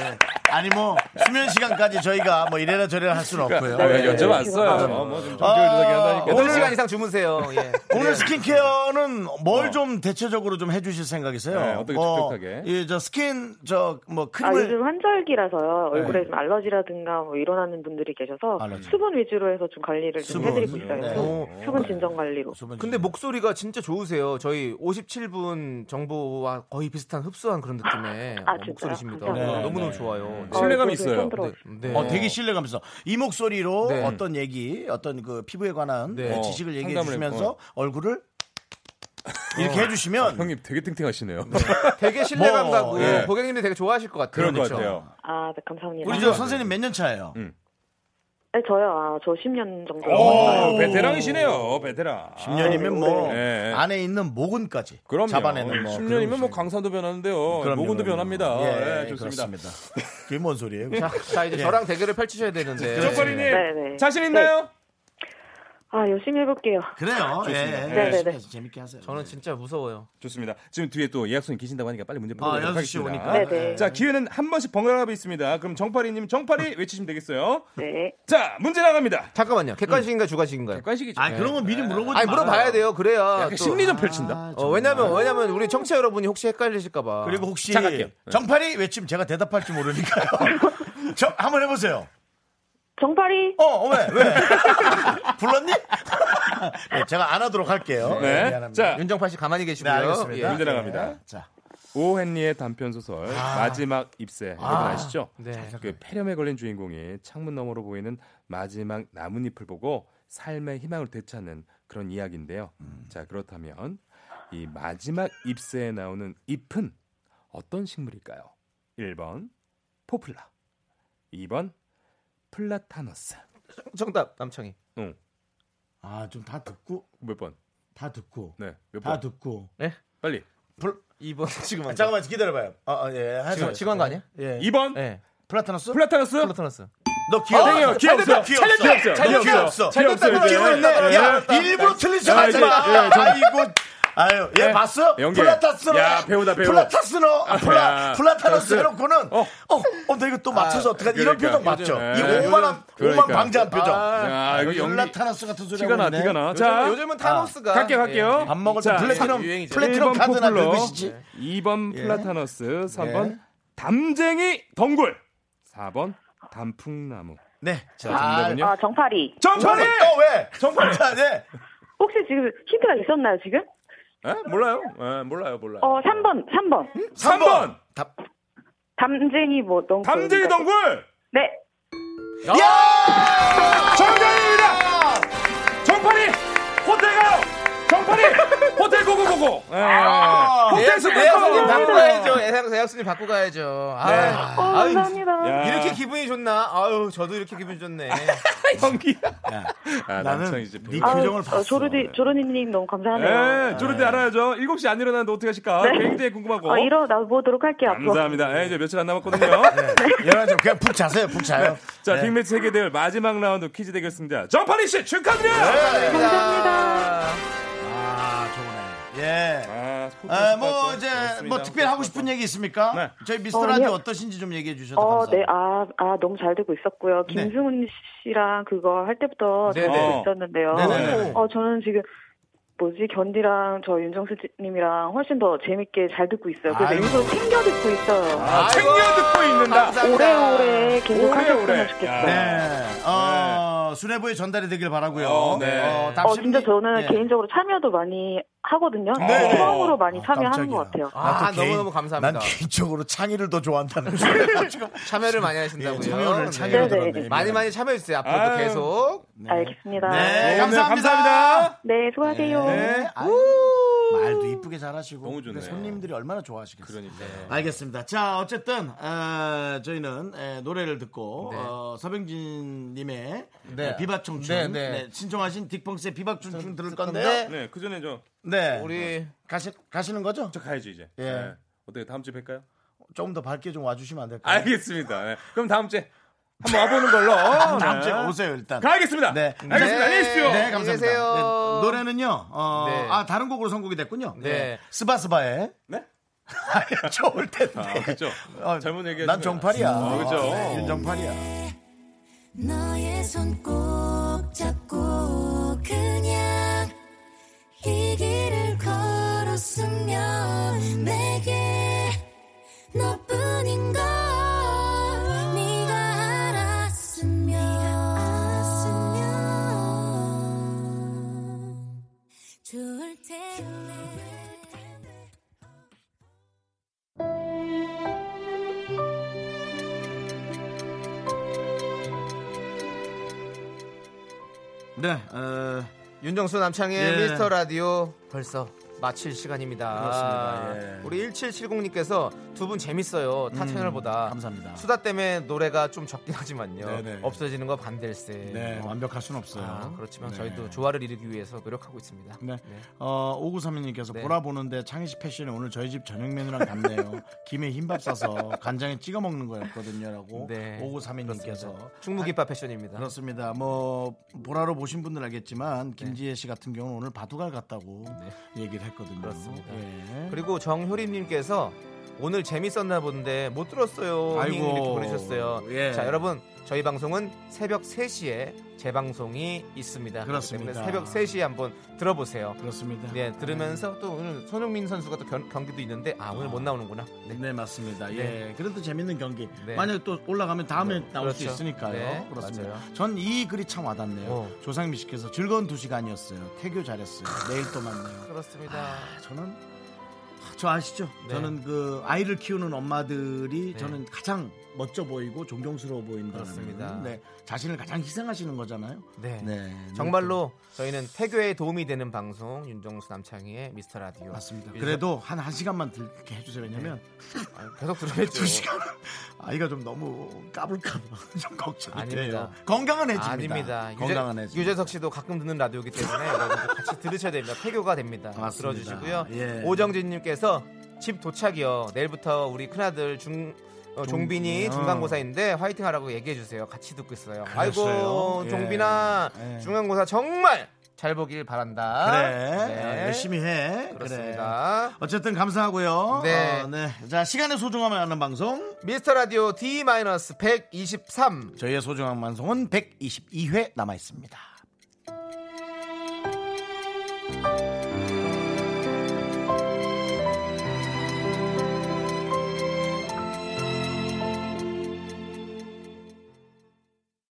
Speaker 1: 예. 아니 뭐 수면 시간까지 저희가 뭐 이래라 저래라 할 수는 없고요.
Speaker 7: 아,
Speaker 10: 네.
Speaker 7: 여쭤봤어요.
Speaker 10: 네.
Speaker 7: 어, 뭐좀 정결조사긴 한다니까.
Speaker 2: 8시간 이상 주무세요. 예.
Speaker 7: 어. 네.
Speaker 1: 오늘 스킨케어는 뭘 좀 대체적으로 좀 해주실 생각이세요? 뭐,
Speaker 7: 네, 어떻게 촉촉하게.
Speaker 1: 이저 스킨 저 뭐
Speaker 10: 아,
Speaker 1: 크림을
Speaker 10: 요즘 환절기라서요. 얼굴에 좀 알러지라든가 뭐 일어나는 분들이 계셔서
Speaker 1: 알러지.
Speaker 10: 수분 위주로 해서 좀 관리를 좀
Speaker 1: 수분.
Speaker 10: 해드리고 있어요.
Speaker 1: 네.
Speaker 2: 오.
Speaker 10: 수- 수분 진정 관리로.
Speaker 1: 수분
Speaker 2: 근데
Speaker 1: 좀-
Speaker 2: 목소리가 진짜 좋으세요. 저희 57분 정보와 거의 비슷한 흡수한 그런 느낌의
Speaker 10: 아,
Speaker 2: 어,
Speaker 10: 진짜요?
Speaker 2: 목소리십니다.
Speaker 10: 감사합니다.
Speaker 7: 네.
Speaker 2: 너무너무 좋아요.
Speaker 10: 어,
Speaker 7: 신뢰감이
Speaker 10: 저도
Speaker 7: 있어요.
Speaker 10: 처음 들어요.
Speaker 2: 네.
Speaker 7: 뭐
Speaker 1: 어, 되게 신뢰감 있어. 이 목소리로
Speaker 2: 네.
Speaker 1: 어떤 얘기, 어떤 그 피부에 관한
Speaker 2: 네.
Speaker 1: 어, 지식을
Speaker 7: 어,
Speaker 1: 얘기해
Speaker 7: 상담을
Speaker 1: 주시면서
Speaker 7: 해보-
Speaker 1: 얼굴을 이렇게 해주시면
Speaker 7: 아, 형님 되게 탱탱하시네요.
Speaker 2: 되게 신뢰감
Speaker 1: 뭐,
Speaker 2: 가고
Speaker 7: 예.
Speaker 2: 고객님들 되게 좋아하실 것 같아요.
Speaker 7: 그런 것
Speaker 2: 그렇죠?
Speaker 7: 같아요.
Speaker 1: 어.
Speaker 10: 아, 네, 감사합니다.
Speaker 1: 우리 저 선생님 몇 년 차예요?
Speaker 7: 음.
Speaker 10: 네, 저요. 아, 저 10년 정도.
Speaker 7: 오, 베테랑이시네요. 베테랑.
Speaker 1: 10년이면 뭐
Speaker 7: 어, 네.
Speaker 1: 안에 있는 모근까지
Speaker 7: 그럼요.
Speaker 1: 잡아내는 뭐
Speaker 7: 10년이면 뭐
Speaker 1: 그런
Speaker 7: 강산도 변하는데요.
Speaker 1: 그럼요, 그럼요.
Speaker 7: 모근도 변합니다.
Speaker 1: 예,
Speaker 7: 예, 좋습니다.
Speaker 1: 그렇습니다. 그게 뭔 소리예요? 네,
Speaker 2: 자, 자, 이제 저랑 대결을 펼치셔야 되는데.
Speaker 7: 정파리님
Speaker 10: 네, 네.
Speaker 7: 자신 있나요?
Speaker 10: 아, 열심히 해볼게요.
Speaker 1: 그래요. 예, 예.
Speaker 10: 네네네.
Speaker 1: 재밌게 하세요.
Speaker 2: 저는 진짜 무서워요.
Speaker 7: 좋습니다. 지금 뒤에 또 예약손이 계신다고 하니까 빨리 문제
Speaker 1: 아,
Speaker 7: 풀어보도록
Speaker 1: 연수 씨
Speaker 7: 하겠습니다.
Speaker 1: 오니까.
Speaker 10: 네네.
Speaker 7: 자, 기회는 한 번씩 번갈아 있습니다. 그럼 정파리님
Speaker 1: 아.
Speaker 7: 정파리 외치시면 되겠어요.
Speaker 10: 네.
Speaker 7: 자, 문제 나갑니다.
Speaker 2: 잠깐만요. 음. 객관식인가 주관식인가요?
Speaker 7: 객관식이죠. 네.
Speaker 1: 아 그런 거 미리 물어보지
Speaker 2: 아니 물어봐야
Speaker 1: 말아요.
Speaker 2: 돼요. 그래야
Speaker 7: 약간
Speaker 2: 또-
Speaker 7: 심리전
Speaker 1: 아,
Speaker 7: 펼친다.
Speaker 2: 어, 왜냐면 왜냐면 우리 청취자 여러분이 혹시 헷갈리실까봐.
Speaker 1: 그리고 혹시
Speaker 7: 시작할게요.
Speaker 1: 정팔이 외치면 제가 대답할지 모르니까요. 저 한번 해보세요.
Speaker 10: 정파리,
Speaker 1: 어, 어, 왜? 왜? 불렀니? 네, 제가 안 하도록 할게요. 네,
Speaker 7: 네.
Speaker 1: 미안합니다.
Speaker 7: 자,
Speaker 2: 윤정팔 씨 가만히 계시고요. 예.
Speaker 1: 네, 알겠습니다. 예,
Speaker 7: 문제 나갑니다.
Speaker 1: 자,
Speaker 7: 오헨리의 단편 소설 마지막 입새 여러분
Speaker 1: 아.
Speaker 7: 아. 시죠
Speaker 2: 네.
Speaker 7: 그 폐렴에 걸린 주인공이 창문 너머로 보이는 마지막 나뭇잎을 보고 삶의 희망을 되찾는 그런 이야기인데요. 자 그렇다면 이 마지막 잎새에 나오는 잎은 어떤 식물일까요? 1번 포플라, 2번 플라타너스.
Speaker 2: 정답 남창희.
Speaker 7: 응.
Speaker 1: 아, 좀 다 듣고,
Speaker 7: 몇 번?
Speaker 1: 다 듣고,
Speaker 7: 네. 몇
Speaker 1: 다
Speaker 7: 번?
Speaker 1: 듣고.
Speaker 7: 빨리.
Speaker 2: 2번 지금
Speaker 1: 아,
Speaker 2: 한
Speaker 1: 네, 잠깐만 기다려봐요. 아, 아, 예, 하세요.
Speaker 2: 지금 지금 한거 아니야?
Speaker 1: 예.
Speaker 7: 2번
Speaker 2: 예.
Speaker 1: 플라타너스?
Speaker 7: 플라타너스.
Speaker 2: 플라토너스.
Speaker 1: 너 기억
Speaker 7: 아니에요. 기회 없어요.
Speaker 1: 기회
Speaker 7: 찰리 기회 없어요.
Speaker 1: 없어. 너 기회
Speaker 7: 기회
Speaker 1: 없어.
Speaker 7: 기회 없어요,
Speaker 1: 너
Speaker 7: 이제.
Speaker 1: 기회 없네.
Speaker 7: 예.
Speaker 1: 야, 일부러 틀린 척 하지
Speaker 7: 예,
Speaker 1: 마.
Speaker 7: 예, 예, 전-
Speaker 1: 아이고. 아유, 얘
Speaker 7: 예.
Speaker 1: 봤어?
Speaker 7: 연기해.
Speaker 1: 플라타스너.
Speaker 7: 야, 배우다, 배우.
Speaker 1: 플라타스너. 아, 플라,
Speaker 7: 야,
Speaker 1: 플라타너스
Speaker 7: 플라타스.
Speaker 1: 해놓고는, 어,
Speaker 7: 어.
Speaker 1: 어, 나 이거 또 맞춰서 어떡하지? 이런
Speaker 7: 그러니까.
Speaker 1: 표정 맞죠?
Speaker 7: 요즘,
Speaker 1: 이
Speaker 7: 예.
Speaker 1: 5만원, 5만
Speaker 7: 요즘, 그러니까.
Speaker 1: 방지한 표정.
Speaker 7: 아, 이거 연기-
Speaker 1: 플라타너스 같은 소리
Speaker 7: 티가
Speaker 1: 하고
Speaker 7: 나,
Speaker 1: 있네. 아,
Speaker 7: 티가 나.
Speaker 2: 자,
Speaker 7: 자,
Speaker 2: 요즘은 타노스가
Speaker 7: 갈게요, 갈게요.
Speaker 1: 예. 밥 먹을 때
Speaker 7: 자,
Speaker 1: 플래티넘,
Speaker 2: 유행이죠.
Speaker 1: 플래티넘
Speaker 7: 1번
Speaker 1: 카드나
Speaker 7: 포플러,
Speaker 1: 늙으시지?
Speaker 7: 2번
Speaker 1: 예.
Speaker 7: 플라타너스, 3번
Speaker 1: 예.
Speaker 7: 담쟁이 덩굴, 4번 단풍나무.
Speaker 1: 네. 자,
Speaker 7: 정답은요?
Speaker 10: 아, 정파리.
Speaker 7: 정파리!
Speaker 1: 또 왜? 정말. 자, 네.
Speaker 10: 혹시 지금 힌트가 있었나요, 지금?
Speaker 7: 에? 예? 몰라요? 에, 몰라요, 몰라요.
Speaker 10: 어, 3번, 3번.
Speaker 7: 3번
Speaker 10: 담쟁이 뭐, 덩굴.
Speaker 7: 담쟁이 덩굴
Speaker 10: 네.
Speaker 7: 정답입니다. 정파리 호텔 가요. 정파리 호텔 고고고고. 예.
Speaker 1: 아,
Speaker 7: 호텔 숙박
Speaker 2: 대학생님 바꾸고
Speaker 7: 가요.
Speaker 2: 가야죠. 예, 대학- 대학생님 바꾸고 가야죠. 아,
Speaker 1: 네.
Speaker 10: 어,
Speaker 2: 아유,
Speaker 10: 감사합니다.
Speaker 7: 야.
Speaker 2: 이렇게 기분이 좋나? 아유, 저도 이렇게 기분 좋네.
Speaker 1: 아,
Speaker 7: 연기.
Speaker 1: 야,
Speaker 7: 아,
Speaker 1: 나는
Speaker 7: 남창이 이제
Speaker 1: 네
Speaker 7: 배우.
Speaker 10: 아유,
Speaker 1: 표정을
Speaker 10: 어,
Speaker 1: 봤어.
Speaker 10: 조르디, 조르니님 너무 감사하네요.
Speaker 7: 예, 조르디 알아야죠. 7시 안 일어나는데 어떻게 하실까? 굉장히 궁금하고.
Speaker 10: 아, 일어나 보도록 할게요, 앞으로.
Speaker 7: 뭐? 감사합니다. 예, 이제 며칠 안 남았거든요. 네.
Speaker 1: 여러분 좀 그냥 푹 자세요, 푹 자요.
Speaker 7: 자,
Speaker 1: 예, 네.
Speaker 7: 빅매치 세계대회 마지막 라운드 퀴즈 대결 승자 정파리 씨
Speaker 1: 네.
Speaker 7: 축하드려요.
Speaker 2: 감사합니다.
Speaker 1: 아, 좋네. 예.
Speaker 7: 아,
Speaker 1: 아, 뭐 이제 뭐 특별히 하고 싶은 얘기 있습니까?
Speaker 7: 네.
Speaker 1: 저희 미스터
Speaker 10: 어,
Speaker 1: 라디오
Speaker 10: 아니요.
Speaker 1: 어떠신지 좀 얘기해 주셔도
Speaker 10: 어, 네,
Speaker 1: 감사합니다.
Speaker 10: 아, 아, 너무 잘 되고 있었고요.
Speaker 1: 네.
Speaker 10: 김승훈 씨랑 그거 할 때부터 잘
Speaker 2: 네네.
Speaker 10: 되고 있었는데요.
Speaker 1: 네네.
Speaker 10: 어, 저는 지금 뭐지 견디랑 저 윤정수님이랑 훨씬 더 재밌게 잘 듣고 있어요. 그래서
Speaker 1: 아이고.
Speaker 10: 일부러 챙겨 듣고 있어요.
Speaker 7: 아, 챙겨 듣고 있는다.
Speaker 10: 오래오래 계속
Speaker 7: 오래오래.
Speaker 10: 하셨으면
Speaker 7: 야.
Speaker 10: 좋겠어요.
Speaker 1: 네. 어, 수뇌부에 전달이 되길 바라고요.
Speaker 7: 어, 네.
Speaker 1: 어,
Speaker 10: 어,
Speaker 1: 답심리-
Speaker 10: 진짜 저는
Speaker 1: 예.
Speaker 10: 개인적으로 참여도 많이 하거든요.
Speaker 7: 네네.
Speaker 10: 처음으로 많이
Speaker 1: 아,
Speaker 10: 참여하는
Speaker 1: 깜짝이야.
Speaker 10: 것 같아요.
Speaker 2: 아,
Speaker 1: 나도 개인-
Speaker 2: 너무너무 감사합니다.
Speaker 1: 난 개인적으로 창의를 더 좋아한다는 거. 지금
Speaker 2: 참여를 많이
Speaker 1: 예,
Speaker 2: 하신다고요.
Speaker 1: 창의를
Speaker 2: 네.
Speaker 1: 창의로
Speaker 10: 네.
Speaker 1: 들었네.
Speaker 2: 많이 많이 참여해주세요. 앞으로도
Speaker 7: 아유.
Speaker 2: 계속.
Speaker 10: 알겠습니다.
Speaker 1: 네,
Speaker 7: 네,
Speaker 1: 감사합니다.
Speaker 7: 감사합니다.
Speaker 10: 네, 수고하세요.
Speaker 1: 네. 아유, 말도 이쁘게 잘하시고
Speaker 7: 너무 좋네요.
Speaker 1: 근데 손님들이 얼마나 좋아하시겠어요.
Speaker 7: 그러니까.
Speaker 1: 알겠습니다. 자, 어쨌든 어, 저희는 에, 노래를 듣고 어, 서병진 님의
Speaker 2: 네.
Speaker 1: 비박 청춘
Speaker 2: 네, 네.
Speaker 1: 네, 신청하신 딕펑스의 비박 청춘 들을 건데요.
Speaker 2: 건데
Speaker 7: 네, 그 전에 저,
Speaker 1: 네.
Speaker 2: 우리
Speaker 1: 가시 가시는 거죠?
Speaker 7: 저 가야죠, 이제.
Speaker 1: 예.
Speaker 7: 네. 어떻게 다음 주에 뵐까요?
Speaker 1: 조금 더 밝게 좀 와주시면 안 될까요?
Speaker 7: 알겠습니다. 네. 그럼 다음 주에 한번 와보는 걸로.
Speaker 1: 다음
Speaker 7: 네.
Speaker 1: 주에 오세요 일단.
Speaker 7: 가겠습니다.
Speaker 1: 네.
Speaker 7: 알겠습니다. 안녕히 계십시오.
Speaker 1: 네,
Speaker 2: 안녕히
Speaker 1: 감사합니다.
Speaker 2: 계세요.
Speaker 1: 네, 노래는요. 어,
Speaker 2: 네.
Speaker 1: 아 다른 곡으로 선곡이 됐군요.
Speaker 2: 네.
Speaker 1: 스바스바의
Speaker 7: 네?
Speaker 1: 좋을 텐데.
Speaker 7: 아, 그죠.
Speaker 1: 어,
Speaker 7: 잘못 얘기하지
Speaker 1: 난
Speaker 7: 마요.
Speaker 1: 정팔이야.
Speaker 7: 아, 그죠.
Speaker 1: 네, 윤정팔이야.
Speaker 3: 너의 손 꼭 잡고 그냥 이 길을 걸었으면 내게 너뿐인 걸 네가 알았으면 좋을 텐데
Speaker 1: 네. 어,
Speaker 2: 윤정수 남창의
Speaker 1: 예. 네, 어,
Speaker 2: 미스터 라디오 벌써 마칠 시간입니다.
Speaker 1: 예. 그렇습니다. 예.
Speaker 2: 우리 1770님께서 두 분 재밌어요. 타
Speaker 1: 음,
Speaker 2: 채널보다.
Speaker 1: 감사합니다.
Speaker 2: 수다 때문에 노래가 좀 적긴 하지만요.
Speaker 1: 네네.
Speaker 2: 없어지는 건 반댈세. 뭐,
Speaker 1: 네, 완벽할 수는 없어요.
Speaker 2: 아, 그렇지만
Speaker 1: 네.
Speaker 2: 저희도 조화를 이루기 위해서 노력하고 있습니다.
Speaker 1: 네. 어, 5932님께서
Speaker 2: 네.
Speaker 1: 보라 보는데 창희씨 패션이 오늘 저희 집 저녁 메뉴랑 같네요. 김에 흰밥 싸서 간장에 찍어 먹는 거였거든요. 라고
Speaker 2: 네.
Speaker 1: 5932님께서.
Speaker 2: 충무김밥 패션입니다.
Speaker 1: 그렇습니다. 뭐, 보라로 보신 분들 알겠지만, 김지혜 씨 같은 경우는 오늘 바둑알 같다고 얘기를 했거든요.
Speaker 2: 네. 그렇습니다.
Speaker 1: 예.
Speaker 2: 그리고 정효림님께서 오늘 재밌었나 본데 못 들었어요.
Speaker 1: 아이고.
Speaker 2: 아이고 이렇게 보내셨어요.
Speaker 1: 예.
Speaker 2: 자 여러분 저희 방송은 새벽 3시에 재방송이 있습니다. 그렇기
Speaker 1: 그렇습니다.
Speaker 2: 때문에 새벽 3시에 한번 들어보세요.
Speaker 1: 그렇습니다.
Speaker 2: 네 들으면서 또 오늘 손흥민 선수가 또 견- 경기도 있는데 아 오늘 못 나오는구나.
Speaker 1: 네, 맞습니다. 예.
Speaker 2: 네.
Speaker 1: 그래도 재밌는 경기.
Speaker 2: 네.
Speaker 1: 만약에 또 올라가면 다음에 나올 수
Speaker 2: 그렇죠.
Speaker 1: 있으니까요.
Speaker 2: 네,
Speaker 1: 그렇습니다.
Speaker 2: 맞아요.
Speaker 1: 전 이 글이 참 와닿네요.
Speaker 2: 어.
Speaker 1: 조상미 씨께서 즐거운 두 시간이었어요. 태교 잘했어요. 내일 또 만나요.
Speaker 2: 그렇습니다.
Speaker 1: 저는 아, 저 아시죠?
Speaker 2: 네.
Speaker 1: 저는 그 아이를 키우는 엄마들이 저는 가장 멋져 보이고 존경스러워 보인다는
Speaker 2: 그렇습니다.
Speaker 1: 네, 자신을 가장 희생하시는 거잖아요.
Speaker 2: 네.
Speaker 1: 네,
Speaker 2: 정말로 저희는 태교에 도움이 되는 방송 윤정수 남창희의 미스터 라디오
Speaker 1: 네, 맞습니다.
Speaker 2: 일-
Speaker 1: 그래도 한 한 시간만 들게 해주세요. 왜냐면
Speaker 2: 아, 계속 들어야죠.
Speaker 1: 두 시간 아이가 좀 너무 까불까불 좀 걱정이 돼요.
Speaker 2: 아닙니다.
Speaker 1: 건강은 해집니다.
Speaker 2: 아닙니다.
Speaker 1: 건강은
Speaker 2: 유재,
Speaker 1: 해집니다.
Speaker 2: 유재석 씨도 가끔 듣는 라디오이기 때문에 여러분들 같이 들으셔야 됩니다. 폐교가 됩니다.
Speaker 1: 맞습니다.
Speaker 2: 들어주시고요.
Speaker 1: 예.
Speaker 2: 오정진님께서 집 도착이요. 내일부터 우리 큰아들 중 어, 종빈이
Speaker 1: 종-
Speaker 2: 중간고사인데 화이팅 하라고 얘기해 주세요. 같이 듣고 있어요.
Speaker 1: 그랬어요?
Speaker 2: 아이고
Speaker 1: 예.
Speaker 2: 종빈아
Speaker 1: 예.
Speaker 2: 중간고사 정말 잘 보길 바란다.
Speaker 1: 그래
Speaker 2: 네.
Speaker 1: 어, 열심히 해. 그래.
Speaker 2: 그렇습니다.
Speaker 1: 어쨌든 감사하고요.
Speaker 2: 네.
Speaker 1: 어, 네. 자 시간의 소중함을 아는 방송.
Speaker 2: 미스터 라디오 D-123
Speaker 1: 저희의 소중한 방송은 122회 남아 있습니다.